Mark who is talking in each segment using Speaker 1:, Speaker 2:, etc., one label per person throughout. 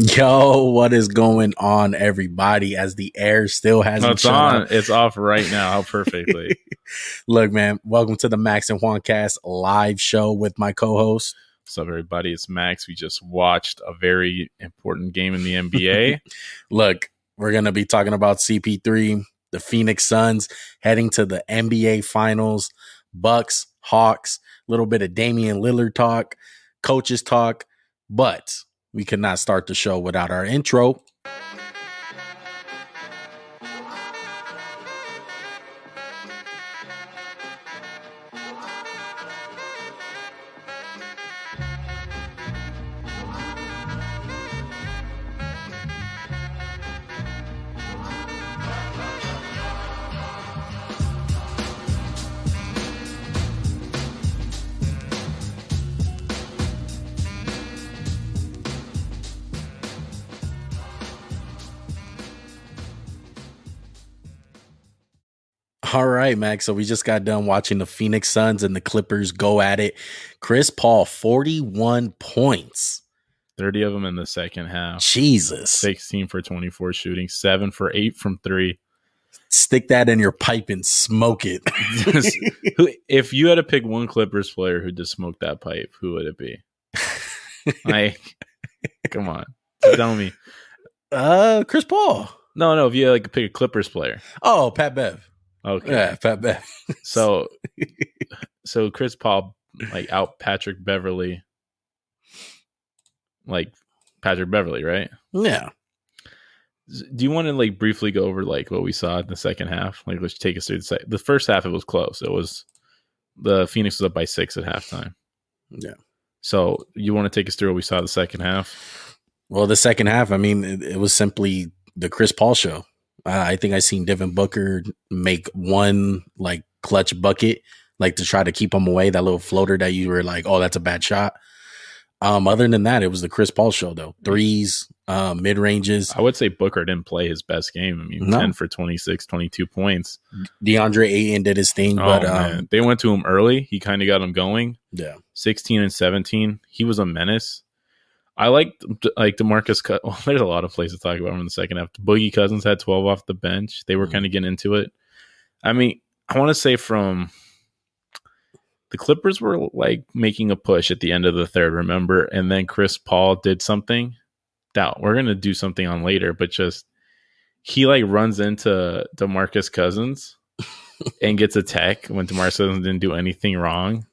Speaker 1: Yo, what is going on, everybody? As the air still hasn't
Speaker 2: it's
Speaker 1: shut
Speaker 2: on.
Speaker 1: up.
Speaker 2: It's off right now. How perfectly.
Speaker 1: Look, man, welcome to the Max and Juan Cast live show with my co-host.
Speaker 2: What's up, everybody? It's Max. We just watched a very important game in the NBA.
Speaker 1: Look, we're gonna be talking about CP3, the Phoenix Suns heading to the NBA Finals, Bucks, Hawks, a little bit of Damian Lillard talk, coaches talk, but we could not start the show without our intro. All right, Max. So we just got done watching the Phoenix Suns and the Clippers go at it. Chris Paul, 41 points.
Speaker 2: Thirty of them in the second half.
Speaker 1: Jesus.
Speaker 2: Sixteen for twenty-four shooting. Seven for eight from three.
Speaker 1: Stick that in your pipe and smoke it.
Speaker 2: Just- who, if you had to pick one Clippers player who just smoked that pipe, who would it be? Like, come on, tell me.
Speaker 1: Uh, Chris Paul.
Speaker 2: No, no. If you had like pick a Clippers player,
Speaker 1: Oh, Pat Bev.
Speaker 2: okay.
Speaker 1: Yeah, Pat Bev.
Speaker 2: So, so Chris Paul like out Patrick Beverly, like Patrick Beverly, right?
Speaker 1: Yeah.
Speaker 2: S- Do you want to like briefly go over like what we saw in the second half? Like, let's take us through the sec- the first half. It was close. It was the Phoenix was up by six at halftime.
Speaker 1: Yeah.
Speaker 2: So you want to take us through what we saw the second half?
Speaker 1: Well, the second half, I mean, it, it was simply the Chris Paul show. Uh, I think I seen Devin Booker make one like clutch bucket, like to try to keep him away. That little floater that you were like, oh, that's a bad shot. Um, other than that, it was the Chris Paul show though. Threes, uh, mid ranges.
Speaker 2: I would say Booker didn't play his best game. I mean,
Speaker 1: No.
Speaker 2: 10 for 26, 22 points.
Speaker 1: DeAndre Ayton did his thing, but
Speaker 2: oh,
Speaker 1: um,
Speaker 2: man. They went to him early. He kind of got him going.
Speaker 1: yeah,
Speaker 2: 16 and 17. He was a menace. I liked like DeMarcus Cou- Well, there's a lot of plays to talk about him in the second half. Boogie Cousins had 12 off the bench. They were
Speaker 1: Mhm.
Speaker 2: kind of getting into it. I mean, I want to say from the Clippers were like making a push at the end of the third, remember? And then Chris Paul did something. Doubt we're gonna do something on later, but just he like runs into DeMarcus Cousins and gets a tech when DeMarcus Cousins didn't do anything wrong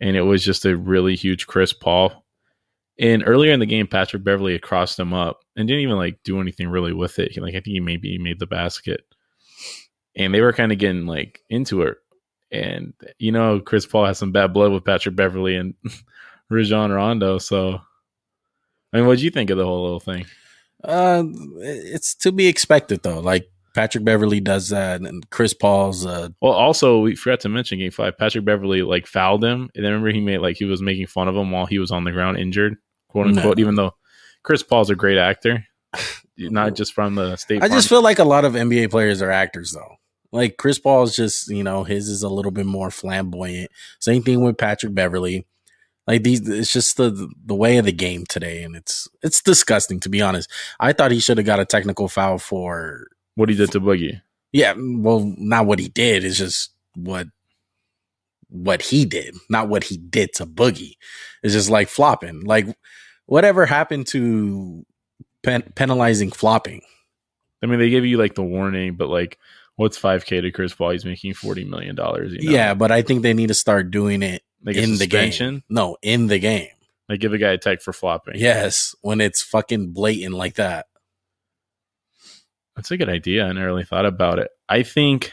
Speaker 2: and it was just a really huge Chris Paul. And earlier in the game, Patrick Beverly had crossed him up and didn't even like do anything really with it. He, like I think he maybe he made the basket, and they were kind of getting like into it. And you know, Chris Paul has some bad blood with Patrick Beverly and Rajon Rondo. So, I mean, what do you think of the whole little thing?
Speaker 1: uh, it's to be expected though. Like Patrick Beverly does that, and Chris Paul's uh,
Speaker 2: Well, also we forgot to mention game five. Patrick Beverly like fouled him, and then remember he made like he was making fun of him while he was on the ground injured, quote
Speaker 1: No.
Speaker 2: unquote. Even though Chris Paul's a great actor, not just from the state.
Speaker 1: I just
Speaker 2: Farm.
Speaker 1: feel like a lot of NBA players are actors though. Like Chris Paul is just, you know, his is a little bit more flamboyant. Same thing with Patrick Beverly. Like these it's just the the way of the game today and it's it's disgusting to be honest. I thought he should have got a technical foul for
Speaker 2: what he did to Boogie.
Speaker 1: yeah, well, not what he did, it's just what what he did, not what he did to Boogie. It's just like flopping. Like whatever happened to pen, penalizing flopping?
Speaker 2: I mean, they give you like the warning, but like, what's five k to Chris Paul? He's making forty million dollars. You know?
Speaker 1: Yeah, but I think they need to start doing it
Speaker 2: like
Speaker 1: in the game.
Speaker 2: suspension.
Speaker 1: No, in the game.
Speaker 2: Like, give a guy a tech for flopping.
Speaker 1: Yes, when it's fucking blatant like that.
Speaker 2: that's a good idea. I never really thought about it. I think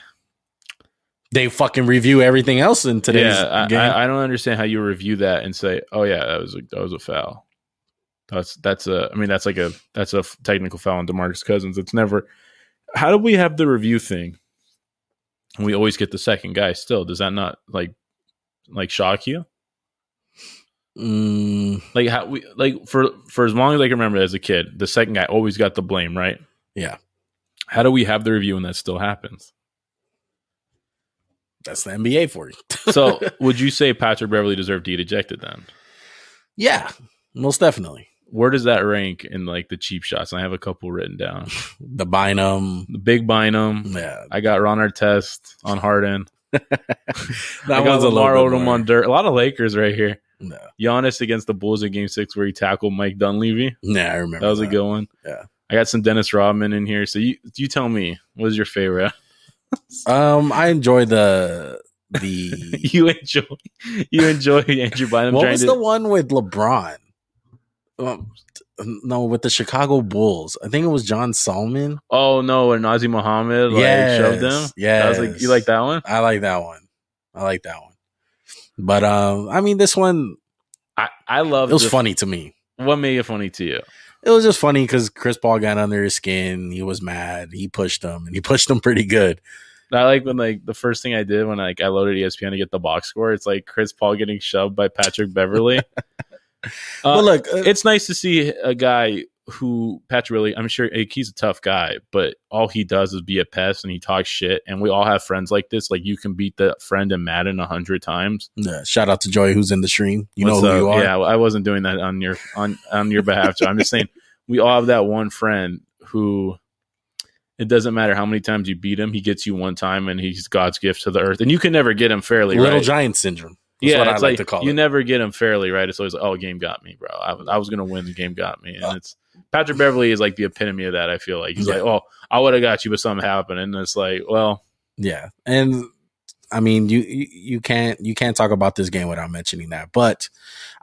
Speaker 1: They fucking review everything else in today's
Speaker 2: yeah, I-
Speaker 1: game.
Speaker 2: I, I don't understand how you review that and say, "Oh yeah, that was a, that was a foul." That's that's a. I mean, that's like a that's a f- technical foul on Demarcus Cousins. It's never. How do we have the review thing? And we always get the second guy. Still, does that not like like shock you?
Speaker 1: Mm,
Speaker 2: Like how we like for for as long as I can remember as a kid, the second guy always got the blame, right?
Speaker 1: Yeah.
Speaker 2: How do we have the review and that still happens?
Speaker 1: that's the NBA for you.
Speaker 2: So, would you say Patrick Beverly deserved to get ejected then?
Speaker 1: Yeah, most definitely.
Speaker 2: where does that rank in like the cheap shots? And I have a couple written down.
Speaker 1: The Bynum.
Speaker 2: The big Bynum.
Speaker 1: Yeah.
Speaker 2: I got Ron Artest on Harden.
Speaker 1: That
Speaker 2: I got
Speaker 1: one's a
Speaker 2: Lamar
Speaker 1: little bit
Speaker 2: Odom
Speaker 1: more-
Speaker 2: on Dirt. A lot of Lakers right here.
Speaker 1: No.
Speaker 2: Giannis against the Bulls in Game Six, where he tackled Mike Dunleavy.
Speaker 1: Yeah, I remember.
Speaker 2: That was a good one.
Speaker 1: Yeah.
Speaker 2: I got some Dennis Rodman in here. So you you tell me, what is your favorite?
Speaker 1: Um, I enjoy the the
Speaker 2: you enjoy you enjoy Andrew Bynum
Speaker 1: what
Speaker 2: trying
Speaker 1: was
Speaker 2: to
Speaker 1: the one with LeBron? Um, no, with the Chicago Bulls. I think it was John Solomon.
Speaker 2: Oh no, and Nazi Muhammad like shoved him.
Speaker 1: Yeah,
Speaker 2: I was like, you like that one?
Speaker 1: I like that one. I like that one. But um, I mean, this one
Speaker 2: I, I love
Speaker 1: it was
Speaker 2: the-
Speaker 1: funny to me.
Speaker 2: What made it funny to you?
Speaker 1: It was just funny because Chris Paul got under his skin. He was mad. He pushed him, and he pushed him pretty good.
Speaker 2: I like when like the first thing I did when like I loaded E ESPN to get the box score. It's like Chris Paul getting shoved by Patrick Beverly.
Speaker 1: but look, uh,
Speaker 2: it's nice to see a guy who Patrick really. I'm sure like, he's a tough guy, but all he does is be a pest and he talks shit. And we all have friends like this. Like you can beat that friend in Madden a hundred times.
Speaker 1: yeah, shout out to Joy who's in the stream. You know
Speaker 2: What's
Speaker 1: who
Speaker 2: up?
Speaker 1: you are.
Speaker 2: Yeah, I wasn't doing that on your on on your behalf. Joe. I'm just saying we all have that one friend who. It doesn't matter how many times you beat him; he gets you one time, and he's God's gift to the earth. And you can never get him fairly.
Speaker 1: Little
Speaker 2: right?
Speaker 1: Giant syndrome. That's what I
Speaker 2: it's
Speaker 1: like, to call
Speaker 2: you
Speaker 1: it.
Speaker 2: never get them fairly, right? It's always like, oh, game got me, bro. I was, I was gonna win, the game got me, and
Speaker 1: Uh.
Speaker 2: it's Patrick Beverly is like the epitome of that. I feel like he's
Speaker 1: Yeah.
Speaker 2: like, oh, I would have got you, but something happened, and it's like, well,
Speaker 1: Yeah, and I mean, you you you can't you can't talk about this game without mentioning that. But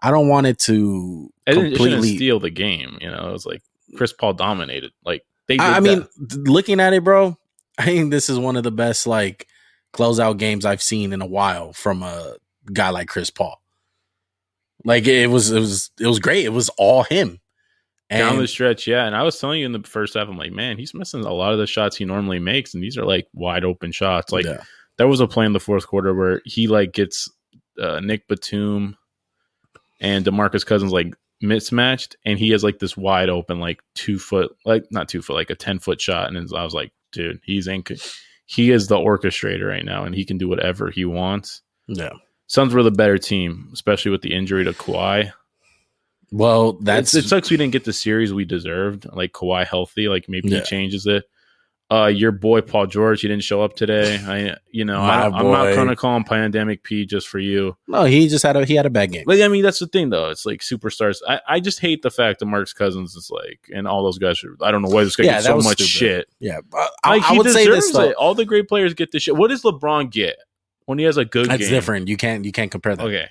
Speaker 1: I don't want it to
Speaker 2: I didn't, it shouldn't
Speaker 1: completely.
Speaker 2: steal the game. You know, it was like Chris Paul dominated. Like they, did
Speaker 1: I, I mean,
Speaker 2: that.
Speaker 1: th- looking at it, bro, I think this is one of the best like closeout games I've seen in a while from a guy like Chris Paul. Like it was it was it was great. It was all him.
Speaker 2: down the
Speaker 1: And
Speaker 2: stretch, yeah. And I was telling you in the first half, I'm like, man, he's missing a lot of the shots he normally makes, and these are like wide open shots. Like
Speaker 1: yeah.
Speaker 2: there was a play in the fourth quarter where he like gets uh, Nick Batum and Demarcus Cousins like mismatched, and he has like this wide open like two foot like not two foot like a ten foot shot, and it's- I was like, dude, he's in. He is the orchestrator right now, and he can do whatever he wants.
Speaker 1: yeah.
Speaker 2: Suns were the better team, especially with the injury to Kawhi.
Speaker 1: Well, that's
Speaker 2: That's it sucks we didn't get the series we deserved. Like Kawhi healthy, like maybe
Speaker 1: Yeah.
Speaker 2: he changes it. Uh, your boy Paul George, he didn't show up today. I, you know, I,
Speaker 1: My
Speaker 2: I'm not
Speaker 1: boy.
Speaker 2: gonna call him Pandemic P just for you.
Speaker 1: no. He just had a he had a bad game.
Speaker 2: Like, I mean, that's the thing though. It's like superstars. I, I just hate the fact that Mark's Cousins is like, and all those guys. Are, I don't know why this guy
Speaker 1: Yeah,
Speaker 2: gets
Speaker 1: that
Speaker 2: so
Speaker 1: was
Speaker 2: much
Speaker 1: stupid.
Speaker 2: shit.
Speaker 1: Yeah, I,
Speaker 2: Like,
Speaker 1: I
Speaker 2: he
Speaker 1: would say this
Speaker 2: deserves
Speaker 1: though.
Speaker 2: it. All the great players get this shit. What does LeBron get when he has a good
Speaker 1: That's
Speaker 2: game?
Speaker 1: different. You can't you can't compare that.
Speaker 2: Okay,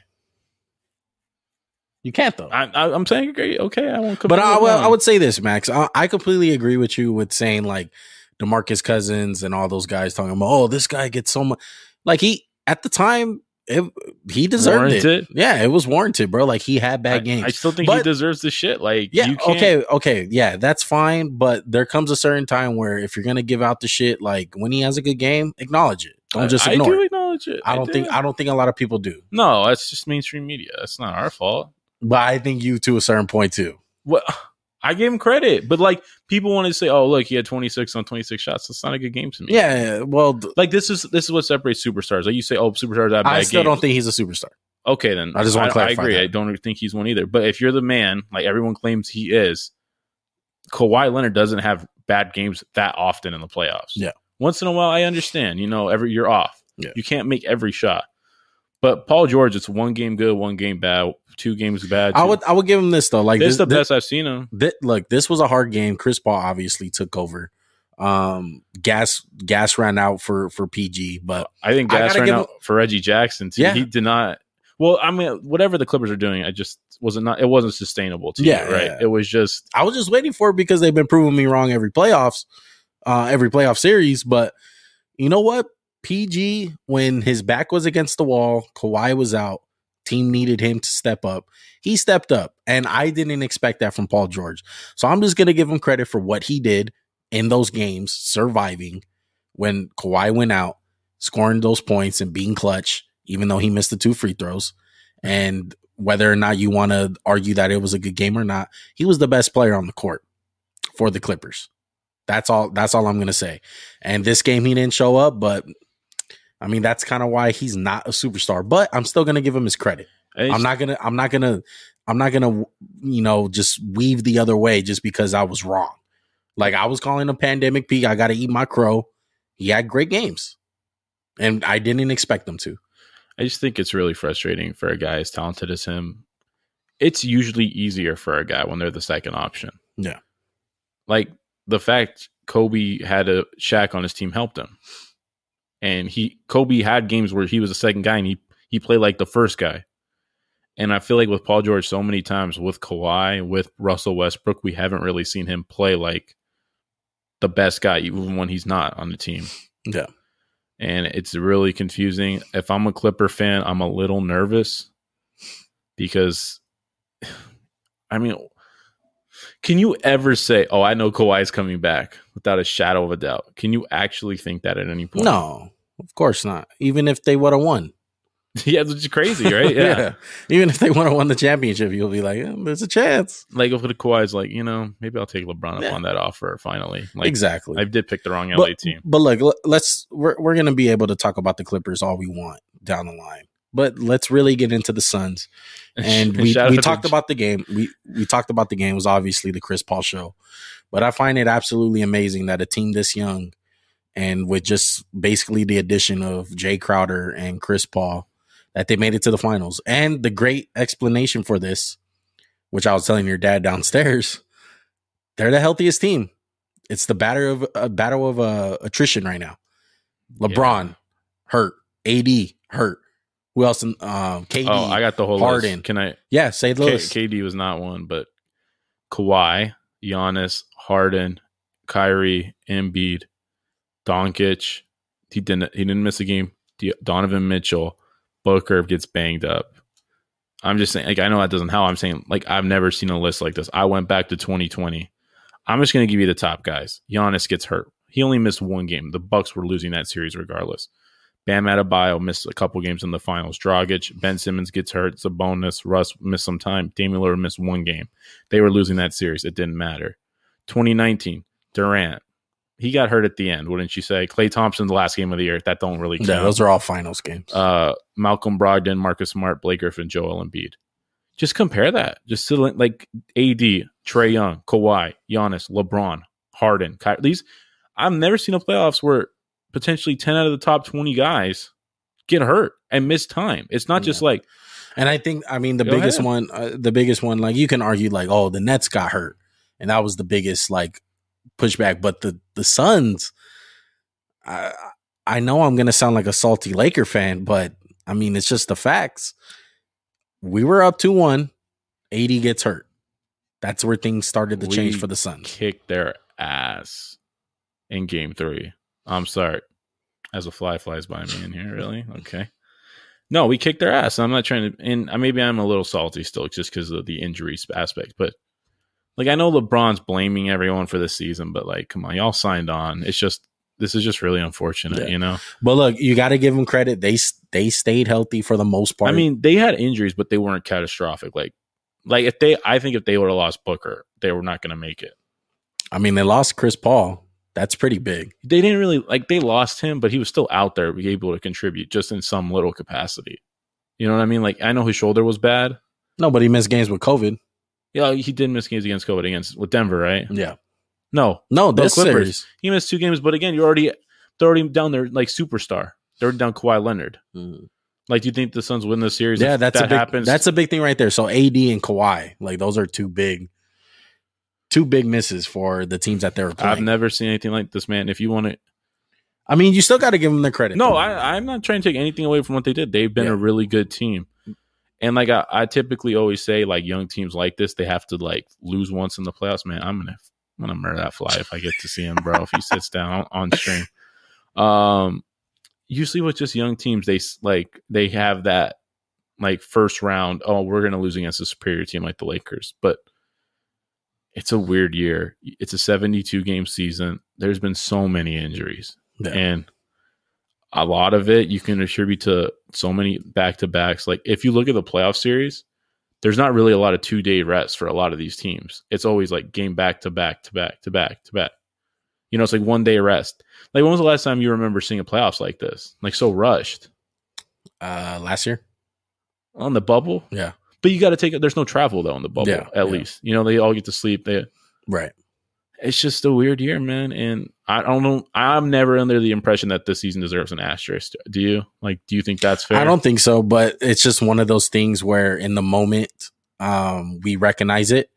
Speaker 1: You can't though.
Speaker 2: I, I, I'm saying great. Okay, I won't.
Speaker 1: but I,
Speaker 2: compare
Speaker 1: well,
Speaker 2: LeBron.
Speaker 1: I would say this, Max. I, I completely agree with you with saying like Demarcus Cousins and all those guys talking about, oh, this guy gets so much. Like he at the time, it, he deserved
Speaker 2: Warranted?
Speaker 1: it. Yeah, it was warranted, bro. Like he had bad
Speaker 2: I-
Speaker 1: games.
Speaker 2: I, still think he
Speaker 1: But-
Speaker 2: deserves the shit. Like,
Speaker 1: yeah.
Speaker 2: you can't-
Speaker 1: Okay. Okay. Yeah, that's fine. But there comes a certain time where if you're gonna give out the shit, like when he has a good game, acknowledge it. Don't just
Speaker 2: I,
Speaker 1: ignore
Speaker 2: I do
Speaker 1: it.
Speaker 2: acknowledge it.
Speaker 1: I don't think
Speaker 2: do.
Speaker 1: I don't think a lot of people do,
Speaker 2: no, that's just mainstream media. That's not our fault.
Speaker 1: but I think you to a certain point too.
Speaker 2: What I gave him credit, but like people want to say, "Oh, look, he had 26 on 26 shots." That's not a good game to me.
Speaker 1: Yeah. Well, th-
Speaker 2: Like this is this is what separates superstars. Like you say, "Oh, superstars have bad
Speaker 1: I still
Speaker 2: games."
Speaker 1: don't think he's a superstar.
Speaker 2: Okay, then
Speaker 1: I just wanna
Speaker 2: I,
Speaker 1: clarify
Speaker 2: agree.
Speaker 1: that.
Speaker 2: I don't think he's one either. But if you're the man, like everyone claims he is, Kawhi Leonard doesn't have bad games that often in the playoffs.
Speaker 1: Yeah.
Speaker 2: once in a while, I understand. You know, every you're off.
Speaker 1: Yeah.
Speaker 2: You can't make every shot. But Paul George, it's one game good, one game bad, two games bad.
Speaker 1: I
Speaker 2: two-
Speaker 1: would I would give him this though. Like
Speaker 2: this,
Speaker 1: this,
Speaker 2: is the
Speaker 1: this,
Speaker 2: best I've seen him.
Speaker 1: thi- look, this was a hard game. Chris Paul obviously took over. Um, gas gas ran out for for PG, but
Speaker 2: I think
Speaker 1: I
Speaker 2: gas
Speaker 1: gotta
Speaker 2: ran
Speaker 1: give
Speaker 2: out for Reggie Jackson too.
Speaker 1: Yeah.
Speaker 2: He did not. Well, I mean, whatever the Clippers are doing, I just wasn't not. It wasn't sustainable to
Speaker 1: Yeah,
Speaker 2: yeah,
Speaker 1: yeah,
Speaker 2: right.
Speaker 1: yeah.
Speaker 2: It was just
Speaker 1: I was just waiting for it because they've been proving me wrong every playoffs, uh, every playoff series. But you know what? PG, when his back was against the wall, Kawhi was out. Team needed him to step up. He stepped up, and I didn't expect that from Paul George. So I'm just gonna give him credit for what he did in those games, surviving when Kawhi went out, scoring those points and being clutch, even though he missed the two free throws. And whether or not you want to argue that it was a good game or not, he was the best player on the court for the Clippers. That's all that's all I'm gonna say. And this game he didn't show up, but I mean that's kind of why he's not a superstar. But I'm still gonna give him his credit. I'm not gonna I'm not gonna I'm not gonna you know just weave the other way just because I was wrong. Like I was calling a pandemic peak. I got to eat my crow. He had great games, and I didn't expect them to.
Speaker 2: I just think it's really frustrating for a guy as talented as him. It's usually easier for a guy when they're the second option.
Speaker 1: Yeah.
Speaker 2: Like the fact Kobe had a Shaq on his team helped him. And he Kobe had games where he was the second guy and he he played like the first guy. And I feel like with Paul George so many times with Kawhi, with Russell Westbrook, we haven't really seen him play like the best guy even when he's not on the team.
Speaker 1: Yeah.
Speaker 2: And it's really confusing. If I'm a Clipper fan, I'm a little nervous because I mean can you ever say, "Oh, I know Kawhi's coming back," without a shadow of a doubt? Can you actually think that at any point?
Speaker 1: No, of course not. Even if they would have won,
Speaker 2: yeah, which is crazy, right? Yeah.
Speaker 1: Even if they would have won the championship, you'll be like, "Eh, "There's a chance."
Speaker 2: like if Kawhi's like, you know, maybe I'll take LeBron up on that offer finally. Like,
Speaker 1: exactly.
Speaker 2: I did pick the wrong LA
Speaker 1: but,
Speaker 2: team.
Speaker 1: But look, l- let's we're we're gonna be able to talk about the Clippers all we want down the line. But let's really get into the Suns. And we,
Speaker 2: Shout
Speaker 1: we
Speaker 2: out to-
Speaker 1: talked about the game. We we talked about the game It was obviously the Chris Paul show. But I find it absolutely amazing that a team this young and with just basically the addition of Jay Crowder and Chris Paul that they made it to the finals. And the great explanation for this, which I was telling your dad downstairs, they're the healthiest team. It's the battle of a battle of uh, attrition right now. LeBron hurt, AD hurt. Who else? In, um, KD.
Speaker 2: Oh, I got the whole
Speaker 1: Harden.
Speaker 2: list. Can I?
Speaker 1: yeah, say the
Speaker 2: K-
Speaker 1: list.
Speaker 2: KD was not one, but Kawhi, Giannis, Harden, Kyrie, Embiid, Doncic. He didn't. He didn't miss a game. D- Donovan Mitchell, Booker gets banged up. I'm just saying. Like I know that doesn't how I'm saying. Like I've never seen a list like this. I went back to 2020. I'm just gonna give you the top guys. Giannis gets hurt. He only missed one game. The Bucks were losing that series regardless. Bam Adebayo missed a couple games in the finals. Dragic, Ben Simmons gets hurt. Sabonis, Russ missed some time. Damian Lillard missed one game. They were losing that series. It didn't matter. 2019, Durant, he got hurt at the end, wouldn't you say? Clay Thompson, the last game of the year, that don't really count.
Speaker 1: yeah, those are all finals games.
Speaker 2: uh, Malcolm Brogdon, Marcus Smart, Blake Griffin, Joel Embiid. Just compare that. Just to like- like AD, Trey Young, Kawhi, Giannis, LeBron, Harden, Kyrie. These I've never seen a playoffs where potentially ten out of the top twenty guys get hurt and miss time. It's not just like
Speaker 1: and I think, I mean, the
Speaker 2: Go
Speaker 1: biggest
Speaker 2: ahead.
Speaker 1: one, uh, the biggest one, like you can argue, like, oh, the Nets got hurt, and that was the biggest like pushback. But the the Suns, I I know I'm gonna sound like a salty Laker fan, but I mean, it's just the facts. We were up two one, AD gets hurt. That's where things started to change
Speaker 2: We
Speaker 1: for the Suns.
Speaker 2: kick their ass in game three. I'm sorry. As a fly flies by me in here, really? Okay. No, we kicked their ass. I'm not trying to, and I- maybe I'm a little salty still just because of the injuries aspect. But like, I know LeBron's blaming everyone for this season, but like, come on, y'all signed on. It's just, this is just really unfortunate,
Speaker 1: Yeah.
Speaker 2: you know?
Speaker 1: But look, you got to give them credit. They s- they stayed healthy for the most part.
Speaker 2: I mean, they had injuries, but they weren't catastrophic. Like, like if they, I think if they would have lost Booker, they were not going to make it.
Speaker 1: I mean, they lost Chris Paul. That's pretty big.
Speaker 2: they didn't really like they lost him, but he was still out there, able to contribute just in some little capacity. You know what I mean? Like I know his shoulder was bad.
Speaker 1: Nobody missed games with COVID.
Speaker 2: Yeah, he did miss games against COVID against with Denver, right?
Speaker 1: Yeah.
Speaker 2: No,
Speaker 1: No,
Speaker 2: The
Speaker 1: this
Speaker 2: Clippers.
Speaker 1: series.
Speaker 2: he missed two games, but again, you're already they're already down there like superstar. They're already down Kawhi Leonard. Like, do you think the Suns win this series?
Speaker 1: Yeah,
Speaker 2: if
Speaker 1: that's
Speaker 2: Mm-hmm. that
Speaker 1: a big,
Speaker 2: happens.
Speaker 1: That's a big thing right there. So AD and Kawhi, like those are two big, two big misses for the teams that they're
Speaker 2: I've
Speaker 1: playing.
Speaker 2: never seen anything like this, man. If you want to,
Speaker 1: I mean, you still got to give them the credit.
Speaker 2: No, I, I'm not trying to take anything away from what they did. They've been
Speaker 1: Yeah.
Speaker 2: a really good team. And like I, I typically always say, like young teams like this, they have to like lose once in the playoffs. Man, I'm gonna I'm gonna murder that fly if I get to see him, bro. if he sits down on, on stream. Um, usually with just young teams, they s- like they have that like first round. Oh, we're gonna lose against a superior team like the Lakers, but it's a weird year. It's a 72 game season. There's been so many injuries,
Speaker 1: Yeah.
Speaker 2: and a lot of it you can attribute to so many back to backs. Like if you look at the playoff series, there's not really a lot of two day rest for a lot of these teams. It's always like game back to back to back to back to back. You know, it's like one day rest. Like when was the last time you remember seeing a playoffs like this? Like so rushed
Speaker 1: uh, last year.
Speaker 2: on the bubble.
Speaker 1: Yeah.
Speaker 2: But you got to take it. There's no travel though in the bubble.
Speaker 1: Yeah,
Speaker 2: at
Speaker 1: yeah.
Speaker 2: least you know they all get to sleep. They
Speaker 1: Right.
Speaker 2: it's just a weird year, man. And I don't know. I'm never under the impression that this season deserves an asterisk. Do you? Like, do you think that's fair?
Speaker 1: I don't think so, but it's just one of those things where in the moment um, we recognize it,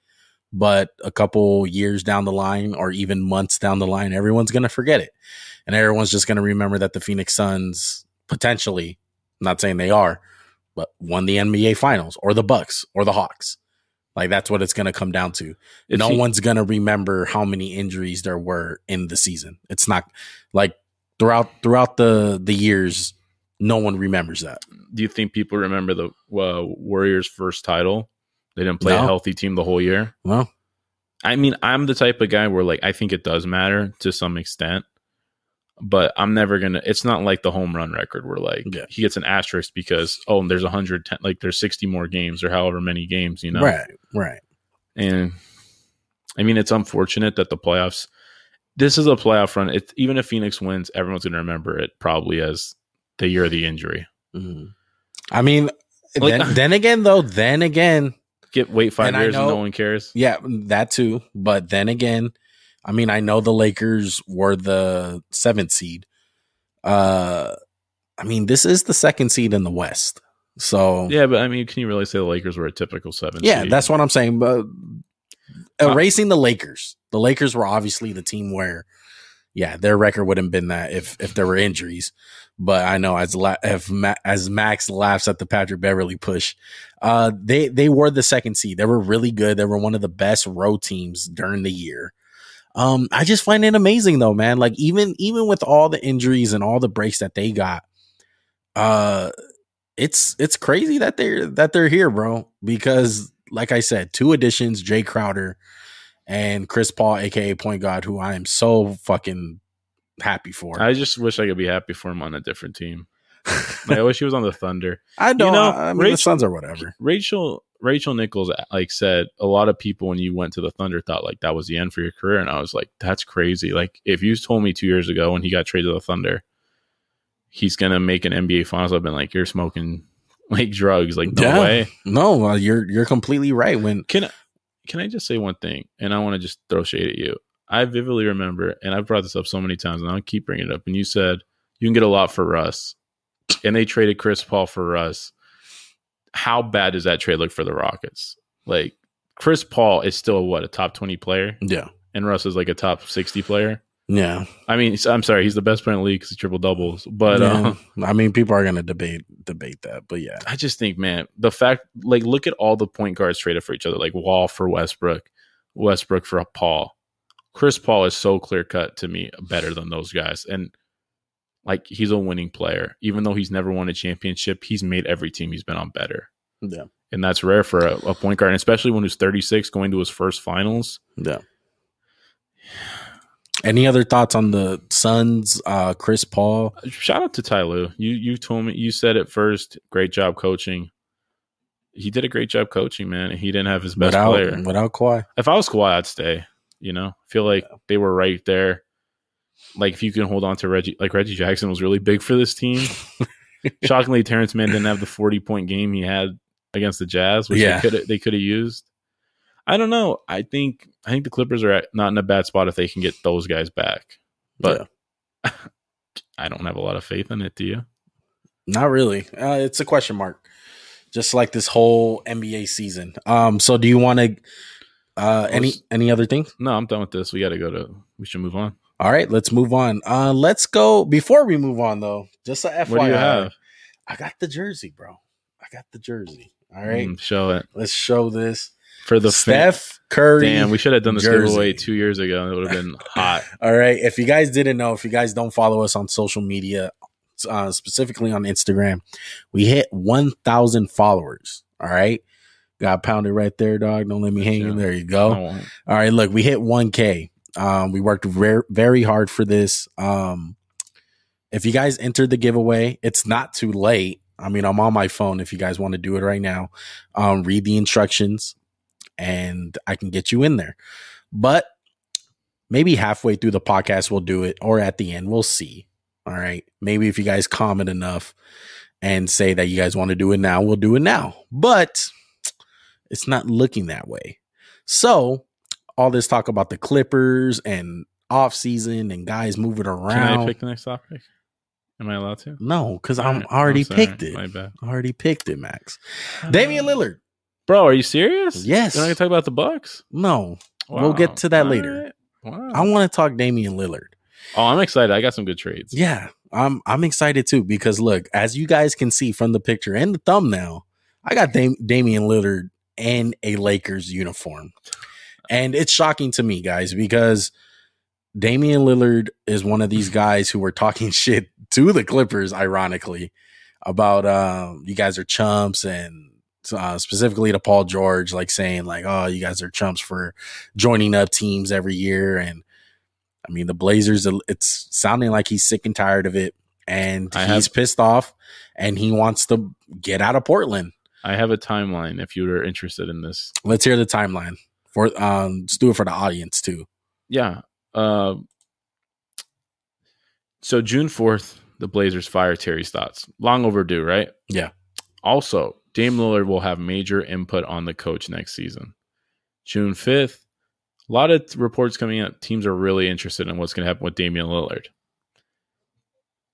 Speaker 1: but a couple years down the line or even months down the line, everyone's going to forget it. And everyone's just going to remember that the Phoenix Suns potentially, not saying they are, but won the NBA finals or the Bucks or the Hawks. Like that's what it's going to come down to.
Speaker 2: If
Speaker 1: no
Speaker 2: you-
Speaker 1: one's going to remember how many injuries there were in the season. It's not like throughout throughout the the years no one remembers that.
Speaker 2: Do you think people remember the uh, Warriors' first title? They didn't play a
Speaker 1: No.
Speaker 2: healthy team the whole year.
Speaker 1: Well,
Speaker 2: I mean, I'm the type of guy where like I think it does matter to some extent, but I'm never gonna. It's not like the home run record where like
Speaker 1: Yeah.
Speaker 2: he gets an asterisk because oh, and there's 110, like there's 60 more games or however many games, you know.
Speaker 1: right, right.
Speaker 2: And I mean, it's unfortunate that the playoffs. This is a playoff run. It's even if Phoenix wins, everyone's gonna remember it probably as the year of the injury. Mm-hmm.
Speaker 1: Mhm. I mean,
Speaker 2: Like-
Speaker 1: then, then again, though, then again,
Speaker 2: Get wait five
Speaker 1: And I
Speaker 2: years and
Speaker 1: know-
Speaker 2: no one cares.
Speaker 1: yeah, that too. But then again, I mean, I know the Lakers were the seventh seed. Uh, I mean, this is the second seed in the West. So
Speaker 2: Yeah, but I mean, can you really say the Lakers were a typical seven?
Speaker 1: Yeah,
Speaker 2: seed?
Speaker 1: that's what I'm saying. But
Speaker 2: Uh,
Speaker 1: erasing the Lakers, the Lakers were obviously the team where, yeah, their record would have been that if if there were injuries. But I know as la- if Ma- as Max laughs at the Patrick Beverly push, uh, they they were the second seed. They were really good. They were one of the best road teams during the year. Um, I just find it amazing though, man. Like even even with all the injuries and all the breaks that they got, uh, it's it's crazy that they're that they're here, bro. Because like I said, two additions, Jay Crowder and Chris Paul, aka Point Guard, who I am so fucking happy for. I,
Speaker 2: I just wish I could be happy for him on a different team. Like, I wish he was on the Thunder.
Speaker 1: don't.
Speaker 2: know,
Speaker 1: I mean, the
Speaker 2: Rachel-
Speaker 1: Suns or whatever.
Speaker 2: Rachel Rachel Nichols uh, like said a lot of people when you went to the Thunder thought like that was the end for your career, and I was like, that's crazy. Like if you told me two years ago when he got traded to the Thunder, he's gonna make an NBA Finals, I've been like, you're smoking like drugs. Like no
Speaker 1: Yeah.
Speaker 2: way.
Speaker 1: No, uh, you're you're completely right. When
Speaker 2: Can I just say one thing? And I want to just throw shade at you. I vividly remember, and I've brought this up so many times, and I'll keep bringing it up. And you said you can get a lot for Russ, and they traded Chris Paul for Russ. How bad does that trade look for the Rockets? Like Chris Paul is still what a top twenty player,
Speaker 1: yeah,
Speaker 2: and Russ is like a top sixty player.
Speaker 1: yeah,
Speaker 2: I mean, he's- I'm sorry, he's the best player in the league because he triple doubles, but
Speaker 1: yeah.
Speaker 2: um,
Speaker 1: I mean, people are gonna debate debate that, but yeah,
Speaker 2: I just think, man, the fact like look at all the point guards traded for each other, like Wall for Westbrook, Westbrook for Paul. Chris Paul is so clear cut to me better than those guys. And like he's a winning player. Even though he's never won a championship, he's made every team he's been on better.
Speaker 1: yeah,
Speaker 2: And that's rare for a, a point guard, and especially when he's 36 going to his first finals.
Speaker 1: yeah. Any other thoughts on the Suns? Uh, Chris Paul.
Speaker 2: Shout out to Ty Lue. You you told me you said it first. Great job coaching. He did a great job coaching, man. and He didn't have his best
Speaker 1: without
Speaker 2: player.
Speaker 1: without Kawhi.
Speaker 2: if I was Kawhi, I'd stay. You know, feel like they were right there. Like if you can hold on to Reggie, like Reggie Jackson was really big for this team. Shockingly, Terrence Mann didn't have the forty point game he had against the Jazz, which
Speaker 1: Yeah.
Speaker 2: they could they could have used. I don't know. I think I think the Clippers are at, not in a bad spot if they can get those guys back. But
Speaker 1: Yeah.
Speaker 2: I don't have a lot of faith in it. Do you?
Speaker 1: Not really. Uh, it's a question mark. Just like this whole NBA season. Um. So do you want to? Uh. Any
Speaker 2: Let's-
Speaker 1: any other thing?
Speaker 2: No, I'm done with this. We got to go to. We should move on.
Speaker 1: All right. Let's move on. Uh. Let's go. Before we move on though, just a FYI.
Speaker 2: What do you have?
Speaker 1: I got the jersey, bro. I got the jersey. All right.
Speaker 2: Mm, show it
Speaker 1: Let's show this.
Speaker 2: for the fan-
Speaker 1: Steph Curry.
Speaker 2: Damn, we should have done this
Speaker 1: jersey.
Speaker 2: giveaway two years ago. It would have been hot.
Speaker 1: All right. If you guys didn't know, if you guys don't follow us on social media, uh, specifically on Instagram, we hit 1,000 followers. All right. Got pounded right there, dog. Don't let me hang in. There you go.
Speaker 2: I won't.
Speaker 1: All right, look, we hit 1K. Um, we worked ver- very hard for this. Um, if you guys entered the giveaway, it's not too late. I mean, I'm on my phone if you guys want to do it right now. Um, read the instructions and I can get you in there. But maybe halfway through the podcast, we'll do it or at the end, we'll see. All right. Maybe if you guys comment enough and say that you guys want to do it now, we'll do it now. But It's not looking that way. So all this talk about the Clippers and off season and guys moving around.
Speaker 2: Can I pick the next topic? Am I allowed to?
Speaker 1: no, because I'm
Speaker 2: Alright,
Speaker 1: already
Speaker 2: sorry.
Speaker 1: picked it.
Speaker 2: My bad.
Speaker 1: I already picked it, Max.
Speaker 2: Um,
Speaker 1: Damian Lillard.
Speaker 2: Bro, are you serious?
Speaker 1: Yes.
Speaker 2: You're not gonna talk about the Bucks.
Speaker 1: No, We'll get to that later.
Speaker 2: Wow.
Speaker 1: I want to talk Damian Lillard.
Speaker 2: oh, I'm excited. I got some good trades.
Speaker 1: Yeah, I'm I'm excited too because look, as you guys can see from the picture and the thumbnail, I got Dam- Damian Lillard in a Lakers uniform. And it's shocking to me, guys, because Damian Lillard is one of these guys who were talking shit to the Clippers, ironically, about um, you guys are chumps and uh, specifically to Paul George, like saying like, oh, you guys are chumps for joining up teams every year. And I mean, the Blazers, uh, it's sounding like he's sick and tired of it. And
Speaker 2: I
Speaker 1: he's
Speaker 2: have-
Speaker 1: pissed off and he wants to get out of Portland.
Speaker 2: I have a timeline if you are interested in this.
Speaker 1: Let's hear the timeline for um, let's do it for the audience too.
Speaker 2: Yeah. Uh, so June fourth, the Blazers fire Terry Stotts. Long overdue, right?
Speaker 1: Yeah.
Speaker 2: Also, Dame Lillard will have major input on the coach next season. June fifth, a lot of reports coming out. Teams are really interested in what's going to happen with Damian Lillard.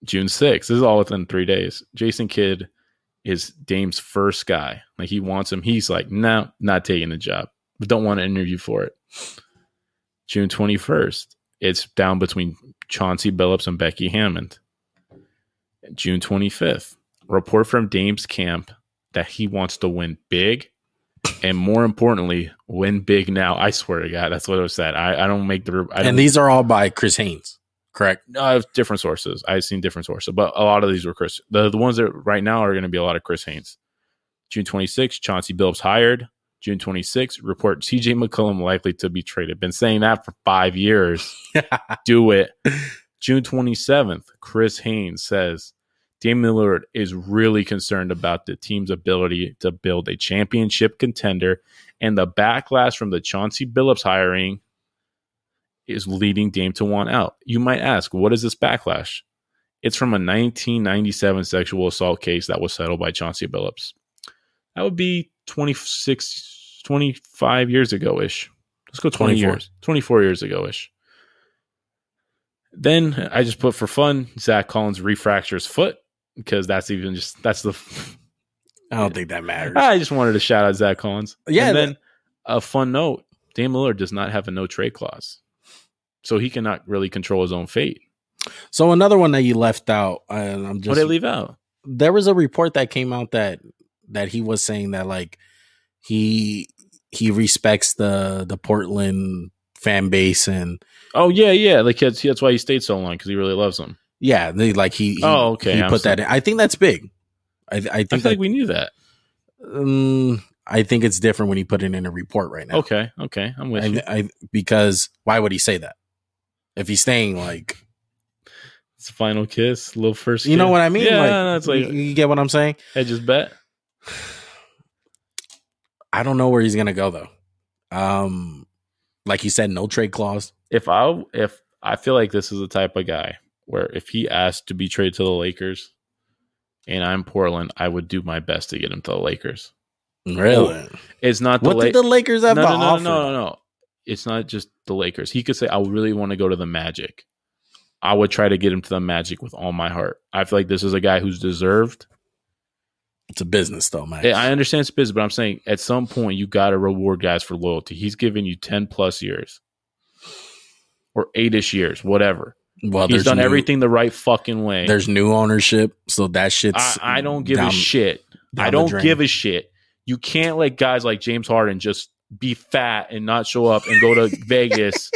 Speaker 2: June sixth, this is all within three days. Jason Kidd is Dame's first guy. Like he wants him. He's like, no, not taking the job. But don't want to interview for it. June 21st. It's down between Chauncey Billups and Becky Hammond. June 25th. Report from Dame's camp that he wants to win big. And more importantly, win big now. I swear to God, that's what it said. I, I don't make the. I don't,
Speaker 1: And these are all by Chris Haynes, correct?
Speaker 2: no, I have different sources. I've seen different sources, but a lot of these were Chris. The, the ones that right now are going to be a lot of Chris Haynes. June 26th, Chauncey Billups hired. June 26th, report CJ McCollum likely to be traded. Been saying that for five years. Do it. June 27th, Chris Haynes says Damian Lillard is really concerned about the team's ability to build a championship contender, and the backlash from the Chauncey Billups hiring is leading Dame to want out. You might ask, what is this backlash? It's from a 1997 sexual assault case that was settled by Chauncey Billups. That would be 26, 25 years ago ish. Let's go 20
Speaker 1: 24.
Speaker 2: years. 24 years ago ish. Then I just put for fun, Zach Collins refractures foot because that's even just that's the
Speaker 1: I don't think that matters.
Speaker 2: I just wanted to shout out Zach Collins.
Speaker 1: Yeah,
Speaker 2: And then a fun note: Dame Lillard does not have a no trade clause, so he cannot really control his own fate.
Speaker 1: So another one that you left out, and I'm
Speaker 2: what
Speaker 1: just
Speaker 2: did they leave out?
Speaker 1: there was a report that came out that that he was saying that like he he respects the the Portland fan base and
Speaker 2: Oh yeah, yeah. Like that's, that's why he stayed so long because he really loves them.
Speaker 1: yeah, they like he, he
Speaker 2: Oh, okay,
Speaker 1: he
Speaker 2: I'm
Speaker 1: put that in. I think that's big. I I
Speaker 2: I
Speaker 1: think
Speaker 2: feel
Speaker 1: that,
Speaker 2: like we knew that.
Speaker 1: um, I think it's different when he put it in a report right now.
Speaker 2: Okay, okay. I'm with you.
Speaker 1: I, I because why would he say that if he's staying like
Speaker 2: It's final kiss, little first.
Speaker 1: you know
Speaker 2: kiss.
Speaker 1: what I mean?
Speaker 2: Yeah,
Speaker 1: like,
Speaker 2: no, it's
Speaker 1: you-
Speaker 2: like
Speaker 1: you get what I'm saying.
Speaker 2: hedges bet.
Speaker 1: I don't know where he's gonna go though. Um, like you said, no trade clause.
Speaker 2: if I if I feel like this is the type of guy where if he asked to be traded to the Lakers and I'm Portland, I would do my best to get him to the Lakers.
Speaker 1: Really?
Speaker 2: It's not the
Speaker 1: what did the
Speaker 2: Lakers.
Speaker 1: Lakers
Speaker 2: No,
Speaker 1: have to
Speaker 2: no, no, no,
Speaker 1: offer?
Speaker 2: no, no. It's not just the Lakers. He could say, I really want to go to the Magic. I would try to get him to the Magic with all my heart. I feel like this is a guy who's deserved.
Speaker 1: It's a business though, Max.
Speaker 2: Yeah, I understand it's business, but I'm saying at some point you got to reward guys for loyalty. He's given you 10 plus years or eight ish years, whatever.
Speaker 1: well,
Speaker 2: He's
Speaker 1: there's
Speaker 2: done
Speaker 1: new-
Speaker 2: everything the right fucking way.
Speaker 1: There's new ownership, so that
Speaker 2: I,
Speaker 1: shit's.
Speaker 2: I don't give a
Speaker 1: down-
Speaker 2: shit.
Speaker 1: down
Speaker 2: I
Speaker 1: the
Speaker 2: don't
Speaker 1: drain.
Speaker 2: give a shit. You can't let guys like James Harden just be fat and not show up and go to Vegas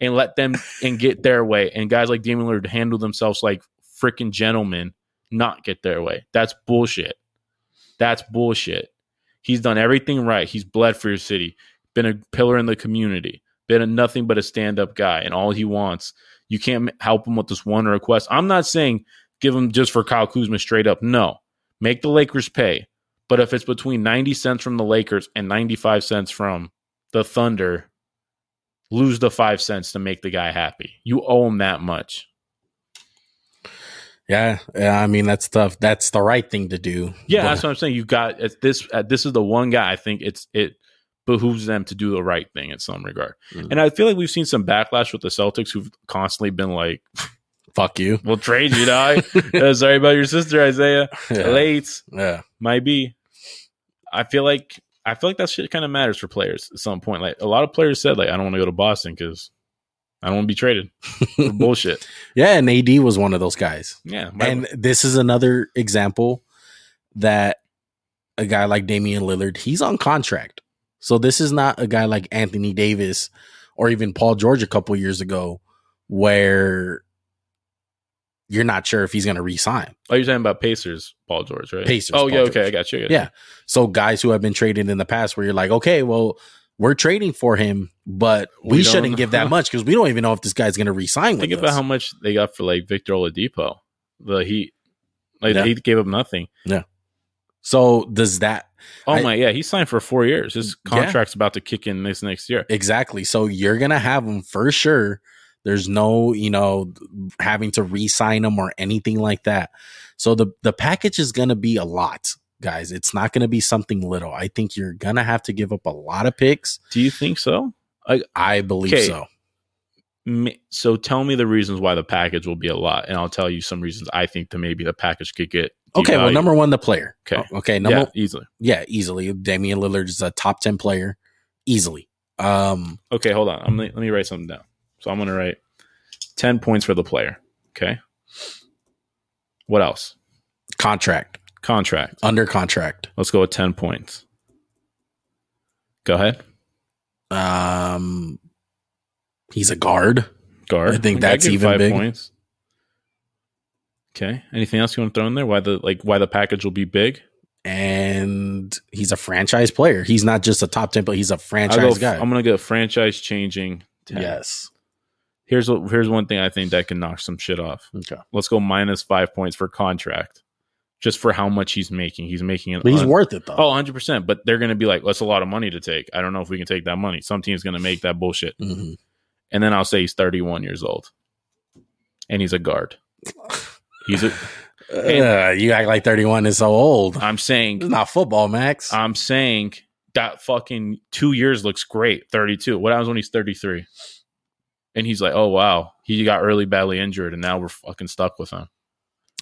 Speaker 2: and let them and get their way. And guys like Damian Lillard handle themselves like freaking gentlemen, not get their way. That's bullshit. That's bullshit. He's done everything right. He's bled for your city, been a pillar in the community, been a nothing but a stand up guy, and all he wants. You can't m- help him with this one request. I'm not saying give him just for Kyle Kuzma straight up. No, make the Lakers pay. But if it's between 90 cents from the Lakers and 95 cents from the Thunder, lose the five cents to make the guy happy. You owe him that much.
Speaker 1: Yeah, yeah. I mean, that's tough. That's the right thing to do.
Speaker 2: Yeah,
Speaker 1: But
Speaker 2: that's what I'm saying. You got at this. At, this is the one guy I think it's it behooves them to do the right thing in some regard.
Speaker 1: Mhm.
Speaker 2: And I feel like we've seen some backlash with the Celtics who've constantly been like,
Speaker 1: Fuck you.
Speaker 2: "We'll trade you, die. Sorry about your sister, Isaiah.
Speaker 1: Yeah.
Speaker 2: Late,
Speaker 1: Yeah.
Speaker 2: might be." I feel like I feel like that shit kind of matters for players at some point. Like a lot of players said, like, "I don't want to go to Boston because I don't want to be traded for bullshit."
Speaker 1: Yeah, and AD was one of those guys.
Speaker 2: Yeah, my-
Speaker 1: And this is another example that a guy like Damian Lillard, he's on contract. So this is not a guy like Anthony Davis or even Paul George a couple years ago where you're not sure if he's going to resign.
Speaker 2: oh, you're talking about Pacers, Paul George, right?
Speaker 1: Pacers,
Speaker 2: Oh
Speaker 1: Paul
Speaker 2: yeah, okay,
Speaker 1: George.
Speaker 2: I got you. I got you.
Speaker 1: Yeah. So guys who have been traded in the past where you're like, "Okay, well, we're trading for him, but we,
Speaker 2: We don't
Speaker 1: shouldn't give that
Speaker 2: know."
Speaker 1: much cuz we don't even know if this guy's going to resign
Speaker 2: Think
Speaker 1: with
Speaker 2: about
Speaker 1: us."
Speaker 2: how much they got for like Victor Oladipo. The Heat, like
Speaker 1: Yeah.
Speaker 2: the Heat gave up nothing.
Speaker 1: so does that
Speaker 2: Oh
Speaker 1: I-
Speaker 2: my, yeah, he signed for four years. His
Speaker 1: Yeah.
Speaker 2: contract's about to kick in this next year.
Speaker 1: Exactly. So you're gonna have them for sure. There's no, you know, having to re-sign them or anything like that. So the the package is gonna be a lot, guys. It's not gonna be something little. I think you're gonna have to give up a lot of picks.
Speaker 2: Do you think so?
Speaker 1: I believe
Speaker 2: Okay.
Speaker 1: so.
Speaker 2: M- So tell me the reasons why the package will be a lot, and I'll tell you some reasons I think that maybe the package could get
Speaker 1: Okay. Well,
Speaker 2: devalued.
Speaker 1: number one, the player.
Speaker 2: Okay.
Speaker 1: O- Okay.
Speaker 2: yeah,
Speaker 1: Number
Speaker 2: easily.
Speaker 1: yeah, easily. Damian Lillard is a top ten player, easily. Um.
Speaker 2: Okay, hold on. I'm gonna, let me write something down. So I'm gonna write ten points for the player. Okay. What else?
Speaker 1: Contract
Speaker 2: Contract.
Speaker 1: under contract.
Speaker 2: Let's go with ten points. Go ahead.
Speaker 1: Um. He's a guard.
Speaker 2: Guard.
Speaker 1: I think that's
Speaker 2: give
Speaker 1: even
Speaker 2: five
Speaker 1: big.
Speaker 2: points. Okay. Anything else you want to throw in there? Why the like why the package will be big?
Speaker 1: and he's a franchise player. He's not just a top ten player. He's a
Speaker 2: I'll go
Speaker 1: franchise
Speaker 2: f-
Speaker 1: guy.
Speaker 2: I'm gonna go franchise changing. 10.
Speaker 1: yes.
Speaker 2: Here's what, here's one thing I think that can knock some shit off.
Speaker 1: Okay.
Speaker 2: Let's go minus five points for contract, just for how much he's making. He's making an
Speaker 1: But he's
Speaker 2: un-
Speaker 1: worth it though.
Speaker 2: oh 100 percent. But they're gonna be like, that's a lot of money to take. I don't know if we can take that money. Some team's gonna make that bullshit.
Speaker 1: Mhm.
Speaker 2: And then I'll say he's 31 years old, and he's a guard. He's a.
Speaker 1: Uh, you act like thirty one is so old.
Speaker 2: I'm
Speaker 1: It's
Speaker 2: saying
Speaker 1: not football, Max.
Speaker 2: I'm saying that fucking two years looks great. 32. What happens when he's 33? And he's like, oh, wow, he got really badly injured, and now we're fucking stuck with him.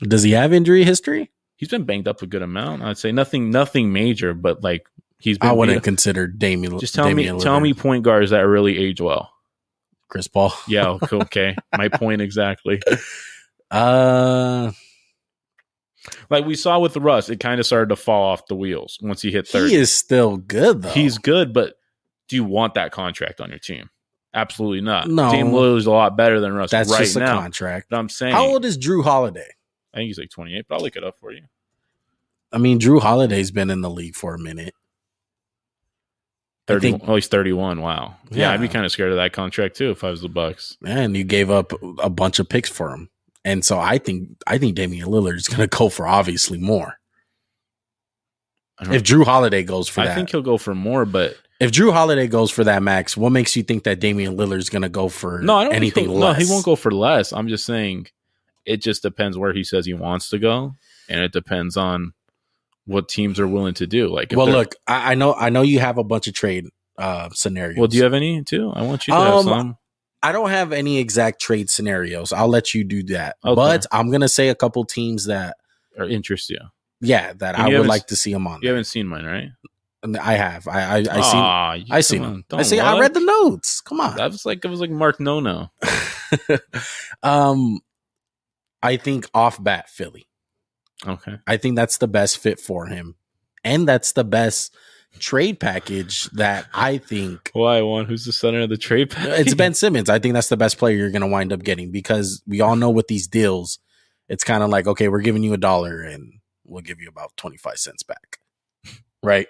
Speaker 1: Does he have injury history?
Speaker 2: He's been banged up a good amount. I'd say nothing, nothing major, but like he's been.
Speaker 1: I wouldn't
Speaker 2: beat up.
Speaker 1: consider Damian.
Speaker 2: Just tell
Speaker 1: Damian
Speaker 2: me, tell
Speaker 1: Lillard.
Speaker 2: me point guards that really age well.
Speaker 1: Chris Paul.
Speaker 2: Yeah, okay, okay. my point exactly.
Speaker 1: Uh,
Speaker 2: Like we saw with Russ, it kind of started to fall off the wheels once he hit
Speaker 1: he
Speaker 2: 30.
Speaker 1: is still good though.
Speaker 2: He's good, but do you want that contract on your team? Absolutely not.
Speaker 1: No.
Speaker 2: Dame Lillard's a lot better than Russ
Speaker 1: that's
Speaker 2: right
Speaker 1: just a
Speaker 2: now.
Speaker 1: contract.
Speaker 2: But I'm saying,
Speaker 1: How old is Drew Holiday?
Speaker 2: I think he's like 28, but I'll look it up for you.
Speaker 1: I mean, Drew Holiday's been in the league for a minute. I
Speaker 2: 30,
Speaker 1: think-
Speaker 2: oh, he's 31. Wow. Yeah, I'd be
Speaker 1: Yeah.
Speaker 2: kind of scared of that contract too if I was the Bucks.
Speaker 1: and you gave up a bunch of picks for him. And so I think I think Damian Lillard is going to go for obviously more.
Speaker 2: I don't-
Speaker 1: If Drew Holiday goes for
Speaker 2: I
Speaker 1: that,
Speaker 2: think he'll go for more, but
Speaker 1: if Drew Holiday goes for that max, what makes you think that Damian Lillard is going to go for
Speaker 2: no, I don't
Speaker 1: anything
Speaker 2: Think he'll-
Speaker 1: less?
Speaker 2: No, he won't go for less. I'm just saying it just depends where he says he wants to go, and it depends on what teams are willing to do. Like, if
Speaker 1: Well,
Speaker 2: they're-
Speaker 1: look, I, I know I know you have a bunch of trade uh, scenarios.
Speaker 2: well, do you have any too? I want you to have
Speaker 1: Um,
Speaker 2: some.
Speaker 1: I don't have any exact trade scenarios. I'll let you do that,
Speaker 2: Okay.
Speaker 1: but I'm going to say a couple teams that
Speaker 2: Or interest you.
Speaker 1: yeah that
Speaker 2: And you
Speaker 1: I would
Speaker 2: haven't
Speaker 1: like
Speaker 2: s-
Speaker 1: to see them on.
Speaker 2: You haven't seen mine, right?
Speaker 1: And I have. I I, I see.
Speaker 2: Aw, you-
Speaker 1: I seen
Speaker 2: come on,
Speaker 1: them. I
Speaker 2: don't
Speaker 1: see. I
Speaker 2: look.
Speaker 1: read the notes. Come on.
Speaker 2: That was like it was like Mark Nono.
Speaker 1: um, I think off bat Philly.
Speaker 2: Okay.
Speaker 1: I think that's the best fit for him, and that's the best trade package that I think.
Speaker 2: Why one? Who's the center of the trade? package?
Speaker 1: It's Ben Simmons. I think that's the best player you're going to wind up getting because we all know with these deals, it's kind of like okay, we're giving you a dollar and we'll give you about twenty five cents back, right?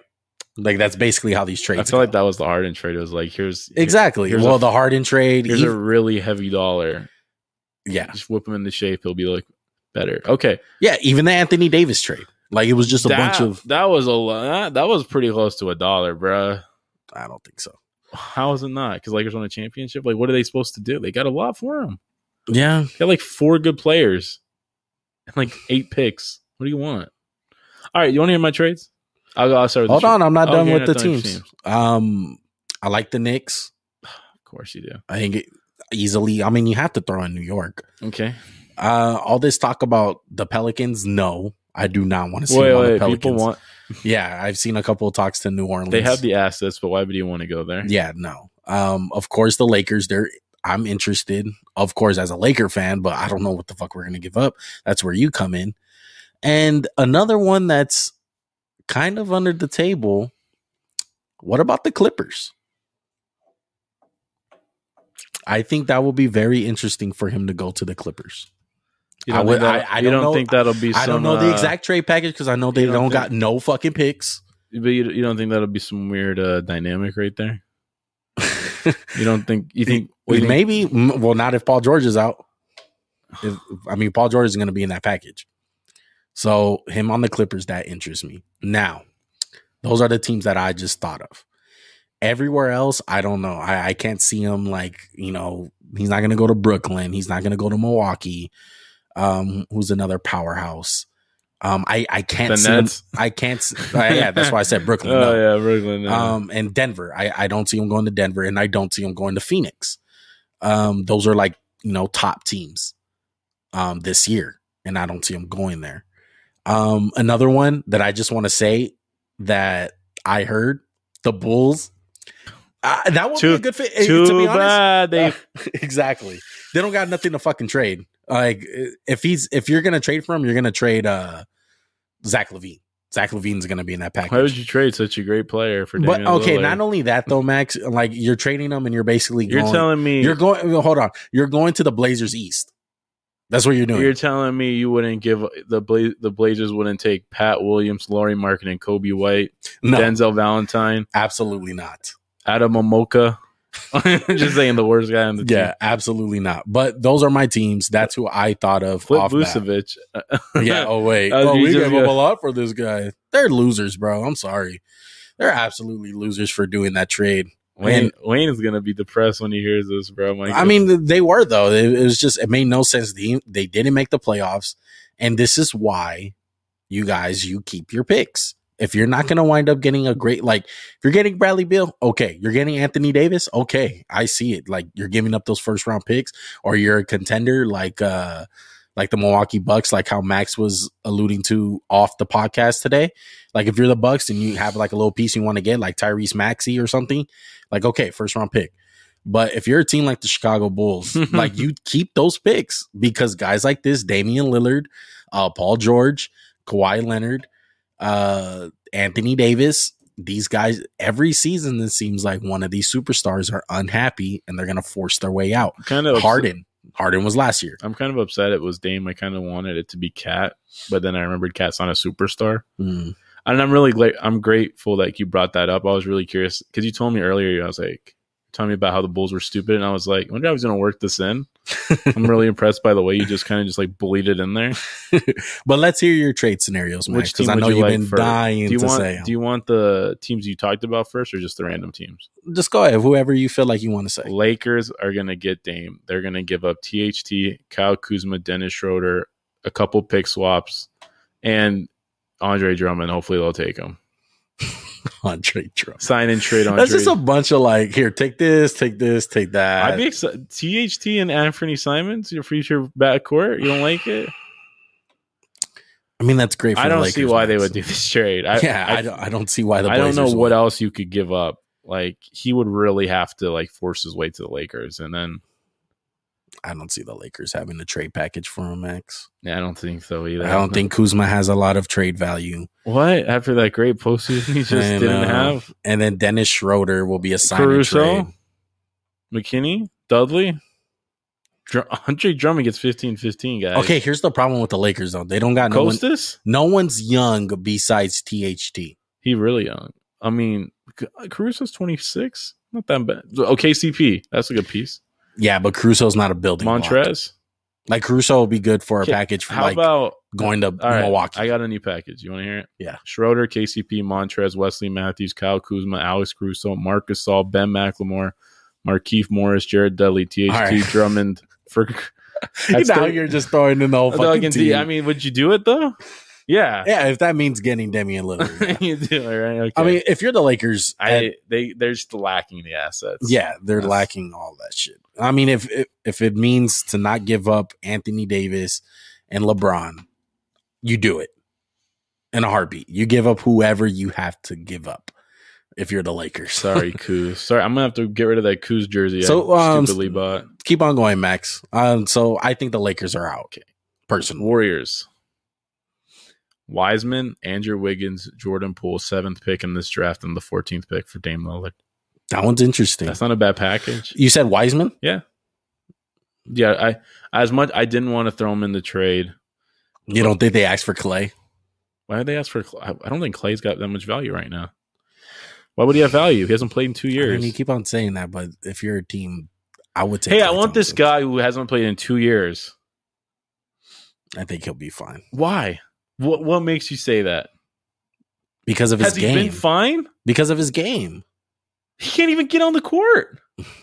Speaker 1: Like that's basically how these trades.
Speaker 2: I feel like
Speaker 1: go.
Speaker 2: that was the Harden trade. It was like here's
Speaker 1: exactly.
Speaker 2: Here's
Speaker 1: well,
Speaker 2: a-
Speaker 1: the Harden trade,
Speaker 2: here's
Speaker 1: he-
Speaker 2: a really heavy dollar.
Speaker 1: yeah,
Speaker 2: Just whip him into shape. He'll be like better. Okay,
Speaker 1: yeah. Even the Anthony Davis trade, like it was just a
Speaker 2: that,
Speaker 1: bunch of.
Speaker 2: that was a lo- that, that was pretty close to a dollar, bruh.
Speaker 1: I don't think so.
Speaker 2: How is it not? Because Lakers won a championship. Like, what are they supposed to do? They got a lot for him.
Speaker 1: Yeah,
Speaker 2: They got like four good players and like eight picks. What do you want? All right, you want to hear my trades? I'll, I'll start with
Speaker 1: Hold
Speaker 2: the
Speaker 1: on, I'm not
Speaker 2: Oh,
Speaker 1: done
Speaker 2: you're
Speaker 1: with
Speaker 2: not
Speaker 1: the
Speaker 2: done
Speaker 1: teams.
Speaker 2: with teams.
Speaker 1: Um, I like the Knicks.
Speaker 2: Of course you do.
Speaker 1: I think it easily. I mean, you have to throw in New York.
Speaker 2: Okay.
Speaker 1: Uh, all this talk about the Pelicans. No, I do not want to see
Speaker 2: Wait,
Speaker 1: them on the
Speaker 2: wait.
Speaker 1: Pelicans.
Speaker 2: People want.
Speaker 1: yeah, I've seen a couple of talks to New Orleans.
Speaker 2: They have the assets, but why would you want to go there?
Speaker 1: Yeah, no. Um, of course the Lakers. They're I'm interested, of course, as a Laker fan, but I don't know what the fuck we're gonna give up. That's where you come in. And another one that's kind of under the table. What about the Clippers? I think that will be very interesting for him to go to the Clippers.
Speaker 2: You
Speaker 1: I
Speaker 2: don't,
Speaker 1: would-
Speaker 2: think, that'll-
Speaker 1: I- I
Speaker 2: you
Speaker 1: don't
Speaker 2: don't
Speaker 1: know-
Speaker 2: think that'll be. Some,
Speaker 1: I don't know the
Speaker 2: uh,
Speaker 1: exact trade package because I know they
Speaker 2: you
Speaker 1: don't,
Speaker 2: don't
Speaker 1: got no fucking picks.
Speaker 2: But you, you don't think that'll be some weird uh, dynamic right there? You don't think you think you think-
Speaker 1: maybe m- well not if Paul George is out. If, I mean Paul George is going to be in that package. So him on the Clippers that interests me. Now, those are the teams that I just thought of. Everywhere else, I don't know. I, I can't see him like you know he's not going to go to Brooklyn. He's not going to go to Milwaukee. Um, who's another powerhouse? Um, I I can't
Speaker 2: the
Speaker 1: see. Him,
Speaker 2: Nets?
Speaker 1: I can't. s- oh, yeah, that's why I said Brooklyn. no.
Speaker 2: Oh yeah, Brooklyn. no.
Speaker 1: Um, and Denver. I, I don't see him going to Denver, and I don't see him going to Phoenix. Um, those are like you know top teams um, this year, and I don't see him going there. Um, another one that I just want to say that I heard the Bulls. Uh, that would be
Speaker 2: Too-
Speaker 1: a good fit. eh,
Speaker 2: Too
Speaker 1: to be honest,
Speaker 2: bad they.
Speaker 1: exactly. They don't got nothing to fucking trade. Like if he's if you're gonna trade for him, you're gonna trade uh Zach Levine. Zach Levine's gonna be in that package
Speaker 2: why would you trade such a great player for?
Speaker 1: but
Speaker 2: Damian
Speaker 1: okay,
Speaker 2: Lillard?
Speaker 1: not only that though, Max. Like you're trading them, and you're basically
Speaker 2: You're
Speaker 1: going,
Speaker 2: telling me
Speaker 1: you're going. Hold on, you're going to the Blazers East. That's what you're doing.
Speaker 2: You're telling me you wouldn't give the Bla- the Blazers wouldn't take Pat Williams, Laurie Markin, and Kobe White,
Speaker 1: no,
Speaker 2: Denzel Valentine,
Speaker 1: absolutely not.
Speaker 2: Adam Momoka. Just saying the worst guy on the
Speaker 1: Yeah,
Speaker 2: team.
Speaker 1: absolutely not. But those are my teams. That's who I thought of.
Speaker 2: Flip
Speaker 1: off bat.
Speaker 2: Vucevic. Uh,
Speaker 1: Yeah. Oh wait.
Speaker 2: I was
Speaker 1: oh, we
Speaker 2: just
Speaker 1: gave up
Speaker 2: gonna-
Speaker 1: a lot for this guy. They're losers, bro. I'm sorry. They're absolutely losers for doing that trade.
Speaker 2: Wayne
Speaker 1: And-
Speaker 2: Wayne is gonna be depressed when he hears this, bro. My
Speaker 1: I mean, they were though. It, it was just it made no sense. They they didn't make the playoffs, and this is why you guys you keep your picks. If you're not going to wind up getting a great like, if you're getting Bradley Bill, okay. You're getting Anthony Davis, okay. I see it. Like you're giving up those first round picks, or you're a contender like uh like the Milwaukee Bucks, like how Max was alluding to off the podcast today. Like if you're the Bucks and you have like a little piece you want to get, like Tyrese Maxey or something, like okay, first round pick. But if you're a team like the Chicago Bulls, like you keep those picks because guys like this, Damian Lillard, uh, Paul George, Kawhi Leonard, uh, Anthony Davis, these guys, every season, it seems like one of these superstars are unhappy and they're going to force their way out.
Speaker 2: kind of upset-
Speaker 1: Harden. Harden was last year.
Speaker 2: I'm kind of upset it was Dame. I kind of wanted it to be Cat, but then I remembered Cat's not a superstar.
Speaker 1: Mm.
Speaker 2: And I'm really gla- I'm grateful that you brought that up. I was really curious because you told me earlier. I was like, telling me about how the Bulls were stupid, and I was like, I wonder how he's gonna work this in. I'm really impressed by the way you just kind of just like bullied it in there.
Speaker 1: but let's hear your trade scenarios, Mike,
Speaker 2: Which
Speaker 1: because
Speaker 2: team
Speaker 1: I
Speaker 2: would
Speaker 1: know
Speaker 2: you
Speaker 1: you've
Speaker 2: like
Speaker 1: been
Speaker 2: for-
Speaker 1: dying
Speaker 2: Do you
Speaker 1: to
Speaker 2: want
Speaker 1: say. 'em.
Speaker 2: Do you want the teams you talked about first, or just the random teams?
Speaker 1: Just go ahead, whoever you feel like you want to say.
Speaker 2: Lakers are gonna get Dame. They're gonna give up THT, Kyle Kuzma, Dennis Schroeder, a couple pick swaps, and Andre Drummond. Hopefully they'll take him.
Speaker 1: Andre Drummond.
Speaker 2: Sign and trade Andre.
Speaker 1: That's just a bunch of like, here, take this, take this, take that.
Speaker 2: I'd be excited. THT and Anthony Simons, your future backcourt. You don't like it?
Speaker 1: I mean, that's great. For
Speaker 2: I
Speaker 1: the
Speaker 2: don't see
Speaker 1: Lakers,
Speaker 2: why they
Speaker 1: Max.
Speaker 2: would do this trade. I,
Speaker 1: yeah, I,
Speaker 2: I,
Speaker 1: don't. I don't see why the.
Speaker 2: I don't know
Speaker 1: Blazers
Speaker 2: what
Speaker 1: would.
Speaker 2: else you could give up. Like he would really have to like force his way to the Lakers, and then
Speaker 1: I don't see the Lakers having a trade package for him, Max.
Speaker 2: yeah, I don't think so either.
Speaker 1: I don't think Kuzma has a lot of trade value,
Speaker 2: what after that great postseason he just
Speaker 1: I know.
Speaker 2: didn't have
Speaker 1: and then Dennis Schroeder will be a sign and trade.
Speaker 2: Caruso, McKinney, Dudley, Dr- Andre Drummond gets 15-15, guys.
Speaker 1: Okay, here's the problem with the Lakers though. They don't got no one.
Speaker 2: Costas,
Speaker 1: No one's young besides THT.
Speaker 2: he really young. I mean, C- Caruso's twenty six, not that bad. Okay, CP, that's a good piece.
Speaker 1: Yeah, but Caruso's not a building. block.
Speaker 2: Montrez.
Speaker 1: Like Caruso will be good for a
Speaker 2: Okay,
Speaker 1: package for
Speaker 2: How
Speaker 1: like
Speaker 2: about
Speaker 1: going to
Speaker 2: all right,
Speaker 1: Milwaukee.
Speaker 2: I got a new package. You want to hear it?
Speaker 1: Yeah.
Speaker 2: Schroeder, KCP, Montrez, Wesley Matthews, Kyle Kuzma, Alex Crusoe, Marcus Saul, Ben McLemore, Markeith Morris, Jared Dudley, THT
Speaker 1: All right.
Speaker 2: Drummond. For
Speaker 1: now
Speaker 2: that's the-
Speaker 1: you're just throwing in the whole
Speaker 2: Although I
Speaker 1: fucking
Speaker 2: can
Speaker 1: team.
Speaker 2: see, I mean, would you do it though? Yeah.
Speaker 1: Yeah, if that means getting Damian Lillard. yeah.
Speaker 2: you do, all right? Okay.
Speaker 1: I mean, if you're the Lakers, and-
Speaker 2: I they they're just lacking the assets.
Speaker 1: yeah, they're
Speaker 2: That's-
Speaker 1: lacking all that shit. I mean, if, if if it means to not give up Anthony Davis and LeBron, you do it in a heartbeat. You give up whoever you have to give up if you're the Lakers.
Speaker 2: Sorry, Kuz. Sorry, I'm gonna have to get rid of that Kuz jersey
Speaker 1: So,
Speaker 2: I
Speaker 1: um,
Speaker 2: stupidly bought.
Speaker 1: keep on going, Max. Um, so I think the Lakers are out. Personally,
Speaker 2: Warriors. Wiseman, Andrew Wiggins, Jordan Poole, seventh pick in this draft, and the 14th pick for Dame Lillard.
Speaker 1: that one's interesting.
Speaker 2: That's not a bad package.
Speaker 1: you said Wiseman.
Speaker 2: Yeah, I as much I didn't want to throw him in the trade.
Speaker 1: You don't think they asked for Clay?
Speaker 2: Why did they ask for? Cl- I I don't think Clay's got that much value right now. Why would he have value? He hasn't played in two
Speaker 1: I
Speaker 2: years.
Speaker 1: mean, you keep on saying that, but if you're a team, I would take.
Speaker 2: hey, I
Speaker 1: Klay
Speaker 2: want this
Speaker 1: Thompson.
Speaker 2: guy who hasn't played in two years.
Speaker 1: I think he'll be fine
Speaker 2: Why? What What makes you say that?
Speaker 1: because of his
Speaker 2: Has he
Speaker 1: game.
Speaker 2: been fine?
Speaker 1: because of his game.
Speaker 2: He can't even get on the court.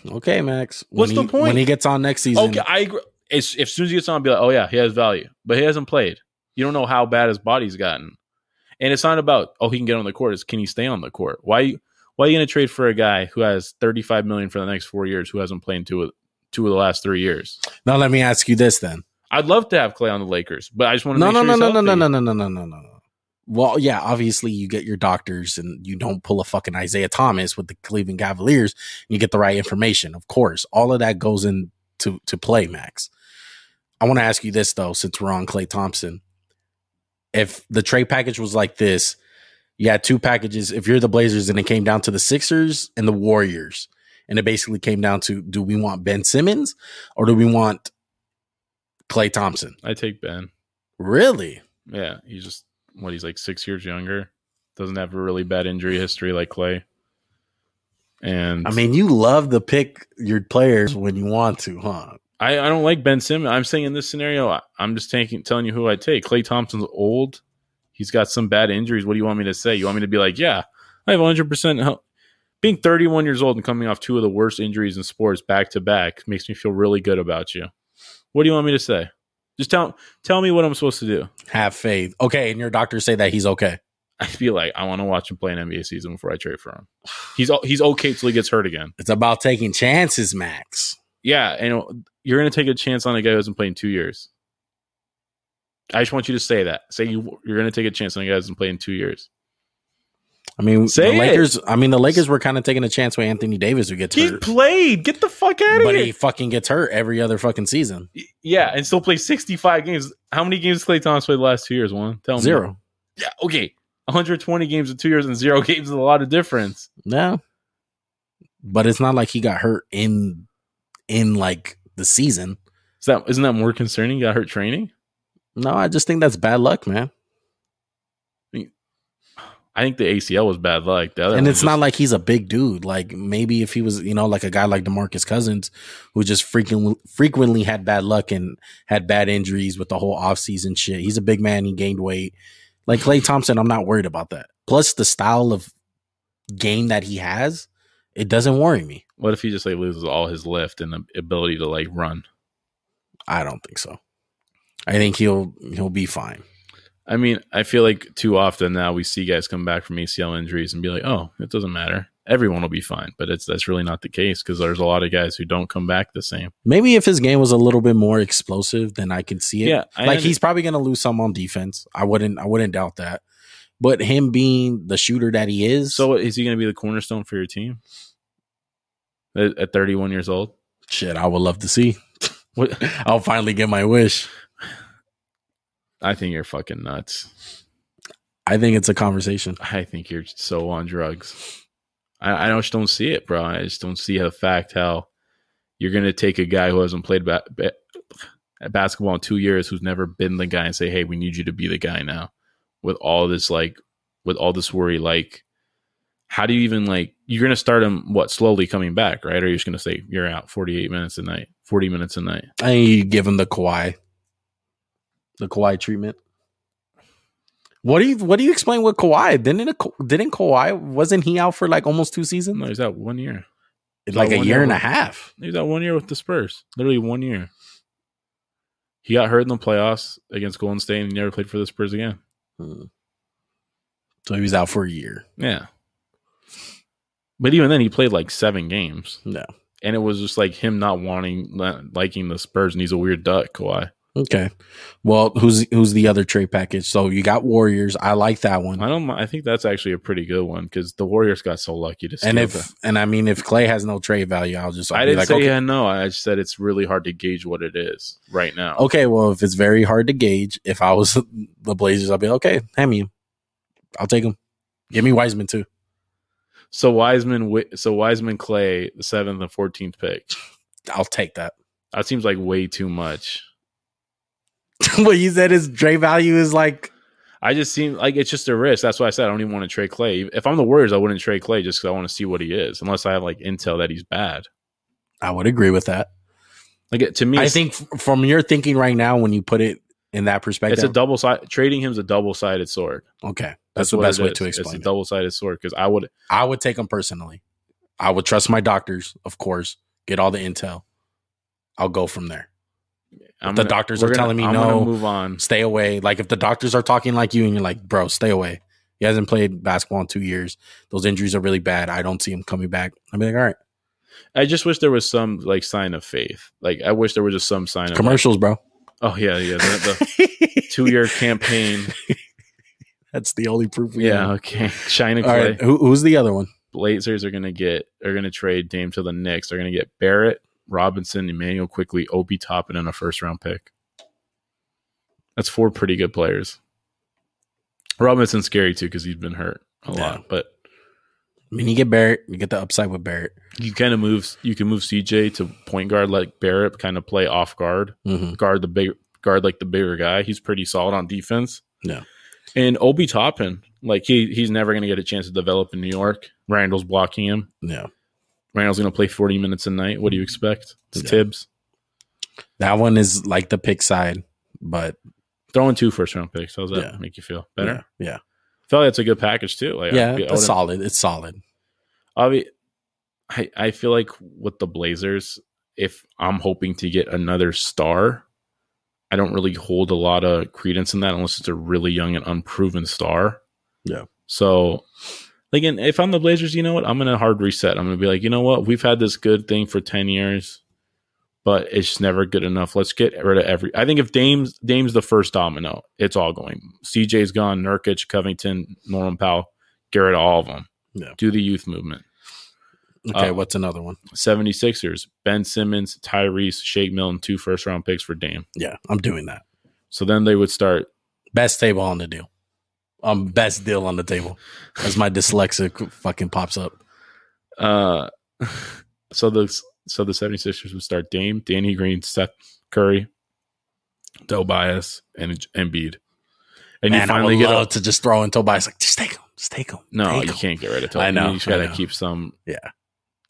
Speaker 1: Okay, Max. When
Speaker 2: What's
Speaker 1: he,
Speaker 2: the point?
Speaker 1: When he gets on next season,
Speaker 2: Okay, I agree. As, as soon as he gets on, I'll be like, oh yeah, he has value, but he hasn't played. You don't know how bad his body's gotten, and it's not about oh he can get on the court. It's can he stay on the court? Why? Why are you going to trade for a guy who has thirty five million for the next four years who hasn't played in two of, two of the last three years?
Speaker 1: now let me ask you this then.
Speaker 2: I'd love to have Clay on the Lakers, but I just want to
Speaker 1: No,
Speaker 2: make
Speaker 1: no,
Speaker 2: sure
Speaker 1: no,
Speaker 2: he's
Speaker 1: no, no, no,
Speaker 2: healthy.
Speaker 1: no, no, no, no, no, no. Well, yeah, obviously you get your doctors and you don't pull a fucking Isaiah Thomas with the Cleveland Cavaliers. And you get the right information, of course. All of that goes into to play, Max. I want to ask you this though, since we're on Clay Thompson. If the trade package was like this, you had two packages. If you're the Blazers and it came down to the Sixers and the Warriors, and it basically came down to do we want Ben Simmons or do we want Clay Thompson?
Speaker 2: I take Ben.
Speaker 1: Really?
Speaker 2: Yeah, he's just what he's like six years younger. Doesn't have a really bad injury history like Clay. And
Speaker 1: I mean, you love to pick your players when you want to, huh?
Speaker 2: I, I don't like Ben Simmons. I'm saying in this scenario, I, I'm just taking telling you who I take. Clay Thompson's old. He's got some bad injuries. What do you want me to say? You want me to be like, yeah, I have 100 percent. Being 31 years old and coming off two of the worst injuries in sports back to back makes me feel really good about you. What do you want me to say? Just tell tell me what I'm supposed to do.
Speaker 1: Have faith. Okay, and your doctors say that he's okay.
Speaker 2: I feel like I want to watch him play an NBA season before I trade for him. He's o- he's okay till he gets hurt again.
Speaker 1: It's about taking chances, Max.
Speaker 2: Yeah, and you're gonna take a chance on a guy who hasn't played in two years. I just want you to say that. Say you you're gonna take a chance on a guy who hasn't played in two years.
Speaker 1: I mean,
Speaker 2: Say
Speaker 1: the
Speaker 2: it.
Speaker 1: Lakers. I mean, the Lakers were kind of taking a chance with Anthony Davis, who gets hurt,
Speaker 2: played. Get the fuck out
Speaker 1: but he fucking gets hurt every other fucking season.
Speaker 2: Yeah, and still played 65 games. How many games Clay Thomas played the last two years? One. Tell me.
Speaker 1: Zero.
Speaker 2: Yeah. Okay. 120 games in two years and zero games is a lot of difference.
Speaker 1: No, but it's not like he got hurt in in like the season.
Speaker 2: Is that isn't that more concerning? Got hurt training.
Speaker 1: No, I just think that's bad luck, man.
Speaker 2: I think the ACL was bad luck. The other
Speaker 1: and
Speaker 2: one
Speaker 1: it's
Speaker 2: just-
Speaker 1: not like he's a big dude. Like maybe if he was, you know, like a guy like Demarcus Cousins, who just freaking frequently had bad luck and had bad injuries with the whole offseason shit. He's a big man. He gained weight. Like Clay Thompson, I'm not worried about that. Plus the style of game that he has, it doesn't worry me.
Speaker 2: What if he just like loses all his lift and the ability to like run?
Speaker 1: I don't think so. I think he'll he'll be fine.
Speaker 2: I mean, I feel like too often now we see guys come back from ACL injuries and be like, "Oh, it doesn't matter. Everyone will be fine." But it's that's really not the case because there's a lot of guys who don't come back the same.
Speaker 1: Maybe if his game was a little bit more explosive, then I can see it.
Speaker 2: Yeah, I
Speaker 1: like
Speaker 2: under-
Speaker 1: he's probably gonna lose some on defense. I wouldn't I wouldn't doubt that. But him being the shooter that he is,
Speaker 2: So is he going to be the cornerstone for your team at, at 31 years old?
Speaker 1: shit, I would love to see.
Speaker 2: What?
Speaker 1: I'll finally get my wish.
Speaker 2: I think you're fucking nuts.
Speaker 1: I think it's a conversation.
Speaker 2: I think you're so on drugs. I, I just don't see it, bro. I just don't see the fact how you're going to take a guy who hasn't played ba- ba- basketball in two years, who's never been the guy, and say, "Hey, we need you to be the guy now." With all this, like, with all this worry, like, how do you even like? You're going to start him what slowly coming back, right? Or you're just going to say you're out 48 minutes a night, 40 minutes a night.
Speaker 1: I think you give him the Kawhi. The Kawhi treatment. What do you what do you explain with Kawhi? Didn't it, didn't Kawhi wasn't he out for like almost two seasons?
Speaker 2: No, he's out one year.
Speaker 1: like a
Speaker 2: one
Speaker 1: year
Speaker 2: year
Speaker 1: and a
Speaker 2: old.
Speaker 1: half.
Speaker 2: He was out one year with the Spurs. Literally one year. He got hurt in the playoffs against Golden State and he never played for the Spurs again.
Speaker 1: Hmm. So he was out for a year.
Speaker 2: Yeah. But even then, he played like seven games.
Speaker 1: No.
Speaker 2: And it was just like him not wanting, not liking the Spurs, and he's a weird duck, Kawhi.
Speaker 1: Okay. Well, who's who's the other trade package? So you got Warriors. I like that one.
Speaker 2: I don't. I think that's actually a pretty good one because the Warriors got so lucky to.
Speaker 1: and
Speaker 2: steal
Speaker 1: if
Speaker 2: the-
Speaker 1: and I mean if Clay has no trade value, I'll just I'll
Speaker 2: I
Speaker 1: be
Speaker 2: didn't
Speaker 1: like,
Speaker 2: say
Speaker 1: okay,
Speaker 2: yeah, no, I just said it's really hard to gauge what it is right now.
Speaker 1: okay, well, if it's very hard to gauge, if I was the Blazers, I'd be like, okay, hand me him. I'll take him. Give me Wiseman too.
Speaker 2: So Wiseman, wi- so Wiseman Clay, the seventh and fourteenth pick.
Speaker 1: I'll take that.
Speaker 2: That seems like way too much.
Speaker 1: what you said is trade value is like
Speaker 2: I just seem like it's just a risk. That's why I said I don't even want to trade Clay. If I'm the Warriors, I wouldn't trade Clay just because I want to see what he is, unless I have like intel that he's bad.
Speaker 1: I would agree with that.
Speaker 2: Like it- to me,
Speaker 1: I
Speaker 2: it's,
Speaker 1: think f- from your thinking right now, when you put it in that perspective,
Speaker 2: it's a double side. Trading him's a double sided sword.
Speaker 1: okay, that's, the
Speaker 2: what
Speaker 1: best
Speaker 2: it
Speaker 1: way
Speaker 2: is.
Speaker 1: to explain
Speaker 2: It's
Speaker 1: it.
Speaker 2: a double sided sword because I would.
Speaker 1: I would take them personally. I would trust my doctors, of course, get all the intel. I'll go from there.
Speaker 2: I'm
Speaker 1: The doctors
Speaker 2: we're
Speaker 1: are telling me
Speaker 2: I'm
Speaker 1: no.
Speaker 2: Gonna move on.
Speaker 1: Stay away. Like if the doctors are talking like you and you're like, bro, stay away. He hasn't played basketball in two years. Those injuries are really bad. I don't see him coming back. I'd be like, all right,
Speaker 2: I just wish there was some like sign of faith. Like I wish there was just some sign of.
Speaker 1: commercials, bro.
Speaker 2: oh yeah, yeah. The, the two year campaign.
Speaker 1: That's the only proof we
Speaker 2: Yeah.
Speaker 1: have.
Speaker 2: Okay. China
Speaker 1: All
Speaker 2: Clay.
Speaker 1: right. Who, who's the other one?
Speaker 2: Blazers are going to get are going to trade Dame to the Knicks. They're going to get Barrett, Robinson, Emmanuel quickly, Obi Toppin, and a first round pick. That's four pretty good players. Robinson's scary too because he's been hurt a
Speaker 1: Yeah.
Speaker 2: lot, but
Speaker 1: I mean, you get Barrett. You get the upside with Barrett.
Speaker 2: you kind of move you can move CJ to point guard, let Barrett kind of play off guard,
Speaker 1: hmm
Speaker 2: guard the big guard like the bigger guy. He's pretty solid on defense.
Speaker 1: Yeah.
Speaker 2: and Obi Toppin, like he he's never going to get a chance to develop in New York. Randall's blocking him.
Speaker 1: Yeah.
Speaker 2: Randall's going to play 40 minutes a night. What do you expect? It's
Speaker 1: Mm-hmm. Yeah.
Speaker 2: Tibbs.
Speaker 1: That one is like the pick side, but
Speaker 2: Throwing two first round picks. How does that
Speaker 1: Yeah.
Speaker 2: make you feel better?
Speaker 1: Yeah.
Speaker 2: I feel like that's a good package too. Like, I-
Speaker 1: Yeah.
Speaker 2: I,
Speaker 1: yeah
Speaker 2: wouldn't-
Speaker 1: it's solid. It's solid.
Speaker 2: obvi- I, I feel like with the Blazers, if I'm hoping to get another star, I don't really hold a lot of credence in that unless it's a really young and unproven star.
Speaker 1: Yeah.
Speaker 2: So, like, and if I'm the Blazers, you know what? I'm going to hard reset. I'm going to be like, you know what? We've had this good thing for 10 years, but it's just never good enough. Let's get rid of every. I think if Dame's, Dame's the first domino, it's all going. CJ's gone, Nurkic, Covington, Norman Powell, Garrett, all of them.
Speaker 1: Yeah.
Speaker 2: Do the youth movement.
Speaker 1: Okay.
Speaker 2: Uh,
Speaker 1: what's another one?
Speaker 2: 76ers, Ben Simmons, Tyrese, Shake Milton, two first round picks for Dame.
Speaker 1: Yeah. I'm doing that.
Speaker 2: So then they would start.
Speaker 1: Best table on the deal. Um, best deal on the table. As my dyslexic fucking pops up.
Speaker 2: Uh, so the so the 76ers would start Dame, Danny Green, Seth Curry, Tobias, and Embiid. And you
Speaker 1: Man, I
Speaker 2: finally
Speaker 1: would
Speaker 2: get
Speaker 1: love
Speaker 2: up.
Speaker 1: to just throw in Tobias like, just take him. Just take him.
Speaker 2: No,
Speaker 1: take
Speaker 2: you
Speaker 1: him.
Speaker 2: can't get rid of
Speaker 1: I
Speaker 2: Tobias.
Speaker 1: know,
Speaker 2: You just
Speaker 1: I
Speaker 2: got to
Speaker 1: know.
Speaker 2: keep some.
Speaker 1: Yeah.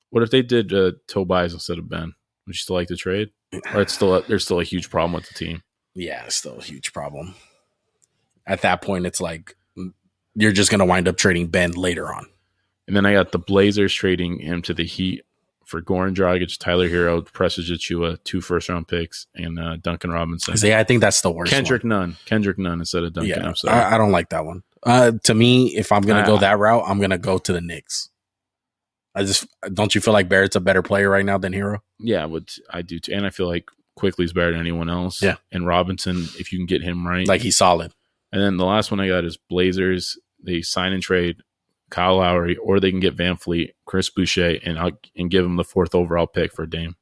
Speaker 2: What if they did uh, Tobias instead of Ben? Would you still like to trade? Or it's still a, there's still a huge problem with the team.
Speaker 1: Yeah, it's still a huge problem. At that point, it's like mm, you're just gonna wind up trading Ben later on.
Speaker 2: And then I got the Blazers trading him to the Heat for Goran Dragic, Tyler Hero, Precious Achua, two first round picks, and uh, Duncan Robinson.
Speaker 1: See, I think that's the worst. one.
Speaker 2: Kendrick Nunn. Kendrick Nunn instead of Duncan. I'm
Speaker 1: yeah,
Speaker 2: sorry. Ah.
Speaker 1: I, I don't like that one. Uh, to me, if I'm gonna go
Speaker 2: I-
Speaker 1: that route, I'm gonna go to the Knicks. I just don't you feel like Barrett's a better player right now than Hero?
Speaker 2: yeah, would I do too. And I feel like Quickly's better than anyone else.
Speaker 1: Yeah.
Speaker 2: And Robinson, if you can get him right.
Speaker 1: Like he's solid.
Speaker 2: and then the last one I got is Blazers. They sign and trade Kyle Lowry, or they can get Van Fleet, Chris Boucher, and I'll, and give him the fourth overall pick for Dame.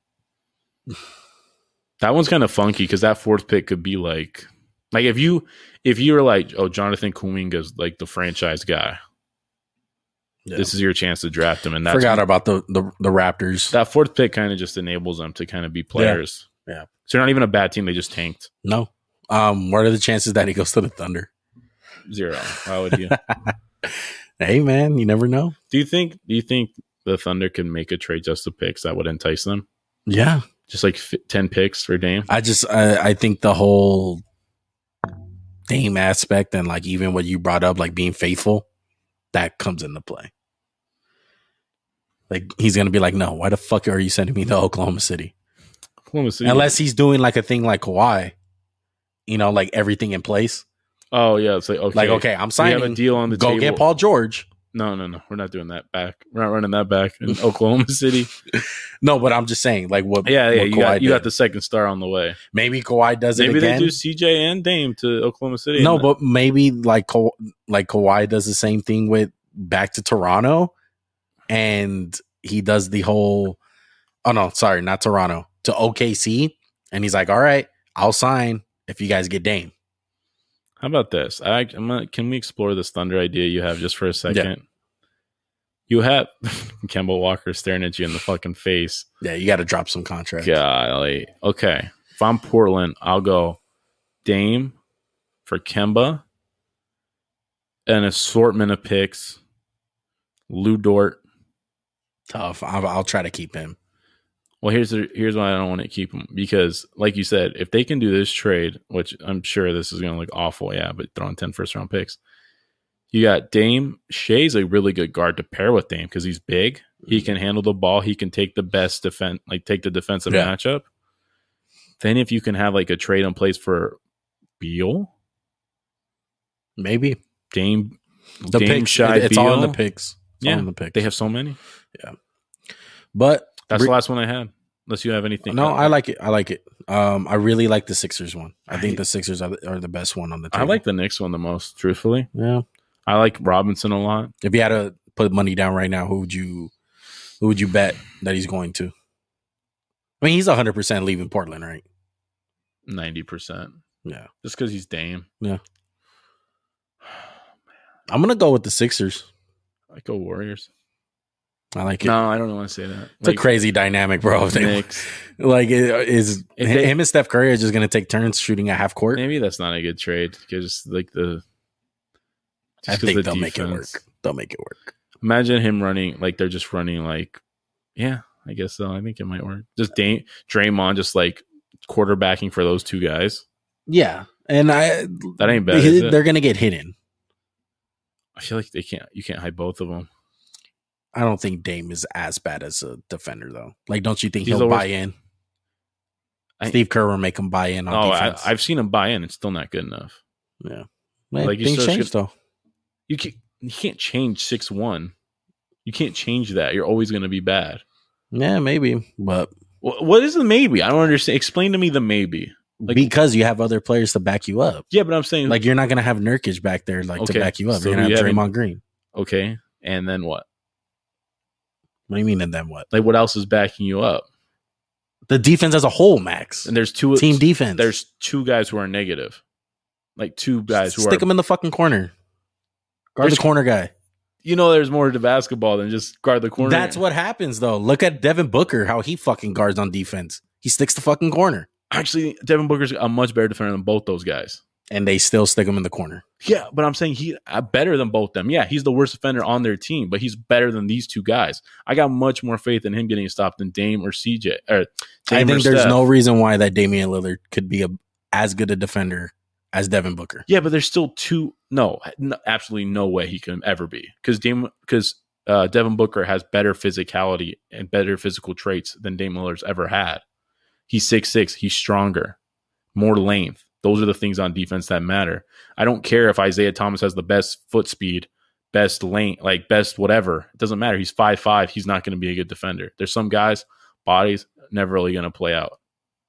Speaker 2: That one's kind of funky because that fourth pick could be like, like if you if you were like, oh, Jonathan Kuminga's like the franchise guy.
Speaker 1: Yeah.
Speaker 2: This is your chance to draft him, and that's
Speaker 1: Forgot about the the, the Raptors.
Speaker 2: that fourth pick kind of just enables them to kind of be players.
Speaker 1: Yeah.
Speaker 2: so they're not even a bad team; they just tanked
Speaker 1: no. Um, what are the chances that he goes to the Thunder?
Speaker 2: zero. Why would you?
Speaker 1: Hey man, you never know.
Speaker 2: do you think? Do you think the Thunder can make a trade just to picks that would entice them?
Speaker 1: Yeah,
Speaker 2: just like fi 10 picks for Dame.
Speaker 1: I just I, I think the whole Dame aspect and like even what you brought up, like being faithful, that comes into play. Like he's gonna be like, no, why the fuck are you sending me to Oklahoma City?
Speaker 2: Oklahoma City.
Speaker 1: Unless he's doing like a thing like Kawhi, you know, like everything in place.
Speaker 2: Oh yeah, it's like okay,
Speaker 1: Like, okay, I'm
Speaker 2: we have a
Speaker 1: signing.
Speaker 2: deal on the
Speaker 1: Go
Speaker 2: table.
Speaker 1: get Paul George.
Speaker 2: No, no, no, we're not doing that back. We're not running that back in Oklahoma City.
Speaker 1: No, but I'm just saying, like what?
Speaker 2: Yeah, yeah,
Speaker 1: what
Speaker 2: you got,
Speaker 1: Kawhi
Speaker 2: you got
Speaker 1: did.
Speaker 2: the second star on the way.
Speaker 1: Maybe Kawhi does
Speaker 2: Maybe
Speaker 1: it again.
Speaker 2: they do CJ and Dame to Oklahoma City.
Speaker 1: No,
Speaker 2: And-
Speaker 1: but maybe like Ka- like Kawhi does the same thing with back to Toronto, and he does the whole. Oh no, sorry, not Toronto to OKC, and he's like, "All right, I'll sign if you guys get Dame."
Speaker 2: How about this? I, I'm gonna, can we explore this Thunder idea you have just for a second? You have Kemba Walker staring at you in the fucking face.
Speaker 1: Yeah, you got to drop some contract.
Speaker 2: Golly. Okay. If I'm Portland, I'll go Dame for Kemba, an assortment of picks, Lou Dort.
Speaker 1: tough. I'll, I'll try to keep him.
Speaker 2: Well, here's the, here's why I don't want to keep him because, like you said, if they can do this trade, which I'm sure this is going to look awful, yeah, but throwing 10 first round picks, you got Dame. Shea's a really good guard to pair with Dame because he's big. He
Speaker 1: Mm-hmm.
Speaker 2: can handle the ball. He can take the best defense, like take the defensive
Speaker 1: Yeah.
Speaker 2: matchup. Then if you can have like a trade in place for Beal,
Speaker 1: Maybe
Speaker 2: Dame,
Speaker 1: the
Speaker 2: Dame
Speaker 1: picks.
Speaker 2: Shy,
Speaker 1: it- it's all in the
Speaker 2: Beal.
Speaker 1: picks. It's all
Speaker 2: Yeah,
Speaker 1: in the picks.
Speaker 2: They have so many.
Speaker 1: but
Speaker 2: That's
Speaker 1: Re-
Speaker 2: the last one I had. Unless you have anything.
Speaker 1: no,
Speaker 2: else.
Speaker 1: I like it. I like it. Um, I really like the Sixers one. I think
Speaker 2: I-
Speaker 1: the Sixers are the, are the best one on the.
Speaker 2: I
Speaker 1: table.
Speaker 2: like the Knicks one the most. Truthfully,
Speaker 1: Yeah.
Speaker 2: I like Robinson a lot.
Speaker 1: If you had to put money down right now, who would you who would you bet that he's going to? I mean, he's hundred percent leaving Portland, right?
Speaker 2: Ninety percent.
Speaker 1: Yeah.
Speaker 2: Just because he's Dame.
Speaker 1: Yeah. I'm gonna go with the Sixers.
Speaker 2: I go Warriors.
Speaker 1: I like it.
Speaker 2: No, I don't want to say that.
Speaker 1: It's a crazy dynamic, bro. They-
Speaker 2: Knicks.
Speaker 1: like, it- is
Speaker 2: If they-
Speaker 1: him and Steph Curry are just gonna take turns shooting at half court?
Speaker 2: Maybe that's not a good trade because like the. just
Speaker 1: I
Speaker 2: 'cause
Speaker 1: think
Speaker 2: the
Speaker 1: they'll make it
Speaker 2: defense.
Speaker 1: work. They'll make it work.
Speaker 2: Imagine him running like they're just running like, yeah, I guess so. I think it might work. Just Dame, Draymond, just like quarterbacking for those two guys.
Speaker 1: Yeah, and I
Speaker 2: That ain't bad.
Speaker 1: he-
Speaker 2: is it?
Speaker 1: they're gonna get hidden.
Speaker 2: I feel like they can't. You can't hide both of them.
Speaker 1: I don't think Dame is as bad as a defender, though. Like, don't you think
Speaker 2: He's
Speaker 1: he'll
Speaker 2: always-
Speaker 1: buy in?
Speaker 2: I-
Speaker 1: Steve Kerr will make him buy in on
Speaker 2: Oh, I,
Speaker 1: defense.
Speaker 2: I've seen him buy in. It's still not good enough.
Speaker 1: Yeah. Man,
Speaker 2: Like, you
Speaker 1: things
Speaker 2: still
Speaker 1: change though.
Speaker 2: You can't. You can't change six one. You can't change that. You're always going to be bad.
Speaker 1: Yeah, maybe. But
Speaker 2: Wh- What is the maybe? I don't understand. Explain to me the maybe. Like-
Speaker 1: because you have other players to back you up.
Speaker 2: Yeah, but I'm saying like
Speaker 1: Like you're not gonna have Nurkic back there like
Speaker 2: Okay,
Speaker 1: to back you up.
Speaker 2: so
Speaker 1: you're gonna
Speaker 2: you
Speaker 1: have
Speaker 2: haven't-
Speaker 1: Draymond Green.
Speaker 2: okay, and then what?
Speaker 1: What do you mean and then what?
Speaker 2: Like what else is backing you up?
Speaker 1: The defense as a whole, Max.
Speaker 2: And there's two
Speaker 1: Team defense.
Speaker 2: There's two guys who are negative, like two guys who
Speaker 1: stick
Speaker 2: are.
Speaker 1: him in the fucking corner. Guard
Speaker 2: There's-
Speaker 1: the corner guy.
Speaker 2: You know, there's more to basketball than just guard the corner.
Speaker 1: That's what happens though. Look at Devin Booker, how he fucking guards on defense. He sticks the fucking corner.
Speaker 2: actually Devin Booker's a much better defender than both those guys.
Speaker 1: And they still stick him in the corner.
Speaker 2: Yeah, but I'm saying he uh, better than both them. Yeah, he's the worst defender on their team, but he's better than these two guys. I got much more faith in him getting stopped than Dame or CJ. Or Dame
Speaker 1: I
Speaker 2: or
Speaker 1: think there's
Speaker 2: Steph.
Speaker 1: no reason why that Damian Lillard could be a as good a defender as Devin Booker.
Speaker 2: Yeah, but there's still two. No, no absolutely no way he can ever be because Dame because uh, Devin Booker has better physicality and better physical traits than Dame Lillard's ever had. He's six six. He's stronger, more length. Those are the things on defense that matter. I don't care if Isaiah Thomas has the best foot speed, best length, like best whatever. It doesn't matter. He's five five. He's not going to be a good defender. There's some guys bodies never really going to play out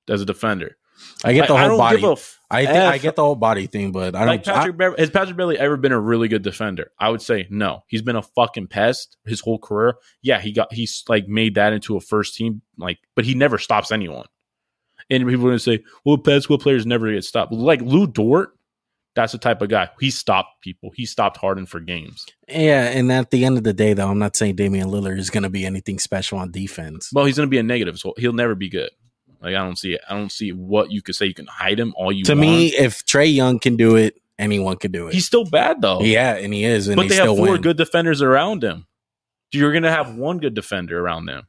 Speaker 2: as a defender.
Speaker 1: I get the
Speaker 2: I, I
Speaker 1: whole
Speaker 2: don't
Speaker 1: body.
Speaker 2: give a f-
Speaker 1: I think I
Speaker 2: F
Speaker 1: get the whole body thing, but I don't.
Speaker 2: like Patrick, Bev- has Patrick Beverly ever been a really good defender? I would say no. He's been a fucking pest his whole career. Yeah, he got he's like made that into a first team like, but he never stops anyone. And people are gonna say, "Well, pest, what players never get stopped?" Like Lou Dort, that's the type of guy. He stopped people. He stopped Harden for games.
Speaker 1: I- yeah, and at the end of the day, though, I'm not saying Damian Lillard is going to be anything special on defense.
Speaker 2: Well, he's gonna be a negative, so he'll never be good. Like I don't see it. I don't see what you could say. You can hide him all you
Speaker 1: to
Speaker 2: want.
Speaker 1: me, if Trey Young can do it, anyone can do it.
Speaker 2: he's still bad though.
Speaker 1: yeah, and he is, and
Speaker 2: but
Speaker 1: he
Speaker 2: they have
Speaker 1: still
Speaker 2: four
Speaker 1: win.
Speaker 2: good defenders around him. You're going to have one good defender around them.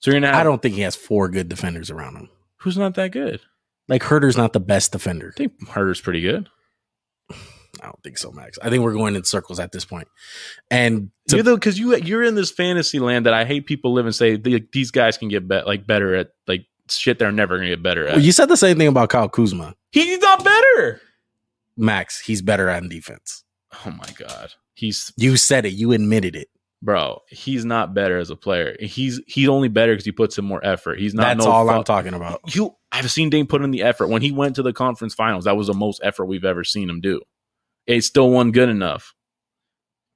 Speaker 2: So you're going to have.
Speaker 1: I don't think he has four good defenders around him.
Speaker 2: Who's not that good?
Speaker 1: Like Herder's not the best defender.
Speaker 2: I think Herder's pretty good.
Speaker 1: I don't think so, Max. I think we're going in circles at this point. And to-
Speaker 2: You're because you you're in this fantasy land that I hate people live and say "The- these guys can get bet like better at like shit they're never going to get better at.
Speaker 1: you said the same thing about Kyle Kuzma.
Speaker 2: He's not better.
Speaker 1: Max, he's better on defense.
Speaker 2: Oh my god, he's
Speaker 1: You said it. You admitted it.
Speaker 2: bro. He's not better as a player. He's he's only better because he puts in more effort. He's not.
Speaker 1: That's
Speaker 2: no
Speaker 1: all
Speaker 2: fu-
Speaker 1: I'm talking about.
Speaker 2: You, I've seen Dane put in the effort when he went to the conference finals. That was the most effort we've ever seen him do. It still wasn't good enough.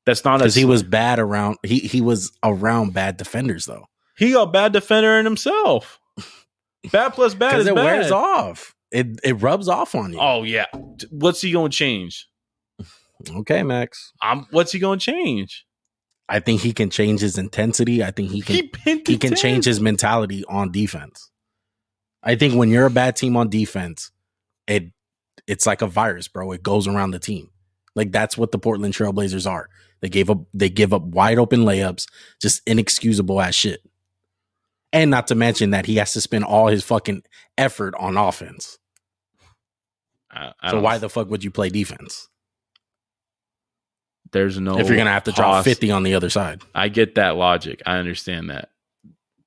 Speaker 2: That's not
Speaker 1: Because
Speaker 2: as
Speaker 1: he was bad around. He he was around bad defenders though.
Speaker 2: he a bad defender in himself. Bad plus bad
Speaker 1: Because
Speaker 2: is
Speaker 1: it
Speaker 2: bad.
Speaker 1: wears off. It it rubs off on you.
Speaker 2: Oh yeah. What's he gonna change?
Speaker 1: Okay, Max.
Speaker 2: I'm what's he gonna change?
Speaker 1: I think he can change his intensity. I think he can
Speaker 2: pinned
Speaker 1: he
Speaker 2: to
Speaker 1: can
Speaker 2: 10.
Speaker 1: change his mentality on defense. I think when you're a bad team on defense, it it's like a virus, bro. It goes around the team. Like that's what the Portland Trailblazers are. They gave up they give up wide open layups, just inexcusable ass shit. And not to mention that he has to spend all his fucking effort on offense.
Speaker 2: I, I
Speaker 1: So
Speaker 2: don't-
Speaker 1: why the fuck would you play defense
Speaker 2: there's no
Speaker 1: if you're gonna have to drop
Speaker 2: pos-
Speaker 1: fifty on the other side?
Speaker 2: I get that logic. I understand that.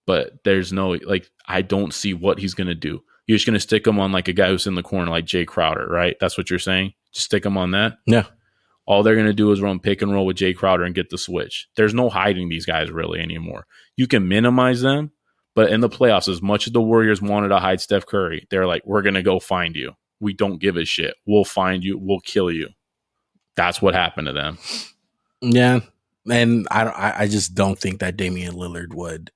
Speaker 2: But there's no like I don't see what he's gonna do. You're just gonna stick him on like a guy who's in the corner, like Jay Crowder, right? That's what you're saying? Just stick him on that?
Speaker 1: Yeah.
Speaker 2: All they're gonna do is run pick and roll with Jay Crowder and get the switch. There's no hiding these guys really anymore. You can minimize them, but in the playoffs, as much as the Warriors wanted to hide Steph Curry, they're like, We're gonna go find you. We don't give a shit. We'll find you, we'll kill you. That's what happened to them.
Speaker 1: Yeah, and I don't- I, I just don't think that Damian Lillard would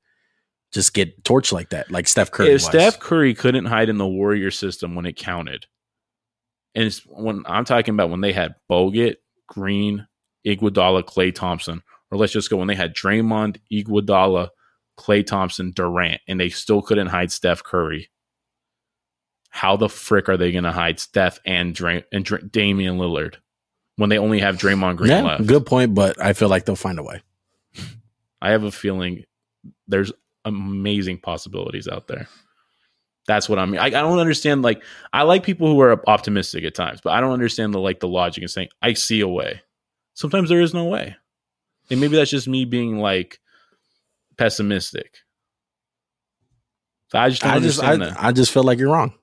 Speaker 1: just get torched like that, like Steph Curry.
Speaker 2: if
Speaker 1: was.
Speaker 2: Steph Curry couldn't hide in the Warrior system when it counted, and it's when I'm talking about when they had Bogut, Green, Iguodala, Clay Thompson, or let's just go when they had Draymond, Iguodala, Clay Thompson, Durant, and they still couldn't hide Steph Curry. How the frick are they going to hide Steph and Dray- and Dr- Damian Lillard when they only have Draymond Green
Speaker 1: yeah,
Speaker 2: left?
Speaker 1: good point, but I feel like they'll find a way.
Speaker 2: I have a feeling there's amazing possibilities out there. That's what I mean. I, I don't understand. Like, I like people who are optimistic at times, but I don't understand the like the logic and saying I see a way. Sometimes there is no way, and maybe that's just me being like pessimistic. So I just don't
Speaker 1: I just I,
Speaker 2: understand that.
Speaker 1: I just feel like you're wrong.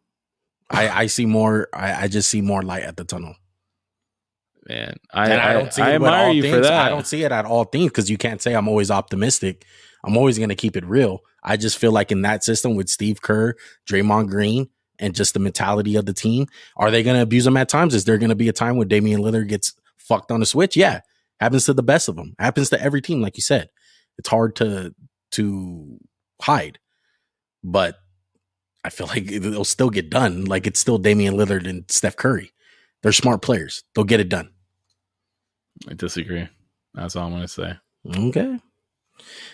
Speaker 1: I I see more. I, I just see more light at the tunnel,
Speaker 2: Man, I,
Speaker 1: and I,
Speaker 2: I,
Speaker 1: don't see
Speaker 2: I
Speaker 1: it with
Speaker 2: admire
Speaker 1: all
Speaker 2: you
Speaker 1: things.
Speaker 2: for that.
Speaker 1: I don't see it at all things because you can't say I'm always optimistic. I'm always going to keep it real. I just feel like in that system with Steve Kerr, Draymond Green, and just the mentality of the team, are they going to abuse them at times? Is there going to be a time where Damian Lillard gets fucked on the switch? Yeah, happens to the best of them. Happens to every team, like you said. It's hard to to hide, but I feel like it'll still get done. Like it's still Damian Lillard and Steph Curry. They're smart players. They'll get it done.
Speaker 2: I disagree. That's all I'm gonna say.
Speaker 1: Okay.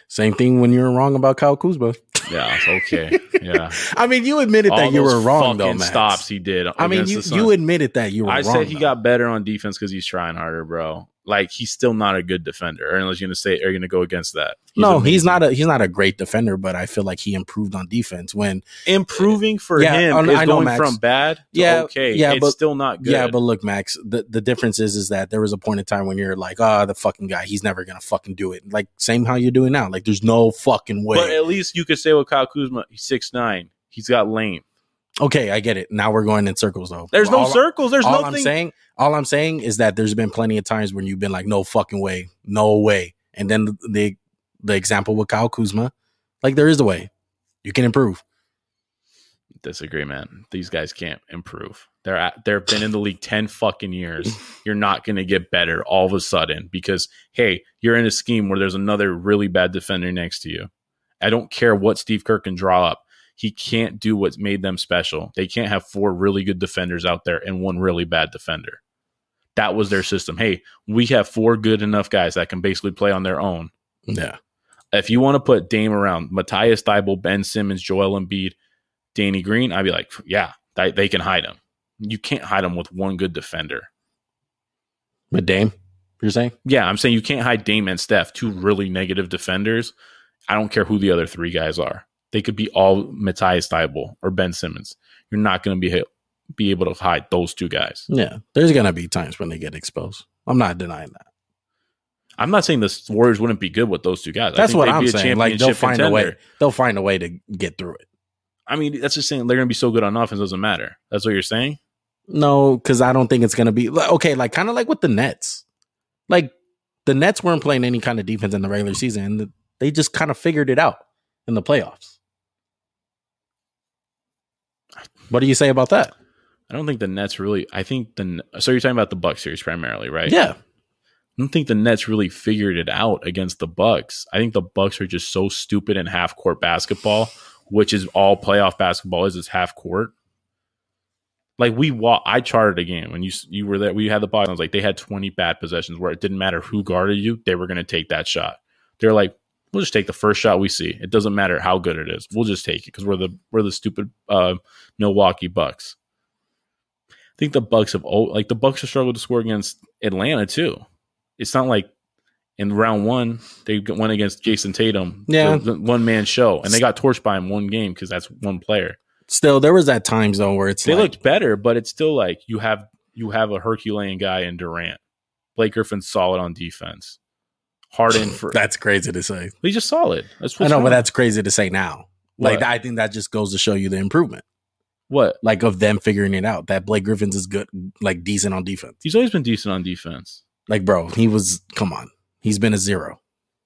Speaker 1: Same thing when you were wrong about Kyle Kuzma.
Speaker 2: Yeah. Okay. yeah.
Speaker 1: I mean, you admitted that you
Speaker 2: those
Speaker 1: were wrong though,
Speaker 2: fucking
Speaker 1: Max.
Speaker 2: Stops he did.
Speaker 1: I mean,
Speaker 2: against
Speaker 1: you,
Speaker 2: the Suns.
Speaker 1: you admitted that you were
Speaker 2: I
Speaker 1: wrong.
Speaker 2: said he
Speaker 1: though.
Speaker 2: got better on defense because he's trying harder, bro. Like he's still not a good defender, or unless you're gonna say, are you gonna go against that?
Speaker 1: no, he's not a he's not a great defender, but I feel like he improved on defense when
Speaker 2: improving for
Speaker 1: Yeah,
Speaker 2: him.
Speaker 1: I know-
Speaker 2: is
Speaker 1: I know,
Speaker 2: going
Speaker 1: Max.
Speaker 2: from bad to
Speaker 1: Yeah,
Speaker 2: okay.
Speaker 1: yeah,
Speaker 2: it's
Speaker 1: but-
Speaker 2: still not good.
Speaker 1: Yeah, but look, Max, the, the difference is is that there was a point in time when you're like, ah, the fucking guy, he's never gonna fucking do it. Like same how you're doing now. Like there's no fucking way.
Speaker 2: But at least you could say with Kyle Kuzma, he's six nine. He's got lane.
Speaker 1: okay, I get it. Now we're going in circles though.
Speaker 2: There's no
Speaker 1: All-
Speaker 2: circles. There's
Speaker 1: all I'm
Speaker 2: nothing.
Speaker 1: saying, all I'm saying is that there's been plenty of times when you've been like, no fucking way, no way. And then the the example with Kyle Kuzma, like there is a way. You can improve.
Speaker 2: Disagree, man. These guys can't improve. They're at, they've been in the league ten fucking years. You're not gonna get better all of a sudden because hey, you're in a scheme where there's another really bad defender next to you. I don't care what Steve Kirk can draw up. He can't do what's made them special. They can't have four really good defenders out there and one really bad defender. That was their system. Hey, we have four good enough guys that can basically play on their own
Speaker 1: Yeah.
Speaker 2: if you want to put Dame around Matthias Thybul, Ben Simmons, Joel Embiid, Danny Green, I'd be like, yeah, they, they can hide him. You can't hide him with one good defender.
Speaker 1: But Dame, you're saying?
Speaker 2: Yeah, I'm saying you can't hide Dame and Steph, two really negative defenders. I don't care who the other three guys are. They could be all Matthias Thybul or Ben Simmons. You're not going to be ha- be able to hide those two guys.
Speaker 1: Yeah. There's gonna be times when they get exposed. I'm not denying that.
Speaker 2: I'm not saying the Warriors wouldn't be good with those two guys. I
Speaker 1: That's
Speaker 2: think
Speaker 1: what
Speaker 2: they'd
Speaker 1: I'm
Speaker 2: be a
Speaker 1: saying. Like they'll
Speaker 2: championship
Speaker 1: find a way.
Speaker 2: contender.
Speaker 1: They'll find a way to get through it.
Speaker 2: I mean, that's just saying they're going to be so good on offense. Doesn't matter. That's what you're saying.
Speaker 1: No, because I don't think it's gonna be like, okay. Like kind of like with the Nets, like the Nets weren't playing any kind of defense in the regular season. And they just kind of figured it out in the playoffs. What do you say about that?
Speaker 2: I don't think the Nets really. I think the so you're talking about the Buck series primarily, right?
Speaker 1: Yeah,
Speaker 2: I don't think the Nets really figured it out against the Bucks. I think the Bucks are just so stupid in half court basketball, which is all playoff basketball is. It's half court. Like we wa- I charted a game when you you were there. We had the Bucks. I was like, they had 20 bad possessions where it didn't matter who guarded you, they were going to take that shot. They're like, we'll just take the first shot we see. It doesn't matter how good it is. We'll just take it because we're the we're the stupid uh, Milwaukee Bucks. I think the Bucks have oh, like the Bucks have struggled to score against Atlanta too. It's not like in round one they went against Jason Tatum,
Speaker 1: Yeah.
Speaker 2: one man show, and they got torched by him one game because that's one player.
Speaker 1: still there was that time zone where it's
Speaker 2: They
Speaker 1: like,
Speaker 2: looked better, but it's still like you have you have a Herculean guy in Durant. Blake Griffin's solid on defense. Harden for
Speaker 1: that's crazy to say.
Speaker 2: he's just solid. That's
Speaker 1: I
Speaker 2: what's
Speaker 1: know, but
Speaker 2: wrong.
Speaker 1: that's crazy to say now. Like
Speaker 2: What?
Speaker 1: I think that just goes to show you the improvement,
Speaker 2: what
Speaker 1: like of them figuring it out. That Blake Griffin's is good, like decent on defense.
Speaker 2: he's always been decent on defense.
Speaker 1: Like bro, he was come on, he's been a zero.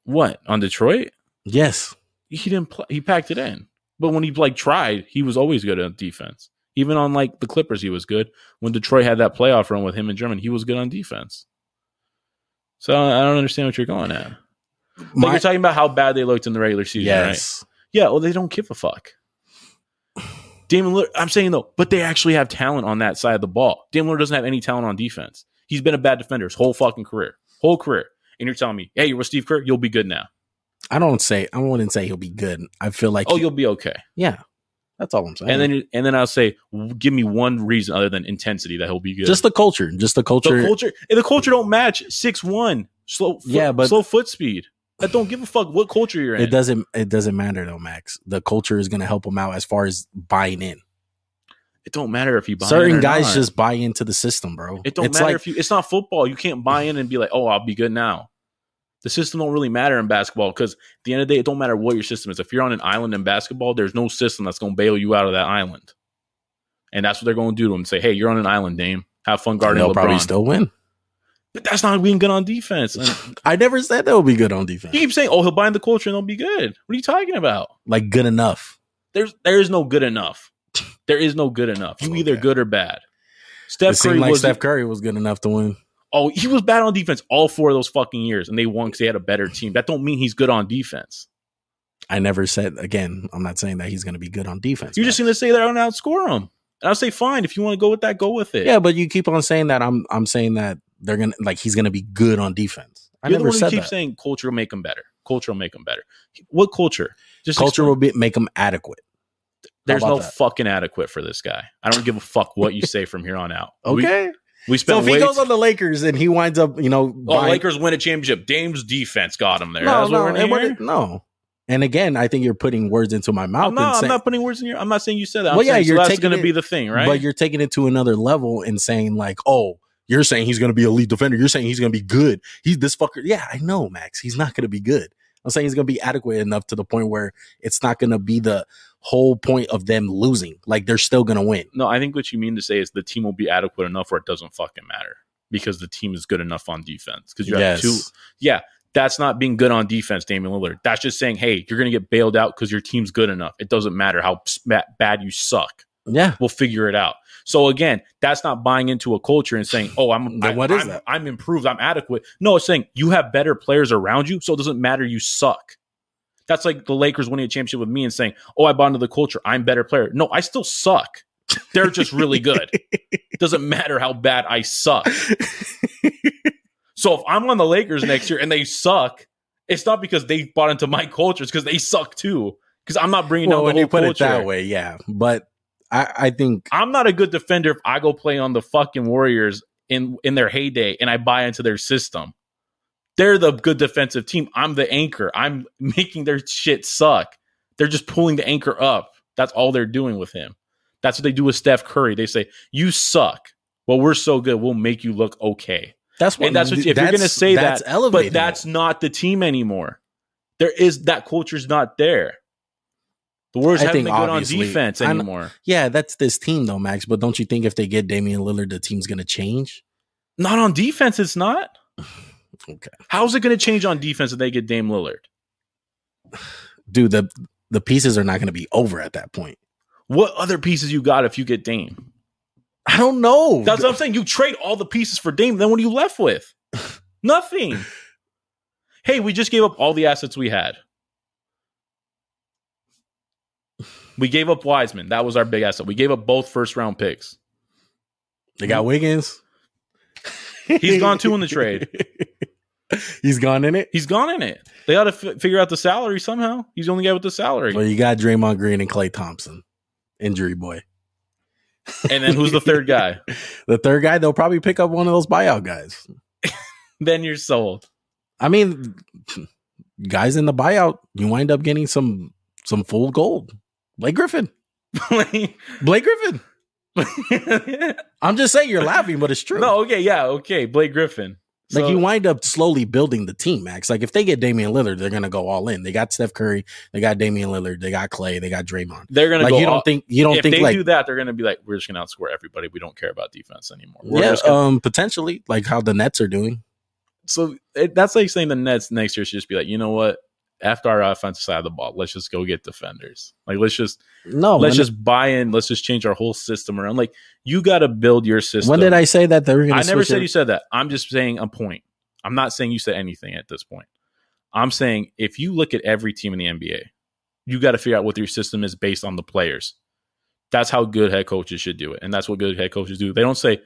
Speaker 2: What on Detroit?
Speaker 1: Yes,
Speaker 2: he didn't play, he packed it in. But when he like tried, he was always good on defense. Even on like the Clippers, he was good. When Detroit had that playoff run with him and German, he was good on defense. So I don't understand what you're going at. like
Speaker 1: My-
Speaker 2: you're talking about how bad they looked in the regular season, right?
Speaker 1: yes.
Speaker 2: Yeah, well, they don't give a fuck. Damon Lillard, I'm saying though, but they actually have talent on that side of the ball. Damon Lillard doesn't have any talent on defense. He's been a bad defender his whole fucking career, whole career. And you're telling me, hey, you're with Steve Kerr, you'll be good now.
Speaker 1: I don't say I wouldn't say he'll be good. I feel like
Speaker 2: Oh, you'll be okay.
Speaker 1: yeah, that's all I'm saying.
Speaker 2: and then and then I'll say, w- give me one reason other than intensity that he'll be good.
Speaker 1: just the culture, just the
Speaker 2: the
Speaker 1: culture.
Speaker 2: culture. And the culture don't match six one slow. Foot,
Speaker 1: Yeah, but-
Speaker 2: slow foot speed. I don't give a fuck what culture you're in.
Speaker 1: It doesn't it doesn't matter though, Max. The culture is going to help him out as far as buying in.
Speaker 2: It don't matter if you buy in
Speaker 1: Certain
Speaker 2: or
Speaker 1: guys
Speaker 2: not.
Speaker 1: just buy into the system, bro.
Speaker 2: It don't
Speaker 1: it's
Speaker 2: matter
Speaker 1: like
Speaker 2: if you. It's not football. You can't buy in and be like, oh, I'll be good now. The system don't really matter in basketball because at the end of the day, it don't matter what your system is. If you're on an island in basketball, there's no system that's going to bail you out of that island, and that's what they're going to do to him. Say, hey, you're on an island, Dame. Have fun guarding
Speaker 1: they'll probably
Speaker 2: LeBron.
Speaker 1: still win.
Speaker 2: but that's not being good on defense. And-
Speaker 1: I never said they'll be good on defense.
Speaker 2: You keep saying, "Oh, he'll bind the culture and they'll be good." What are you talking about?
Speaker 1: like good enough.
Speaker 2: There's there is no good enough. There is no good enough. You either
Speaker 1: Okay.
Speaker 2: good or bad.
Speaker 1: It
Speaker 2: Steph Curry
Speaker 1: seemed like
Speaker 2: was
Speaker 1: Steph Curry was good enough to win.
Speaker 2: oh he was bad on defense all four of those fucking years, and they won because they had a better team. That don't mean he's good on defense.
Speaker 1: I never said again. I'm not saying that he's going to be good on defense.
Speaker 2: You're just
Speaker 1: Max.
Speaker 2: going to say they're going to outscore him, and I'll say fine if you want to go with that, go with it.
Speaker 1: yeah, but you keep on saying that. I'm I'm saying that they're gonna like he's going to be good on defense. I
Speaker 2: You're the
Speaker 1: never
Speaker 2: one who
Speaker 1: said
Speaker 2: keeps
Speaker 1: that.
Speaker 2: saying culture will make him better. Culture will make him better. What culture? Just
Speaker 1: Culture
Speaker 2: explain.
Speaker 1: will be, make him adequate.
Speaker 2: There's
Speaker 1: about
Speaker 2: no
Speaker 1: that?
Speaker 2: fucking adequate for this guy. I don't give a fuck what you say from here on out. We-
Speaker 1: Okay.
Speaker 2: we,
Speaker 1: so
Speaker 2: spent
Speaker 1: if he
Speaker 2: way
Speaker 1: goes on the Lakers and he winds up, you know,
Speaker 2: Oh,
Speaker 1: buying-
Speaker 2: Lakers win a championship. Dame's defense got him there.
Speaker 1: No,
Speaker 2: That's what
Speaker 1: no,
Speaker 2: we're
Speaker 1: it
Speaker 2: doing here?
Speaker 1: wouldn't- no. And again, I think you're putting words into my mouth.
Speaker 2: I'm not,
Speaker 1: and
Speaker 2: I'm
Speaker 1: saying,
Speaker 2: not putting words in your. I'm not saying you said that. I'm
Speaker 1: Well, yeah,
Speaker 2: saying, so
Speaker 1: you're
Speaker 2: that's
Speaker 1: taking
Speaker 2: going to
Speaker 1: it-
Speaker 2: be the thing, right?
Speaker 1: But you're taking it to another level and saying like, oh, you're saying he's going to be a lead defender. You're saying he's going to be good. He's this fucker. Yeah, I know, Max. He's not going to be good. I'm saying he's going to be adequate enough to the point where it's not going to be the whole point of them losing. Like they're still going to win.
Speaker 2: no, I think what you mean to say is the team will be adequate enough where it doesn't fucking matter because the team is good enough on defense. Because you have two. Yeah, that's not being good on defense, Damian Lillard. That's just saying, hey, you're going to get bailed out because your team's good enough. It doesn't matter how sma- bad you suck.
Speaker 1: Yeah.
Speaker 2: We'll figure it out. So again, that's not buying into a culture and saying, "Oh, I'm
Speaker 1: Then
Speaker 2: I,
Speaker 1: what is
Speaker 2: am
Speaker 1: that?
Speaker 2: I'm improved, I'm adequate." No, it's saying you have better players around you, so it doesn't matter you suck. That's like the Lakers winning a championship with me and saying, "Oh, I bought into the culture, I'm better player." No, I still suck. They're just really good. doesn't matter how bad I suck. So if I'm on the Lakers next year and they suck, it's not because they bought into my culture, it's because they suck too. Because I'm not bringing
Speaker 1: well,
Speaker 2: down
Speaker 1: when
Speaker 2: the
Speaker 1: you
Speaker 2: whole
Speaker 1: put
Speaker 2: culture.
Speaker 1: it that way, yeah. But I, I think
Speaker 2: I'm not a good defender if I go play on the fucking Warriors in in their heyday and I buy into their system. They're the good defensive team. I'm the anchor. I'm making their shit suck. They're just pulling the anchor up. That's all they're doing with him. That's what they do with Steph Curry. They say, "You suck. Well, we're so good. We'll make you look okay."
Speaker 1: that's what
Speaker 2: And that's what you- if you're
Speaker 1: that's-
Speaker 2: gonna say
Speaker 1: that's
Speaker 2: that,
Speaker 1: elevating
Speaker 2: But
Speaker 1: it.
Speaker 2: that's not the team anymore. There is that culture's not there. The Warriors
Speaker 1: I
Speaker 2: haven't
Speaker 1: think
Speaker 2: been good on
Speaker 1: obviously-
Speaker 2: defense
Speaker 1: I kn-
Speaker 2: anymore.
Speaker 1: Yeah, that's this team though, Max. But don't you think if they get Damian Lillard, the team's gonna change?
Speaker 2: Not on defense, it's not.
Speaker 1: Okay.
Speaker 2: How's it going to change on defense if they get Dame Lillard?
Speaker 1: Dude, the the pieces are not gonna be over at that point.
Speaker 2: What other pieces you got if you get Dame?
Speaker 1: I don't know.
Speaker 2: That's what I'm saying. You trade all the pieces for Dame, then what are you left with? Nothing. Hey, we just gave up all the assets we had. We gave up Wiseman. That was our big asset. We gave up both first round picks.
Speaker 1: they got Wiggins.
Speaker 2: He's gone too in the trade.
Speaker 1: He's gone in it.
Speaker 2: He's gone in it. They ought to f- figure out the salary somehow. He's only got with the salary.
Speaker 1: Well, you got Draymond Green and Clay Thompson, injury boy.
Speaker 2: And then who's the third guy?
Speaker 1: The third guy, they'll probably pick up one of those buyout guys.
Speaker 2: Then you're sold.
Speaker 1: I mean, guys in the buyout, you wind up getting some some full gold. Blake Griffin, Blake Griffin.
Speaker 2: no,
Speaker 1: I'm just saying you're laughing, but it's true.
Speaker 2: okay, yeah, okay. Blake Griffin.
Speaker 1: Like
Speaker 2: So-
Speaker 1: you wind up slowly building the team, Max. Like if they get Damian Lillard, they're gonna go all in. They got Steph Curry, they got Damian Lillard, they got Clay, they got Draymond.
Speaker 2: they're gonna
Speaker 1: Like
Speaker 2: go.
Speaker 1: you don't
Speaker 2: all-
Speaker 1: think you don't
Speaker 2: if
Speaker 1: think
Speaker 2: they
Speaker 1: like
Speaker 2: do that, they're gonna be like, we're just gonna outscore everybody. We don't care about defense anymore. We're
Speaker 1: yeah,
Speaker 2: just gonna-
Speaker 1: um, potentially like how the Nets are doing.
Speaker 2: so it, that's like saying the Nets next year should just be like, you know what? After our offensive side of the ball, let's just go get defenders. Like let's just
Speaker 1: No,
Speaker 2: let's
Speaker 1: Oh, when,
Speaker 2: just buy in. Let's just change our whole system around. Like you got to build your system.
Speaker 1: when did I say that they were gonna?
Speaker 2: I never
Speaker 1: switch
Speaker 2: said
Speaker 1: it?
Speaker 2: you said that. I'm just saying a point. I'm not saying you said anything at this point. I'm saying if you look at every team in the NBA, you got to figure out what your system is based on the players. That's how good head coaches should do it. And that's what good head coaches do. They don't say,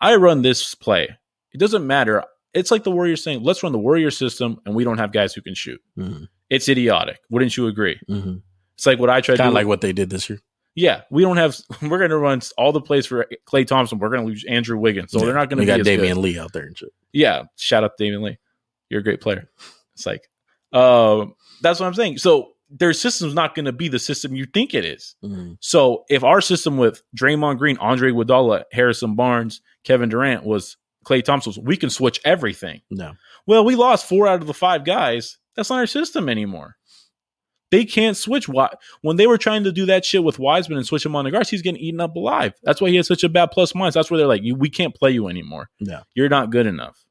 Speaker 2: I run this play. It doesn't matter. It's like the Warriors saying, let's run the Warrior system and we don't have guys who can shoot.
Speaker 1: Mhm,
Speaker 2: It's idiotic. Wouldn't you agree?
Speaker 1: mhm.
Speaker 2: It's like what I tried to
Speaker 1: Kind
Speaker 2: do.
Speaker 1: of like what they did this year.
Speaker 2: yeah, we don't have, we're going to run all the plays for Clay Thompson. We're going to lose Andrew Wiggins. So
Speaker 1: Yeah,
Speaker 2: they're not going to
Speaker 1: We
Speaker 2: be
Speaker 1: got
Speaker 2: as good.
Speaker 1: Damian Lee out there and shit.
Speaker 2: yeah, shout out to Damian Lee. You're a great player. It's like, um, that's what I'm saying. So their system's not going to be the system you think it is.
Speaker 1: Mhm.
Speaker 2: So if our system with Draymond Green, Andre Iguodala, Harrison Barnes, Kevin Durant was Clay Thompson's, we can switch everything.
Speaker 1: No,
Speaker 2: Well, we lost four out of the five guys. That's not our system anymore. They can't switch. Why? When they were trying to do that shit with Wiseman and switch him on the guards, he's getting eaten up alive. That's why he has such a bad plus minus. That's where they're like, "You- we can't play you anymore.
Speaker 1: Yeah.
Speaker 2: You're not good enough.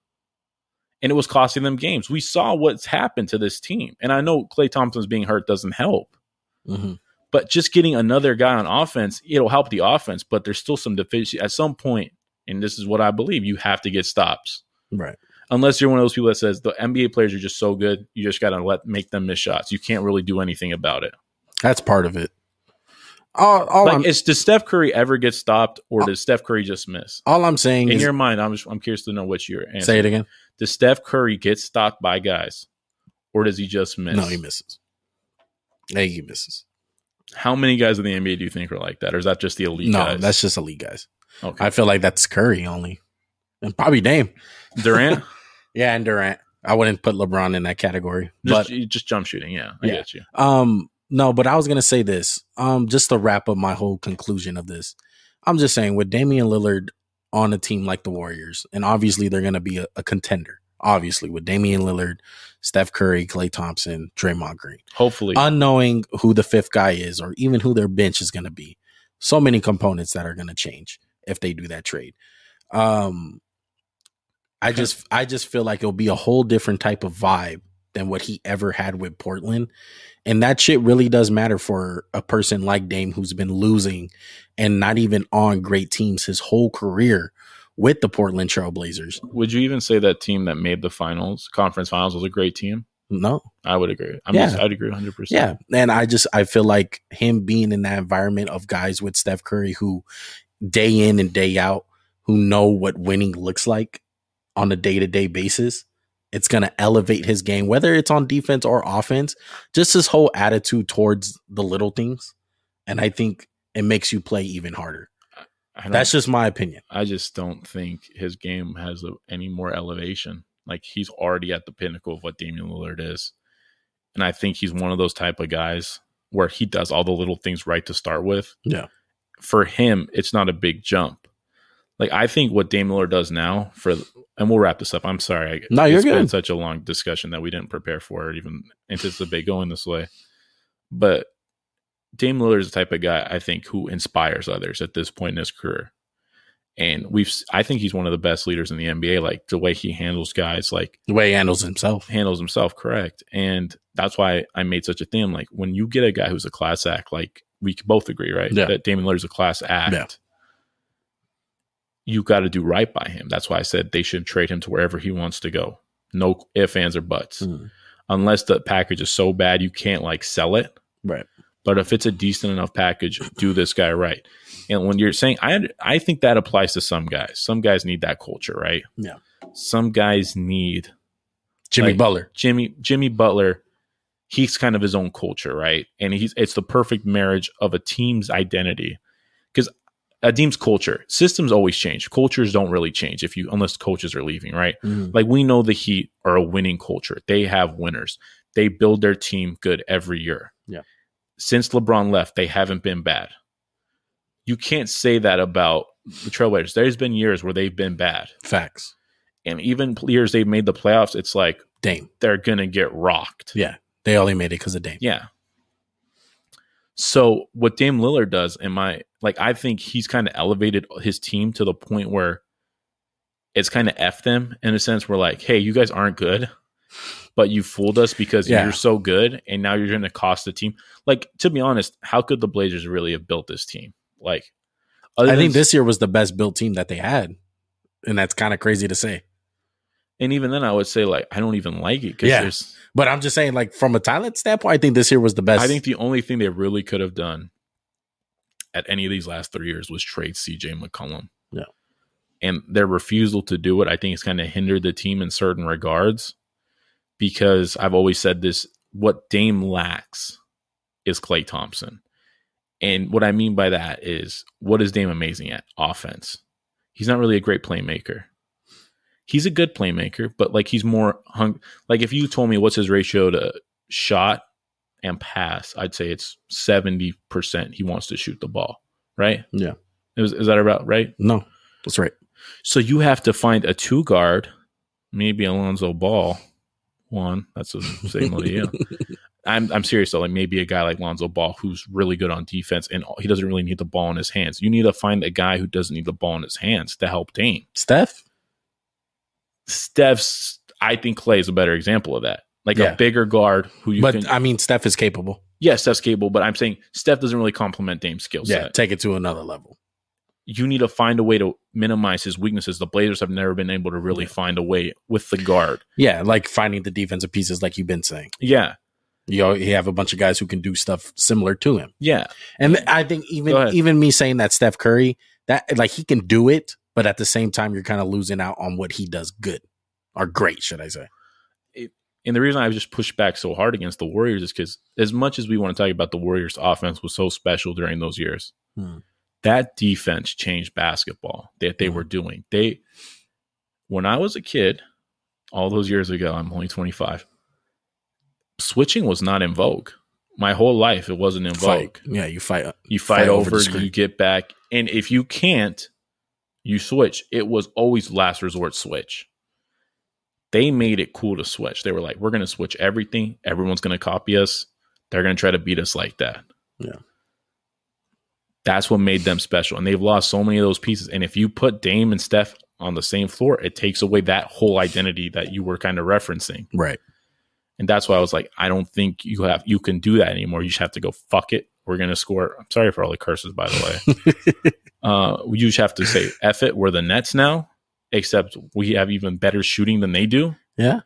Speaker 2: And it was costing them games. We saw what's happened to this team. And I know Clay Thompson's being hurt doesn't help,
Speaker 1: Mhm.
Speaker 2: but just getting another guy on offense, it'll help the offense, but there's still some deficiency. At some point, and this is what I believe, you have to get stops
Speaker 1: right.
Speaker 2: unless you're one of those people that says the NBA players are just so good, you just gotta let make them miss shots. You can't really do anything about it.
Speaker 1: That's part of it. All, all
Speaker 2: like,
Speaker 1: Oh, I'm
Speaker 2: it's does Steph Curry ever get stopped, or does Steph Curry just miss?
Speaker 1: all I'm saying
Speaker 2: In
Speaker 1: is
Speaker 2: your mind, I'm just, I'm curious to know what your answer.
Speaker 1: say it again.
Speaker 2: Does Steph Curry get stopped by guys, or does he just miss?
Speaker 1: No, he misses. Hey, he misses.
Speaker 2: How many guys in the NBA do you think are like that, or is that just the elite?
Speaker 1: no,
Speaker 2: guys?
Speaker 1: that's just elite guys.
Speaker 2: okay.
Speaker 1: I feel like that's Curry only, and probably Dame.
Speaker 2: Durant,
Speaker 1: Yeah, and Durant. I wouldn't put LeBron in that category, but
Speaker 2: just, you- just jump shooting. Yeah, I
Speaker 1: Yeah.
Speaker 2: get you.
Speaker 1: Um, no, but I was gonna say this. Um, just to wrap up my whole conclusion of this, I'm just saying with Damian Lillard on a team like the Warriors, and obviously they're gonna be a, a contender. Obviously, with Damian Lillard, Steph Curry, Clay Thompson, Draymond Green,
Speaker 2: Hopefully,
Speaker 1: Uh, unknowing who the fifth guy is or even who their bench is gonna be, so many components that are gonna change if they do that trade. Um, I just I just feel like it'll be a whole different type of vibe than what he ever had with Portland. And that shit really does matter for a person like Dame who's been losing and not even on great teams his whole career with the Portland Trailblazers.
Speaker 2: would you even say that team that made the finals, conference finals, was a great team?
Speaker 1: No.
Speaker 2: I would agree. I'm
Speaker 1: Yeah.
Speaker 2: just, I'd agree 100. percent
Speaker 1: Yeah. And I just I feel like him being in that environment of guys with Steph Curry who day in and day out who know what winning looks like on a day-to-day basis, it's going to elevate his game whether it's on defense or offense, just his whole attitude towards the little things. And I think it makes you play even harder.
Speaker 2: I don't-
Speaker 1: That's just my opinion.
Speaker 2: I just don't think his game has a, any more elevation. Like he's already at the pinnacle of what Damian Lillard is, and I think he's one of those type of guys where he does all the little things right to start with.
Speaker 1: Yeah.
Speaker 2: For him, it's not a big jump. Like I think what Damian Lillard does now for, and we'll wrap this up. I'm sorry. I,
Speaker 1: No, you're
Speaker 2: it's Been
Speaker 1: good.
Speaker 2: such a long discussion that we didn't prepare for or even anticipate going this way, but Dame Lillard is the type of guy I think who inspires others at this point in his career. And we've, I think he's one of the best leaders in the NBA. Like the way he handles guys, like
Speaker 1: The way he handles himself.
Speaker 2: handles himself correct. And that's why I made such a thing. Like when you get a guy who's a class act, like we could both agree, right?
Speaker 1: Yeah.
Speaker 2: That Damon Lillard's a class act.
Speaker 1: Yeah.
Speaker 2: You got to do right by him. That's why I said they should trade him to wherever he wants to go. No ifs, ands, or buts.
Speaker 1: Mm.
Speaker 2: Unless the package is so bad you can't like sell it.
Speaker 1: Right.
Speaker 2: But if it's a decent enough package, do this guy right. And when you're saying, I I think that applies to some guys. Some guys need that culture, right?
Speaker 1: Yeah.
Speaker 2: Some guys need
Speaker 1: Jimmy
Speaker 2: Like-
Speaker 1: Butler.
Speaker 2: Jimmy Jimmy Butler, he's kind of his own culture, right? And he's it's the perfect marriage of a team's identity because a team's culture systems always change. Cultures don't really change if you unless coaches are leaving, right?
Speaker 1: Mm.
Speaker 2: Like we know the Heat are a winning culture. They have winners. They build their team good every year.
Speaker 1: Yeah.
Speaker 2: Since LeBron left, they haven't been bad. You can't say that about the Trailblazers. There's been years where they've been bad.
Speaker 1: Facts.
Speaker 2: And even years they've made the playoffs, it's like
Speaker 1: Dame.
Speaker 2: they're going to get rocked.
Speaker 1: Yeah. They only made it because of Dame.
Speaker 2: Yeah. So what Dame Lillard does, in my like, I think he's kind of elevated his team to the point where it's kind of f them in a sense. We're like, hey, you guys aren't good, but you fooled us because
Speaker 1: Yeah.
Speaker 2: you're so good, and now you're going to cost the team. Like, to be honest, how could the Blazers really have built this team? Like, other
Speaker 1: I
Speaker 2: than-
Speaker 1: think this year was the best built team that they had. And that's kind of crazy to say.
Speaker 2: and even then, I would say like, I don't even like it because
Speaker 1: Yeah.
Speaker 2: there's.
Speaker 1: But I'm just saying, like, from a talent standpoint, I think this year was the best.
Speaker 2: I think the only thing they really could have done at any of these last three years was trade CJ McCollum.
Speaker 1: Yeah.
Speaker 2: And their refusal to do it, I think, has kind of hindered the team in certain regards because I've always said this what Dame lacks is Clay Thompson. And what I mean by that is what is Dame amazing at? Offense. He's not really a great playmaker. He's a good playmaker, but like he's more hung. Like if you told me what's his ratio to shot and pass, I'd say it's 70% he wants to shoot the ball, right?
Speaker 1: Yeah.
Speaker 2: Is, is that about right?
Speaker 1: no, that's right.
Speaker 2: So you have to find a two guard, maybe Alonzo Ball. One, that's a signal to you. I'm I'm serious though. Like maybe a guy like Lonzo Ball who's really good on defense and he doesn't really need the ball in his hands. You need to find a guy who doesn't need the ball in his hands to help Dame.
Speaker 1: Steph?
Speaker 2: Steph's I think Clay is a better example of that. Like
Speaker 1: Yeah.
Speaker 2: a bigger guard who you
Speaker 1: but
Speaker 2: can
Speaker 1: I mean, Steph is capable.
Speaker 2: yeah, Steph's capable, but I'm saying Steph doesn't really complement Dame's skill set.
Speaker 1: Yeah. Take it to another level.
Speaker 2: you need to find a way to minimize his weaknesses. The Blazers have never been able to really
Speaker 1: Yeah.
Speaker 2: find a way with the guard.
Speaker 1: Yeah. Like finding the defensive pieces, like you've been saying.
Speaker 2: Yeah,
Speaker 1: You, know, you have a bunch of guys who can do stuff similar to him.
Speaker 2: yeah,
Speaker 1: And th- I think
Speaker 2: Go
Speaker 1: even
Speaker 2: ahead.
Speaker 1: even me saying that Steph Curry, that like he can do it, but at the same time, you're kind of losing out on what he does good or great, should I say?
Speaker 2: And the reason I just pushed back so hard against the Warriors is because as much as we want to talk about the Warriors' offense was so special during those years,
Speaker 1: Hmm.
Speaker 2: that defense changed basketball that they
Speaker 1: Hmm.
Speaker 2: were doing. They, when I was a kid, all those years ago, I'm only 25. Switching was not in vogue. My whole life, it wasn't in vogue.
Speaker 1: Fight. Yeah, you fight. uh,
Speaker 2: You fight,
Speaker 1: Fight over
Speaker 2: over,
Speaker 1: the screen.
Speaker 2: you get back, and if you can't, you switch. It was always last resort switch. They made it cool to switch. They were like, "We're going to switch everything. Everyone's going to copy us. They're going to try to beat us like that."
Speaker 1: Yeah.
Speaker 2: That's what made them special, and they've lost so many of those pieces. And if you put Dame and Steph on the same floor, it takes away that whole identity that you were kind of referencing.
Speaker 1: Right.
Speaker 2: And that's why I was like, I don't think you have you can do that anymore. You just have to go fuck it. We're gonna score. I'm sorry for all the curses, by the way. uh, you just have to say F it. We're the Nets now, except we have even better shooting than they do.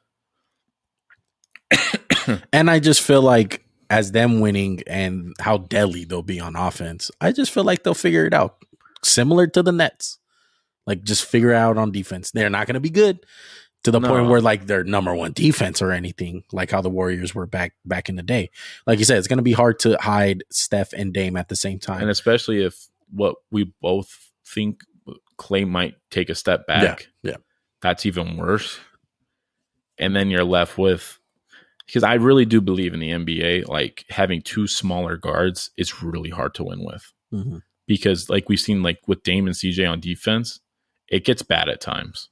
Speaker 1: Yeah. and I just feel like as them winning and how deadly they'll be on offense, I just feel like they'll figure it out. Similar to the Nets. Like just figure out on defense. They're not gonna be good to the
Speaker 2: No.
Speaker 1: point where like they're number one defense or anything, like how the Warriors were back back in the day. Like you said, it's gonna be hard to hide Steph and Dame at the same time.
Speaker 2: And especially if what we both think Clay might take a step back.
Speaker 1: yeah.
Speaker 2: That's even worse. And then you're left with because I really do believe in the NBA, like having two smaller guards is really hard to win with.
Speaker 1: Mhm.
Speaker 2: because like we've seen like with Dame and CJ on defense, it gets bad at times.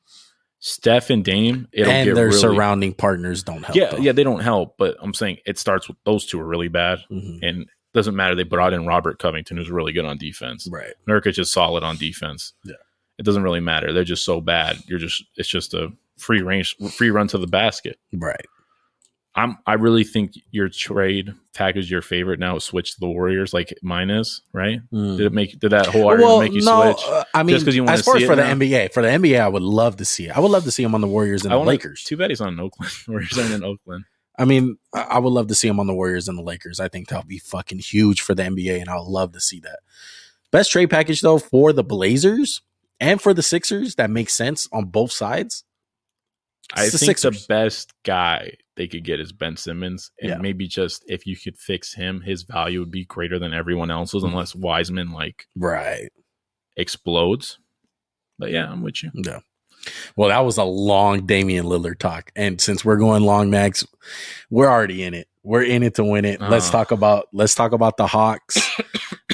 Speaker 2: Steph and Dame, it'll
Speaker 1: And
Speaker 2: get
Speaker 1: their
Speaker 2: really,
Speaker 1: surrounding partners don't help.
Speaker 2: Yeah,
Speaker 1: though.
Speaker 2: yeah, they don't help, but I'm saying it starts with those two are really bad,
Speaker 1: Mhm.
Speaker 2: and doesn't matter. They brought in Robert Covington, who's really good on defense.
Speaker 1: Right.
Speaker 2: Nurkic is solid on defense.
Speaker 1: Yeah.
Speaker 2: It doesn't really matter. They're just so bad. You're just it's just a free range free run to the basket.
Speaker 1: Right.
Speaker 2: I'm I really think your trade package your favorite now switch to the Warriors like mine is, right?
Speaker 1: Mm-hmm.
Speaker 2: Did it make did that whole argument make you switch?
Speaker 1: uh, I mean,
Speaker 2: Just 'cause you wanna
Speaker 1: as far
Speaker 2: see
Speaker 1: as
Speaker 2: it
Speaker 1: for the
Speaker 2: now?
Speaker 1: NBA, for the NBA, I would love to see it. I would love to see him on the Warriors and
Speaker 2: I
Speaker 1: the
Speaker 2: wanna-
Speaker 1: Lakers.
Speaker 2: Too bad he's not in Oakland. Warriors aren't in Oakland.
Speaker 1: I mean, I I would love to see him on the Warriors and the Lakers. I think that'll be fucking huge for the NBA, and I would love to see that. Best trade package though for the Blazers and for the Sixers that makes sense on both sides.
Speaker 2: I
Speaker 1: It's the
Speaker 2: think
Speaker 1: Sixers.
Speaker 2: the best guy they could get is Ben Simmons, and
Speaker 1: Yeah.
Speaker 2: maybe just if you could fix him, his value would be greater than everyone else's,
Speaker 1: Mm-hmm.
Speaker 2: unless Wiseman like
Speaker 1: Right.
Speaker 2: explodes. But yeah, I'm with you.
Speaker 1: Yeah. Well, that was a long Damian Lillard talk, and since we're going long, Max, we're already in it. We're in it to win it. Let's
Speaker 2: Uh.
Speaker 1: talk about let's talk about the Hawks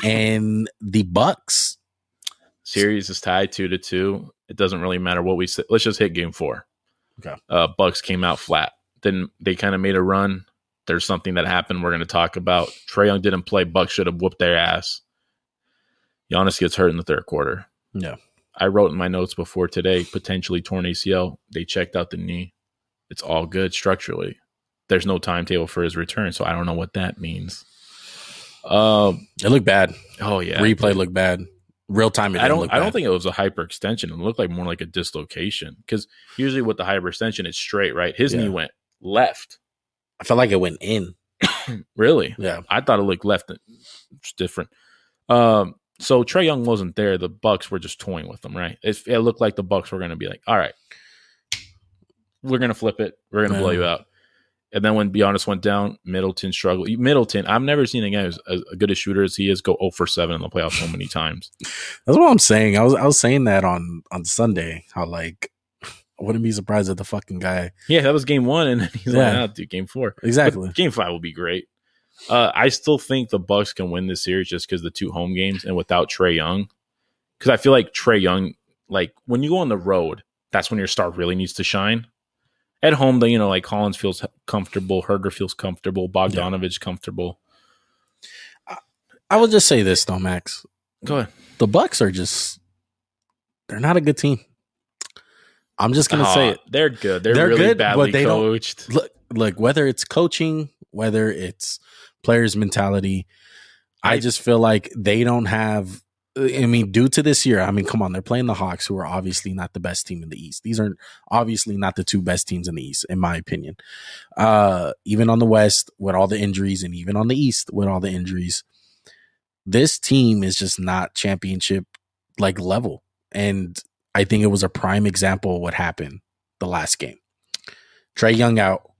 Speaker 1: and the Bucks.
Speaker 2: Series is tied two to two. It doesn't really matter what we say. Let's just hit game four.
Speaker 1: Okay.
Speaker 2: Uh, Bucks came out flat. Then they kind of made a run. There's something that happened. We're going to talk about. Trey Young didn't play. Bucks should have whooped their ass. Giannis gets hurt in the third quarter.
Speaker 1: Yeah.
Speaker 2: I wrote in my notes before today potentially torn ACL. They checked out the knee. It's all good structurally. There's no timetable for his return, so I don't know what that means. Um.
Speaker 1: It looked bad.
Speaker 2: Oh yeah.
Speaker 1: Replay looked bad. Real time. It
Speaker 2: I
Speaker 1: didn't
Speaker 2: don't.
Speaker 1: Look
Speaker 2: I don't
Speaker 1: bad.
Speaker 2: think it was a hyperextension. It looked like more like a dislocation because usually with the hyperextension, it's straight, right? His
Speaker 1: Yeah.
Speaker 2: knee went left.
Speaker 1: I felt like it went in.
Speaker 2: Really,
Speaker 1: Yeah.
Speaker 2: I thought it looked left. It's different. Um, so Trey Young wasn't there. The Bucks were just toying with him, right? It, it looked like the Bucks were going to be like, "All right, we're going to flip it. We're going to blow
Speaker 1: Yeah.
Speaker 2: you out." And then when Giannis went down, Middleton struggled. Middleton, I've never seen a guy who's as good a shooter as he is go 0 for 7 in the playoffs so many times.
Speaker 1: That's what I'm saying. I was I was saying that on on Sunday. How like I wouldn't be surprised if the fucking guy
Speaker 2: Yeah, that was game one, and he's like,
Speaker 1: Yeah.
Speaker 2: "I'll do game four.
Speaker 1: exactly.
Speaker 2: But game five will be great. Uh, I still think the Bucks can win this series just because the two home games and without Trey Young, because I feel like Trey Young, like when you go on the road, that's when your star really needs to shine. At home, though, you know, like Collins feels comfortable, Herder feels comfortable, Bogdanovich comfortable.
Speaker 1: I will just say this though, Max.
Speaker 2: Go ahead.
Speaker 1: The Bucks are just they're not a good team. I'm just gonna say
Speaker 2: Aw,
Speaker 1: it.
Speaker 2: Ah, They're good. They're,
Speaker 1: They're
Speaker 2: really
Speaker 1: good,
Speaker 2: badly
Speaker 1: but they don't-
Speaker 2: coached.
Speaker 1: Look, look, whether it's coaching, whether it's players' mentality, I
Speaker 2: I-
Speaker 1: just feel like they don't have. I mean, due to this year, I mean, come on, they're playing the Hawks, who are obviously not the best team in the East. These are obviously not the two best teams in the East, in my opinion. Uh, even on the West with all the injuries, and even on the East with all the injuries, this team is just not championship like level. And I think it was a prime example of what happened the last game. Trey Young out,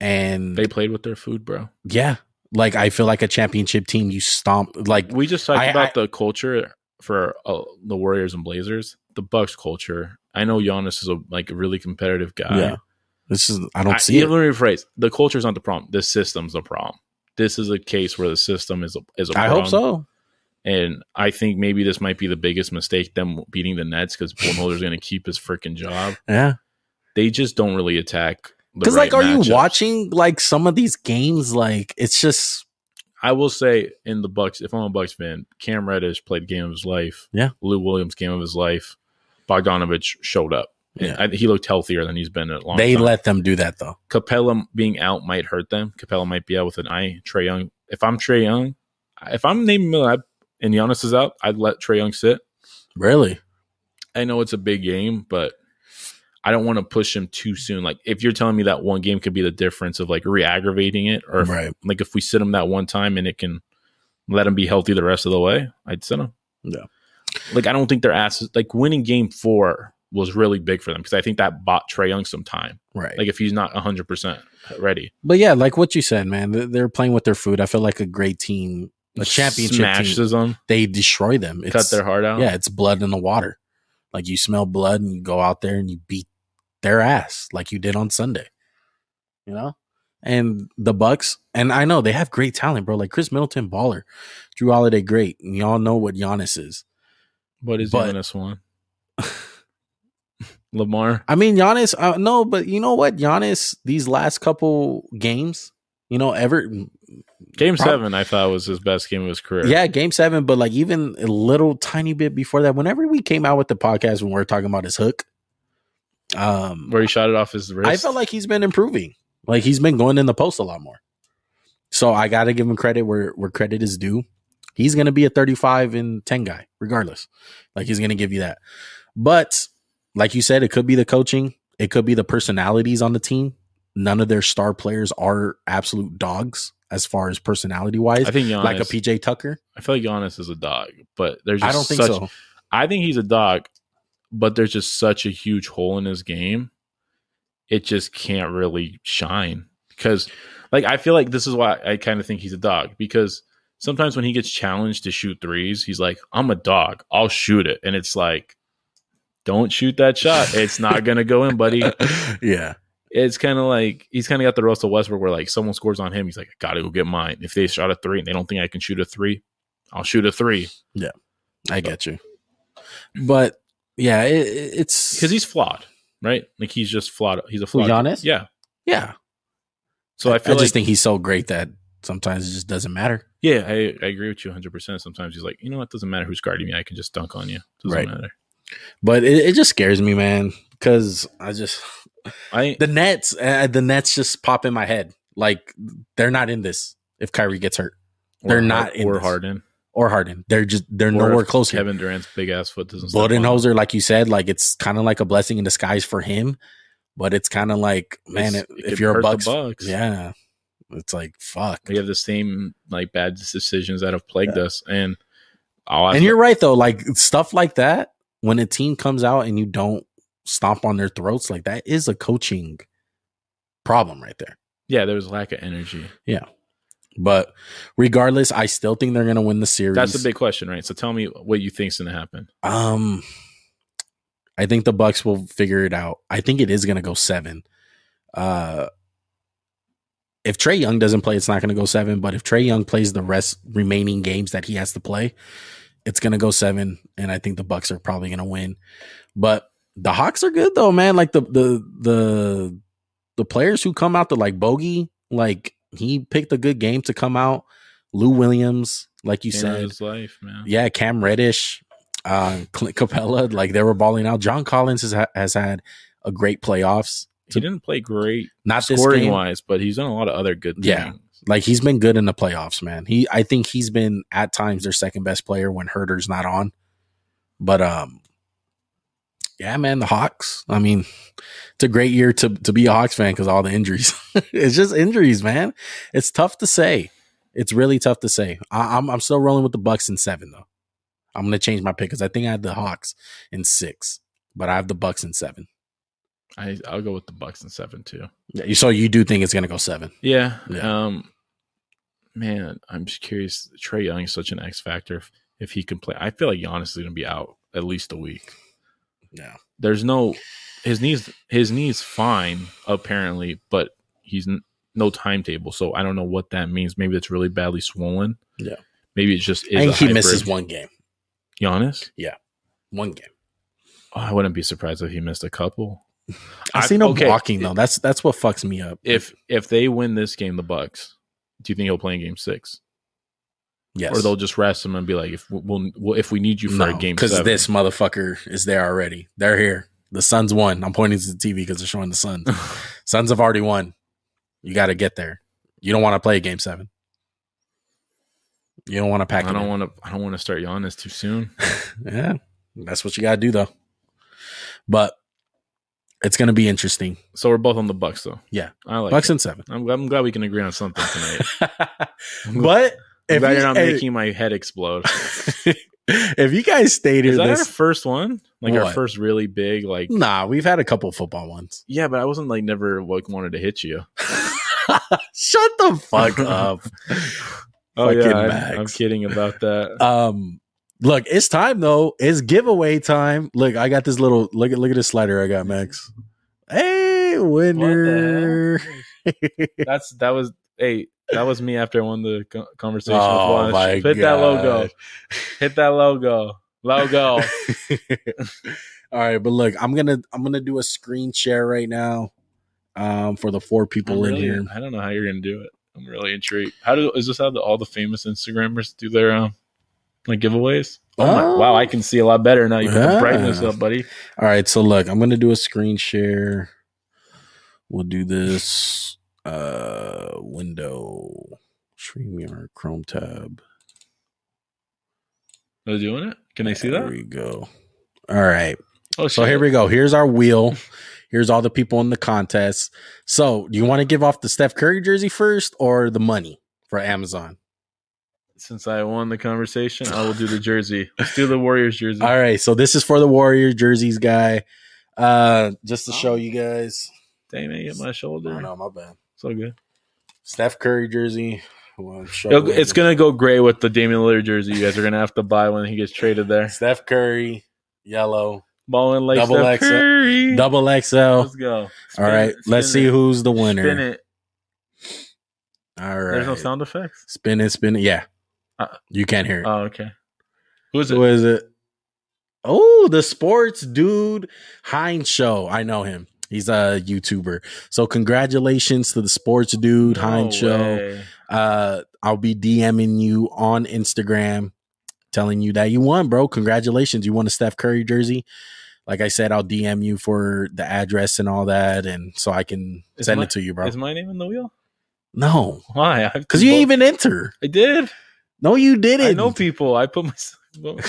Speaker 1: and
Speaker 2: They played with their food, bro.
Speaker 1: yeah, like I feel like a championship team. You stomp like
Speaker 2: We just talked
Speaker 1: I-
Speaker 2: about the culture for uh, the Warriors and Blazers. The Bucks culture. I know Giannis is a like a really competitive guy.
Speaker 1: Yeah. this is I don't
Speaker 2: I-
Speaker 1: see it.
Speaker 2: Let me rephrase. The culture's not the problem. The system's the problem. This is a case where the system is a, is a
Speaker 1: I
Speaker 2: problem.
Speaker 1: hope so.
Speaker 2: And I think maybe this might be the biggest mistake them beating the Nets because Bullholder's going to keep his freaking job.
Speaker 1: Yeah,
Speaker 2: They just don't really attack. the
Speaker 1: because like,
Speaker 2: right
Speaker 1: are you
Speaker 2: matchups.
Speaker 1: watching like some of these games? Like it's just
Speaker 2: I will say in the Bucks, if I'm a Bucks fan, Cam Reddish played game of his life.
Speaker 1: Yeah.
Speaker 2: Lou Williams game of his life. Bogdanovich showed up. And
Speaker 1: Yeah.
Speaker 2: I, he looked healthier than he's been in a long
Speaker 1: they
Speaker 2: time.
Speaker 1: let them do that though.
Speaker 2: Capella being out might hurt them. Capella might be out with an eye. Trey Young. If I'm Trey Young, if I'm naming Miller I- and Giannis is out, I'd let Trey Young sit.
Speaker 1: Really?
Speaker 2: I know it's a big game, but I don't want to push him too soon. Like if you're telling me that one game could be the difference of like re-aggravating it, or if,
Speaker 1: Right.
Speaker 2: like if we sit him that one time and it can let him be healthy the rest of the way, I'd sit him.
Speaker 1: Yeah.
Speaker 2: Like I don't think their asses like winning game four was really big for them because I think that bought Trey Young some time.
Speaker 1: Right.
Speaker 2: Like if he's not 100 percent ready.
Speaker 1: But yeah, like what you said, man, they- they're playing with their food. I feel like a great team, a championship
Speaker 2: smashes
Speaker 1: team,
Speaker 2: them,
Speaker 1: they destroy them. It's,
Speaker 2: cut their heart out.
Speaker 1: yeah, it's blood in the water. Like you smell blood and you go out there and you beat their ass like you did on Sunday. You know? And the Bucks, and I know they have great talent, bro. Like Chris Middleton, baller, Drew Holiday, great. And y'all know what Giannis is.
Speaker 2: What is
Speaker 1: But-
Speaker 2: but, Giannis one? Lamar.
Speaker 1: I mean, Giannis, uh, no, but you know what? Giannis, these last couple games, you know, ever
Speaker 2: Game
Speaker 1: Prob-
Speaker 2: seven, I thought was his best game of his career.
Speaker 1: Yeah, game seven, but like even a little tiny bit before that, whenever we came out with the podcast when we were talking about his hook, um,
Speaker 2: where he shot it off his wrist.
Speaker 1: I felt like he's been improving. Like he's been going in the post a lot more. So I got to give him credit where where credit is due. He's going to be a 35 and 10 guy regardless. Like he's going to give you that. But like you said it could be the coaching, it could be the personalities on the team. None of their star players are absolute dogs as far as personality wise.
Speaker 2: I think Giannis,
Speaker 1: Like a PJ Tucker,
Speaker 2: I feel like Giannis is a dog, but there's just
Speaker 1: I don't think
Speaker 2: such,
Speaker 1: so.
Speaker 2: I think he's a dog, but there's just such a huge hole in his game. It just can't really shine because, like, I feel like this is why I kind of think he's a dog because sometimes when he gets challenged to shoot threes, he's like, "I'm a dog. I'll shoot it," and it's like, "Don't shoot that shot. It's not gonna go in, buddy."
Speaker 1: yeah,
Speaker 2: it's kind of like he's kind of got the Russell Westbrook where like someone scores on him, he's like, I gotta go get mine. If they shot a three and they don't think I can shoot a three, I'll shoot a three
Speaker 1: I get you. But yeah, it, it- it's
Speaker 2: because he's flawed, right? Like he's just flawed. He's a flawed.
Speaker 1: Giannis?
Speaker 2: Yeah.
Speaker 1: yeah,
Speaker 2: So I
Speaker 1: I,
Speaker 2: feel like
Speaker 1: just think he's so great that sometimes it just doesn't matter.
Speaker 2: yeah, I, I agree with you 100. percent Sometimes he's like, you know what? Doesn't matter who's guarding me. I can just dunk on you. Doesn't
Speaker 1: Right.
Speaker 2: matter.
Speaker 1: But it, it just scares me, man, because I just
Speaker 2: I
Speaker 1: the Nets, uh, the Nets just pop in my head. Like they're not in this if Kyrie gets hurt They're
Speaker 2: or Har-
Speaker 1: not in
Speaker 2: or
Speaker 1: this.
Speaker 2: Harden.
Speaker 1: or Harden. They're just they're
Speaker 2: Or if
Speaker 1: nowhere close here.
Speaker 2: Kevin Durant's big ass foot doesn't. step on him.
Speaker 1: Budenholzer, like you said, like it's kind of like a blessing in disguise for him, but it's kind of like man,
Speaker 2: It's-
Speaker 1: if-
Speaker 2: it could
Speaker 1: if you're
Speaker 2: hurt
Speaker 1: a
Speaker 2: the
Speaker 1: Bucks,
Speaker 2: Bucks.
Speaker 1: yeah, it's like fuck.
Speaker 2: we have the same like bad decisions that have plagued us, and all I
Speaker 1: and you're right though, like stuff like that, when a team comes out and you don't stomp on their throats, like that is a coaching problem right there.
Speaker 2: yeah, there was lack of energy.
Speaker 1: But regardless, I still think they're gonna win the series.
Speaker 2: That's the big question, right? So tell me what you think's going to happen.
Speaker 1: um I think the Bucks will figure it out. I think it is gonna go seven. Uh if Trey Young doesn't play, it's not gonna go seven. But if Trey Young plays the rest remaining games that he has to play, it's gonna go seven. And I think the Bucks are probably gonna win. But the Hawks are good though, man. Like the the the the players who come out to like Bogey, like he picked a good game to come out. Lou Williams, like you
Speaker 2: Game of
Speaker 1: said,
Speaker 2: his life, man.
Speaker 1: yeah, Cam Reddish, uh, Clint Capella, like they were balling out. John Collins has, ha- has had a great playoffs.
Speaker 2: He didn't play great
Speaker 1: Not this
Speaker 2: scoring
Speaker 1: game.
Speaker 2: wise, but he's done a lot of other good things.
Speaker 1: Yeah. Like he's been good in the playoffs, man. He, I think he's been at times their second best player when Herder's not on. But um, yeah, man, the Hawks. I mean, it's a great year to to be a Hawks fan because all the injuries. it's just injuries, man. It's tough to say. It's really tough to say. I, I'm I'm still rolling with the Bucks in seven though. I'm gonna change my pick because I think I had the Hawks in six, but I have the Bucks in seven.
Speaker 2: I, I'll go with the Bucks in seven too.
Speaker 1: Yeah, So you do think it's gonna go seven?
Speaker 2: Yeah.
Speaker 1: Yeah.
Speaker 2: Um, man, I'm just curious. Trey Young is such an X factor. If, if he can play, I feel like Giannis is going to be out at least a week.
Speaker 1: Yeah.
Speaker 2: There's no his knees. His knees fine apparently, but he's n- no timetable. So I don't know what that means. Maybe it's really badly swollen.
Speaker 1: Yeah.
Speaker 2: Maybe it's just. Is
Speaker 1: I think
Speaker 2: a
Speaker 1: he
Speaker 2: hybrid.
Speaker 1: misses one game.
Speaker 2: Giannis.
Speaker 1: One game.
Speaker 2: Oh, I wouldn't be surprised if he missed a couple.
Speaker 1: I see no blocking though. That's that's what fucks me up.
Speaker 2: If if they win this game, the Bucks, do you think he'll play in Game Six,
Speaker 1: yes,
Speaker 2: or they'll just rest him and be like, if we'll, we'll if we need you for a game
Speaker 1: because
Speaker 2: seven?
Speaker 1: this motherfucker is there already. They're here. The Suns won. I'm pointing to the TV because they're showing the Suns. Suns have already won. You got to get there. You don't want to play game seven. You don't want to pack.
Speaker 2: I
Speaker 1: it
Speaker 2: don't
Speaker 1: in.
Speaker 2: want to. I don't want to start Giannis too soon.
Speaker 1: yeah, that's what you got to do though. But it's gonna be interesting.
Speaker 2: So we're both on the Bucks, though.
Speaker 1: Yeah.
Speaker 2: I like.
Speaker 1: Bucks
Speaker 2: it.
Speaker 1: and seven.
Speaker 2: I'm, glad- I'm glad we can agree on something tonight. I'm
Speaker 1: but
Speaker 2: glad- I'm
Speaker 1: if
Speaker 2: glad
Speaker 1: you,
Speaker 2: you're not
Speaker 1: hey,
Speaker 2: making my head explode.
Speaker 1: if you guys stayed
Speaker 2: Is
Speaker 1: here,
Speaker 2: that our
Speaker 1: this
Speaker 2: first one? Like our
Speaker 1: What?
Speaker 2: first really big, like
Speaker 1: nah, we've had a couple football ones.
Speaker 2: yeah. But I wasn't like never like wanted to hit you.
Speaker 1: Shut the fuck up.
Speaker 2: Oh
Speaker 1: Fucking
Speaker 2: yeah, I'm, I'm
Speaker 1: Max.
Speaker 2: kidding about that.
Speaker 1: Um, look, it's time though. It's giveaway time. Look, I got this little look at look at this slider I got, Max. Hey,
Speaker 2: What
Speaker 1: winner.
Speaker 2: the heck? That's that was hey, that was me after I won the co- conversation
Speaker 1: Oh
Speaker 2: with
Speaker 1: my
Speaker 2: Wash. Hit that logo.
Speaker 1: God.
Speaker 2: Hit that logo. Logo.
Speaker 1: All right, but look, I'm gonna I'm gonna do a screen share right now. Um, for the four people
Speaker 2: Oh, Really,
Speaker 1: in here.
Speaker 2: I don't know how you're gonna do it. I'm really intrigued. How do is this how the, all the famous Instagrammers do their um like giveaways? Oh, my,
Speaker 1: Oh.
Speaker 2: wow, I can see a lot better now. You put the
Speaker 1: Yeah.
Speaker 2: brightness up, buddy.
Speaker 1: All right, so look, I'm gonna do a screen share. We'll do this uh window StreamYard Chrome tab.
Speaker 2: Are they doing it? Can they see
Speaker 1: There
Speaker 2: that?
Speaker 1: we go. All right.
Speaker 2: Oh,
Speaker 1: So here we go. Here's our wheel. Here's all the people in the contest. So do you want to give off the Steph Curry jersey first or the money for Amazon?
Speaker 2: Since I won the conversation, I will do the jersey. Let's do the Warriors jersey.
Speaker 1: All right, so this is for the Warrior jerseys guy. Uh just to show you guys.
Speaker 2: Dang, I hit my
Speaker 1: I
Speaker 2: shoulder.
Speaker 1: don't know, my bad.
Speaker 2: It's all good.
Speaker 1: Steph Curry jersey. Well, show
Speaker 2: It'll-
Speaker 1: you.
Speaker 2: It's gonna go gray with the Damian Lillard jersey. You guys are gonna have to buy when he gets traded there.
Speaker 1: Steph Curry, yellow,
Speaker 2: Ballin' like
Speaker 1: Double
Speaker 2: Steph
Speaker 1: XL.
Speaker 2: Curry.
Speaker 1: double XL. All
Speaker 2: Let's go. Spin
Speaker 1: right,
Speaker 2: it,
Speaker 1: let's
Speaker 2: spin
Speaker 1: see
Speaker 2: it,
Speaker 1: who's the
Speaker 2: Spin
Speaker 1: winner.
Speaker 2: it.
Speaker 1: All right,
Speaker 2: There's no sound effects.
Speaker 1: spin it, spin it. Yeah,
Speaker 2: Uh,
Speaker 1: you can't hear it.
Speaker 2: Oh, okay. Who is it?
Speaker 1: Who is it? Oh, the sports dude Heinz Show. I know him. He's a YouTuber. So congratulations to the sports dude Heinz Show.
Speaker 2: way.
Speaker 1: Uh, I'll be DMing you on Instagram, telling you that you won, bro. Congratulations, you won a Steph Curry jersey. Like I said, I'll DM you for the address and all that, and so I can
Speaker 2: Is
Speaker 1: send
Speaker 2: my-
Speaker 1: it to you, bro.
Speaker 2: Is my name in the wheel?
Speaker 1: no,
Speaker 2: Why?
Speaker 1: because you didn't even enter.
Speaker 2: I did.
Speaker 1: No, you
Speaker 2: I
Speaker 1: didn't.
Speaker 2: know people. I put my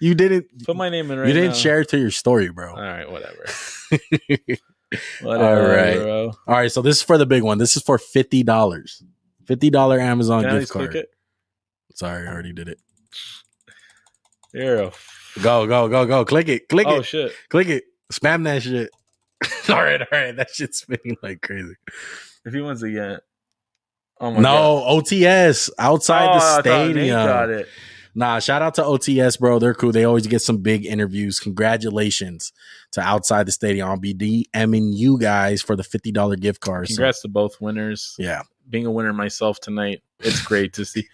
Speaker 1: you didn't.
Speaker 2: put my name in right
Speaker 1: you didn't
Speaker 2: now.
Speaker 1: share it to your story,
Speaker 2: All
Speaker 1: bro.
Speaker 2: right, whatever.
Speaker 1: All
Speaker 2: Whatever,
Speaker 1: right.
Speaker 2: bro.
Speaker 1: All right, so this is for the big one. This is for fifty dollars, fifty dollar Amazon
Speaker 2: Can I
Speaker 1: gift
Speaker 2: at least click
Speaker 1: card.
Speaker 2: it?
Speaker 1: Sorry, I already did it.
Speaker 2: There. you
Speaker 1: Go, go, go, go! Click it,
Speaker 2: go.
Speaker 1: click
Speaker 2: Oh
Speaker 1: it,
Speaker 2: shit.
Speaker 1: click it. Spam that shit. all right, all right, that shit's spinning like crazy.
Speaker 2: If he wins again. Oh
Speaker 1: no, OTS outside
Speaker 2: Oh,
Speaker 1: the
Speaker 2: I thought Nate Got
Speaker 1: stadium.
Speaker 2: it.
Speaker 1: Nah, shout out to OTS, bro. They're cool. They always get some big interviews. Congratulations to outside the stadium. I'll be DMing you guys for the fifty dollar gift card. So,
Speaker 2: Congrats to both winners.
Speaker 1: yeah,
Speaker 2: Being a winner myself tonight, it's great to see.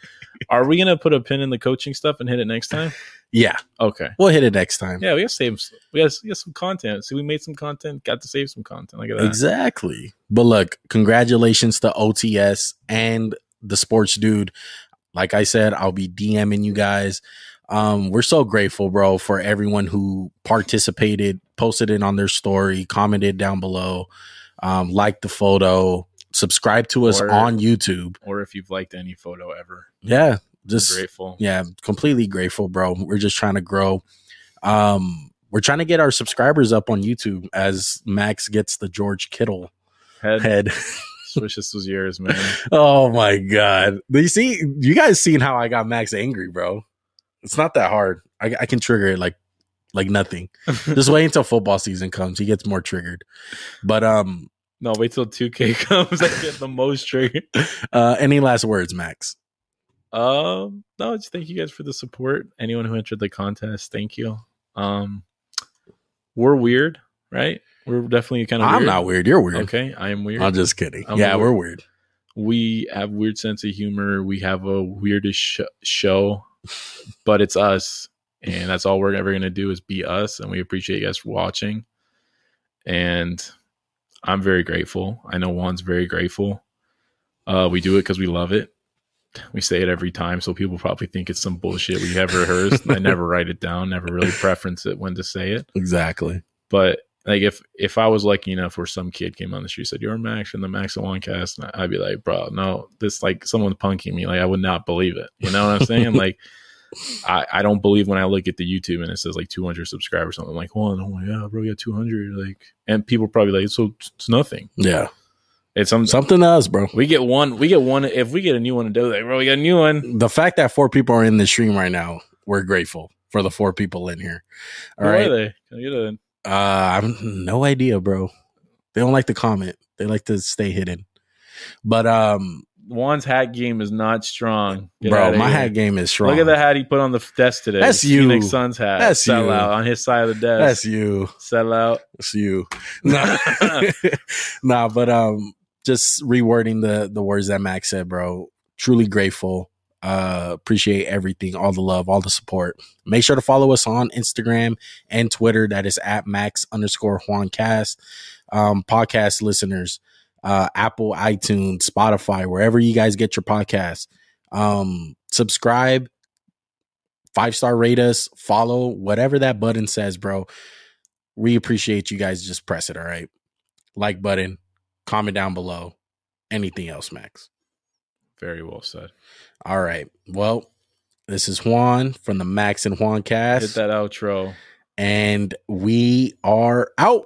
Speaker 2: Are we gonna put a pin in the coaching stuff and hit it next time?
Speaker 1: yeah.
Speaker 2: Okay.
Speaker 1: We'll hit it next time.
Speaker 2: Yeah, we gotta save. s- We gotta, we got some content. See, we made some content. Got to save some content. Look at that.
Speaker 1: Exactly. But look, congratulations to OTS and the sports dude. Like I said, I'll be DMing you guys. Um, we're so grateful, bro, for everyone who participated, posted it on their story, commented down below, um, liked the photo, subscribe to us
Speaker 2: Word.
Speaker 1: on YouTube.
Speaker 2: Or if you've liked any photo ever,
Speaker 1: Yeah,
Speaker 2: I'm
Speaker 1: just
Speaker 2: grateful.
Speaker 1: yeah, completely grateful, bro. We're just trying to grow. Um, we're trying to get our subscribers up on YouTube as Max gets the George Kittle
Speaker 2: Head,
Speaker 1: head.
Speaker 2: wish this was yours, man.
Speaker 1: Oh my god! But You see, you guys seen how I got Max angry, bro? It's not that hard. I, I can trigger it like like nothing. Just wait until football season comes. He gets more triggered. But um,
Speaker 2: no, wait till 2K comes. I get the most trigger.
Speaker 1: uh, any last words, Max?
Speaker 2: Um, no, just thank you guys for the support. Anyone who entered the contest, thank you. Um, we're weird, right? We're definitely kind of.
Speaker 1: I'm not weird. You're weird.
Speaker 2: Okay, I am weird.
Speaker 1: I'm just kidding.
Speaker 2: I'm
Speaker 1: yeah,
Speaker 2: weird.
Speaker 1: we're weird.
Speaker 2: we have weird sense of humor. We have a weirdest sh- show, but it's us, and that's all we're ever gonna do is be us. And we appreciate you guys for watching. And I'm very grateful. I know Juan's very grateful. Uh, we do it because we love it. We say it every time, so people probably think it's some bullshit we have rehearsed. I never write it down. Never really preference it when to say it
Speaker 1: Exactly.
Speaker 2: but like if if I was lucky enough where some kid came on the street and said you're Max from the Max and One cast, and I'd be like, bro, no, this like someone's punking me. Like I would not believe it. You know what I'm saying? like I I don't believe when I look at the YouTube and it says like 200 subscribers. or something. I'm like, well, oh my god, bro, you got 200. Like, and people probably like, so it's it's nothing.
Speaker 1: Yeah,
Speaker 2: It's some.
Speaker 1: something else, bro.
Speaker 2: we get one. We get one. If we get a new one today, like, bro, we got a new one.
Speaker 1: The fact that four people are in the stream right now, we're grateful for the four people in here. All
Speaker 2: Who
Speaker 1: right.
Speaker 2: are they? Can I get a-
Speaker 1: Uh, I've no idea, bro. They don't like to comment. They like to stay hidden. But um,
Speaker 2: Juan's hat game is not strong, Get
Speaker 1: bro,
Speaker 2: outta
Speaker 1: my
Speaker 2: here.
Speaker 1: hat game is strong.
Speaker 2: Look at the hat he put on the f- desk today.
Speaker 1: That's
Speaker 2: The
Speaker 1: you.
Speaker 2: Phoenix Suns hat.
Speaker 1: That's
Speaker 2: Sell
Speaker 1: you.
Speaker 2: out on his side of the desk.
Speaker 1: That's you.
Speaker 2: Sell out.
Speaker 1: That's you. Nah, nah but um, just rewording the the words that Max said, bro. Truly grateful. Uh, appreciate everything, all the love, all the support. Make sure to follow us on Instagram and Twitter. That is at Max underscore Juancast. Um, podcast listeners, uh, Apple, iTunes, Spotify, wherever you guys get your podcasts. Um, subscribe, five star rate us, follow, whatever that button says, bro. We appreciate you guys. Just press it. All right. Like button, comment down below. Anything else, Max?
Speaker 2: Very well said.
Speaker 1: All right. Well, this is Juan from the Max and Juan
Speaker 2: Hit
Speaker 1: cast,
Speaker 2: that outro.
Speaker 1: and we are out.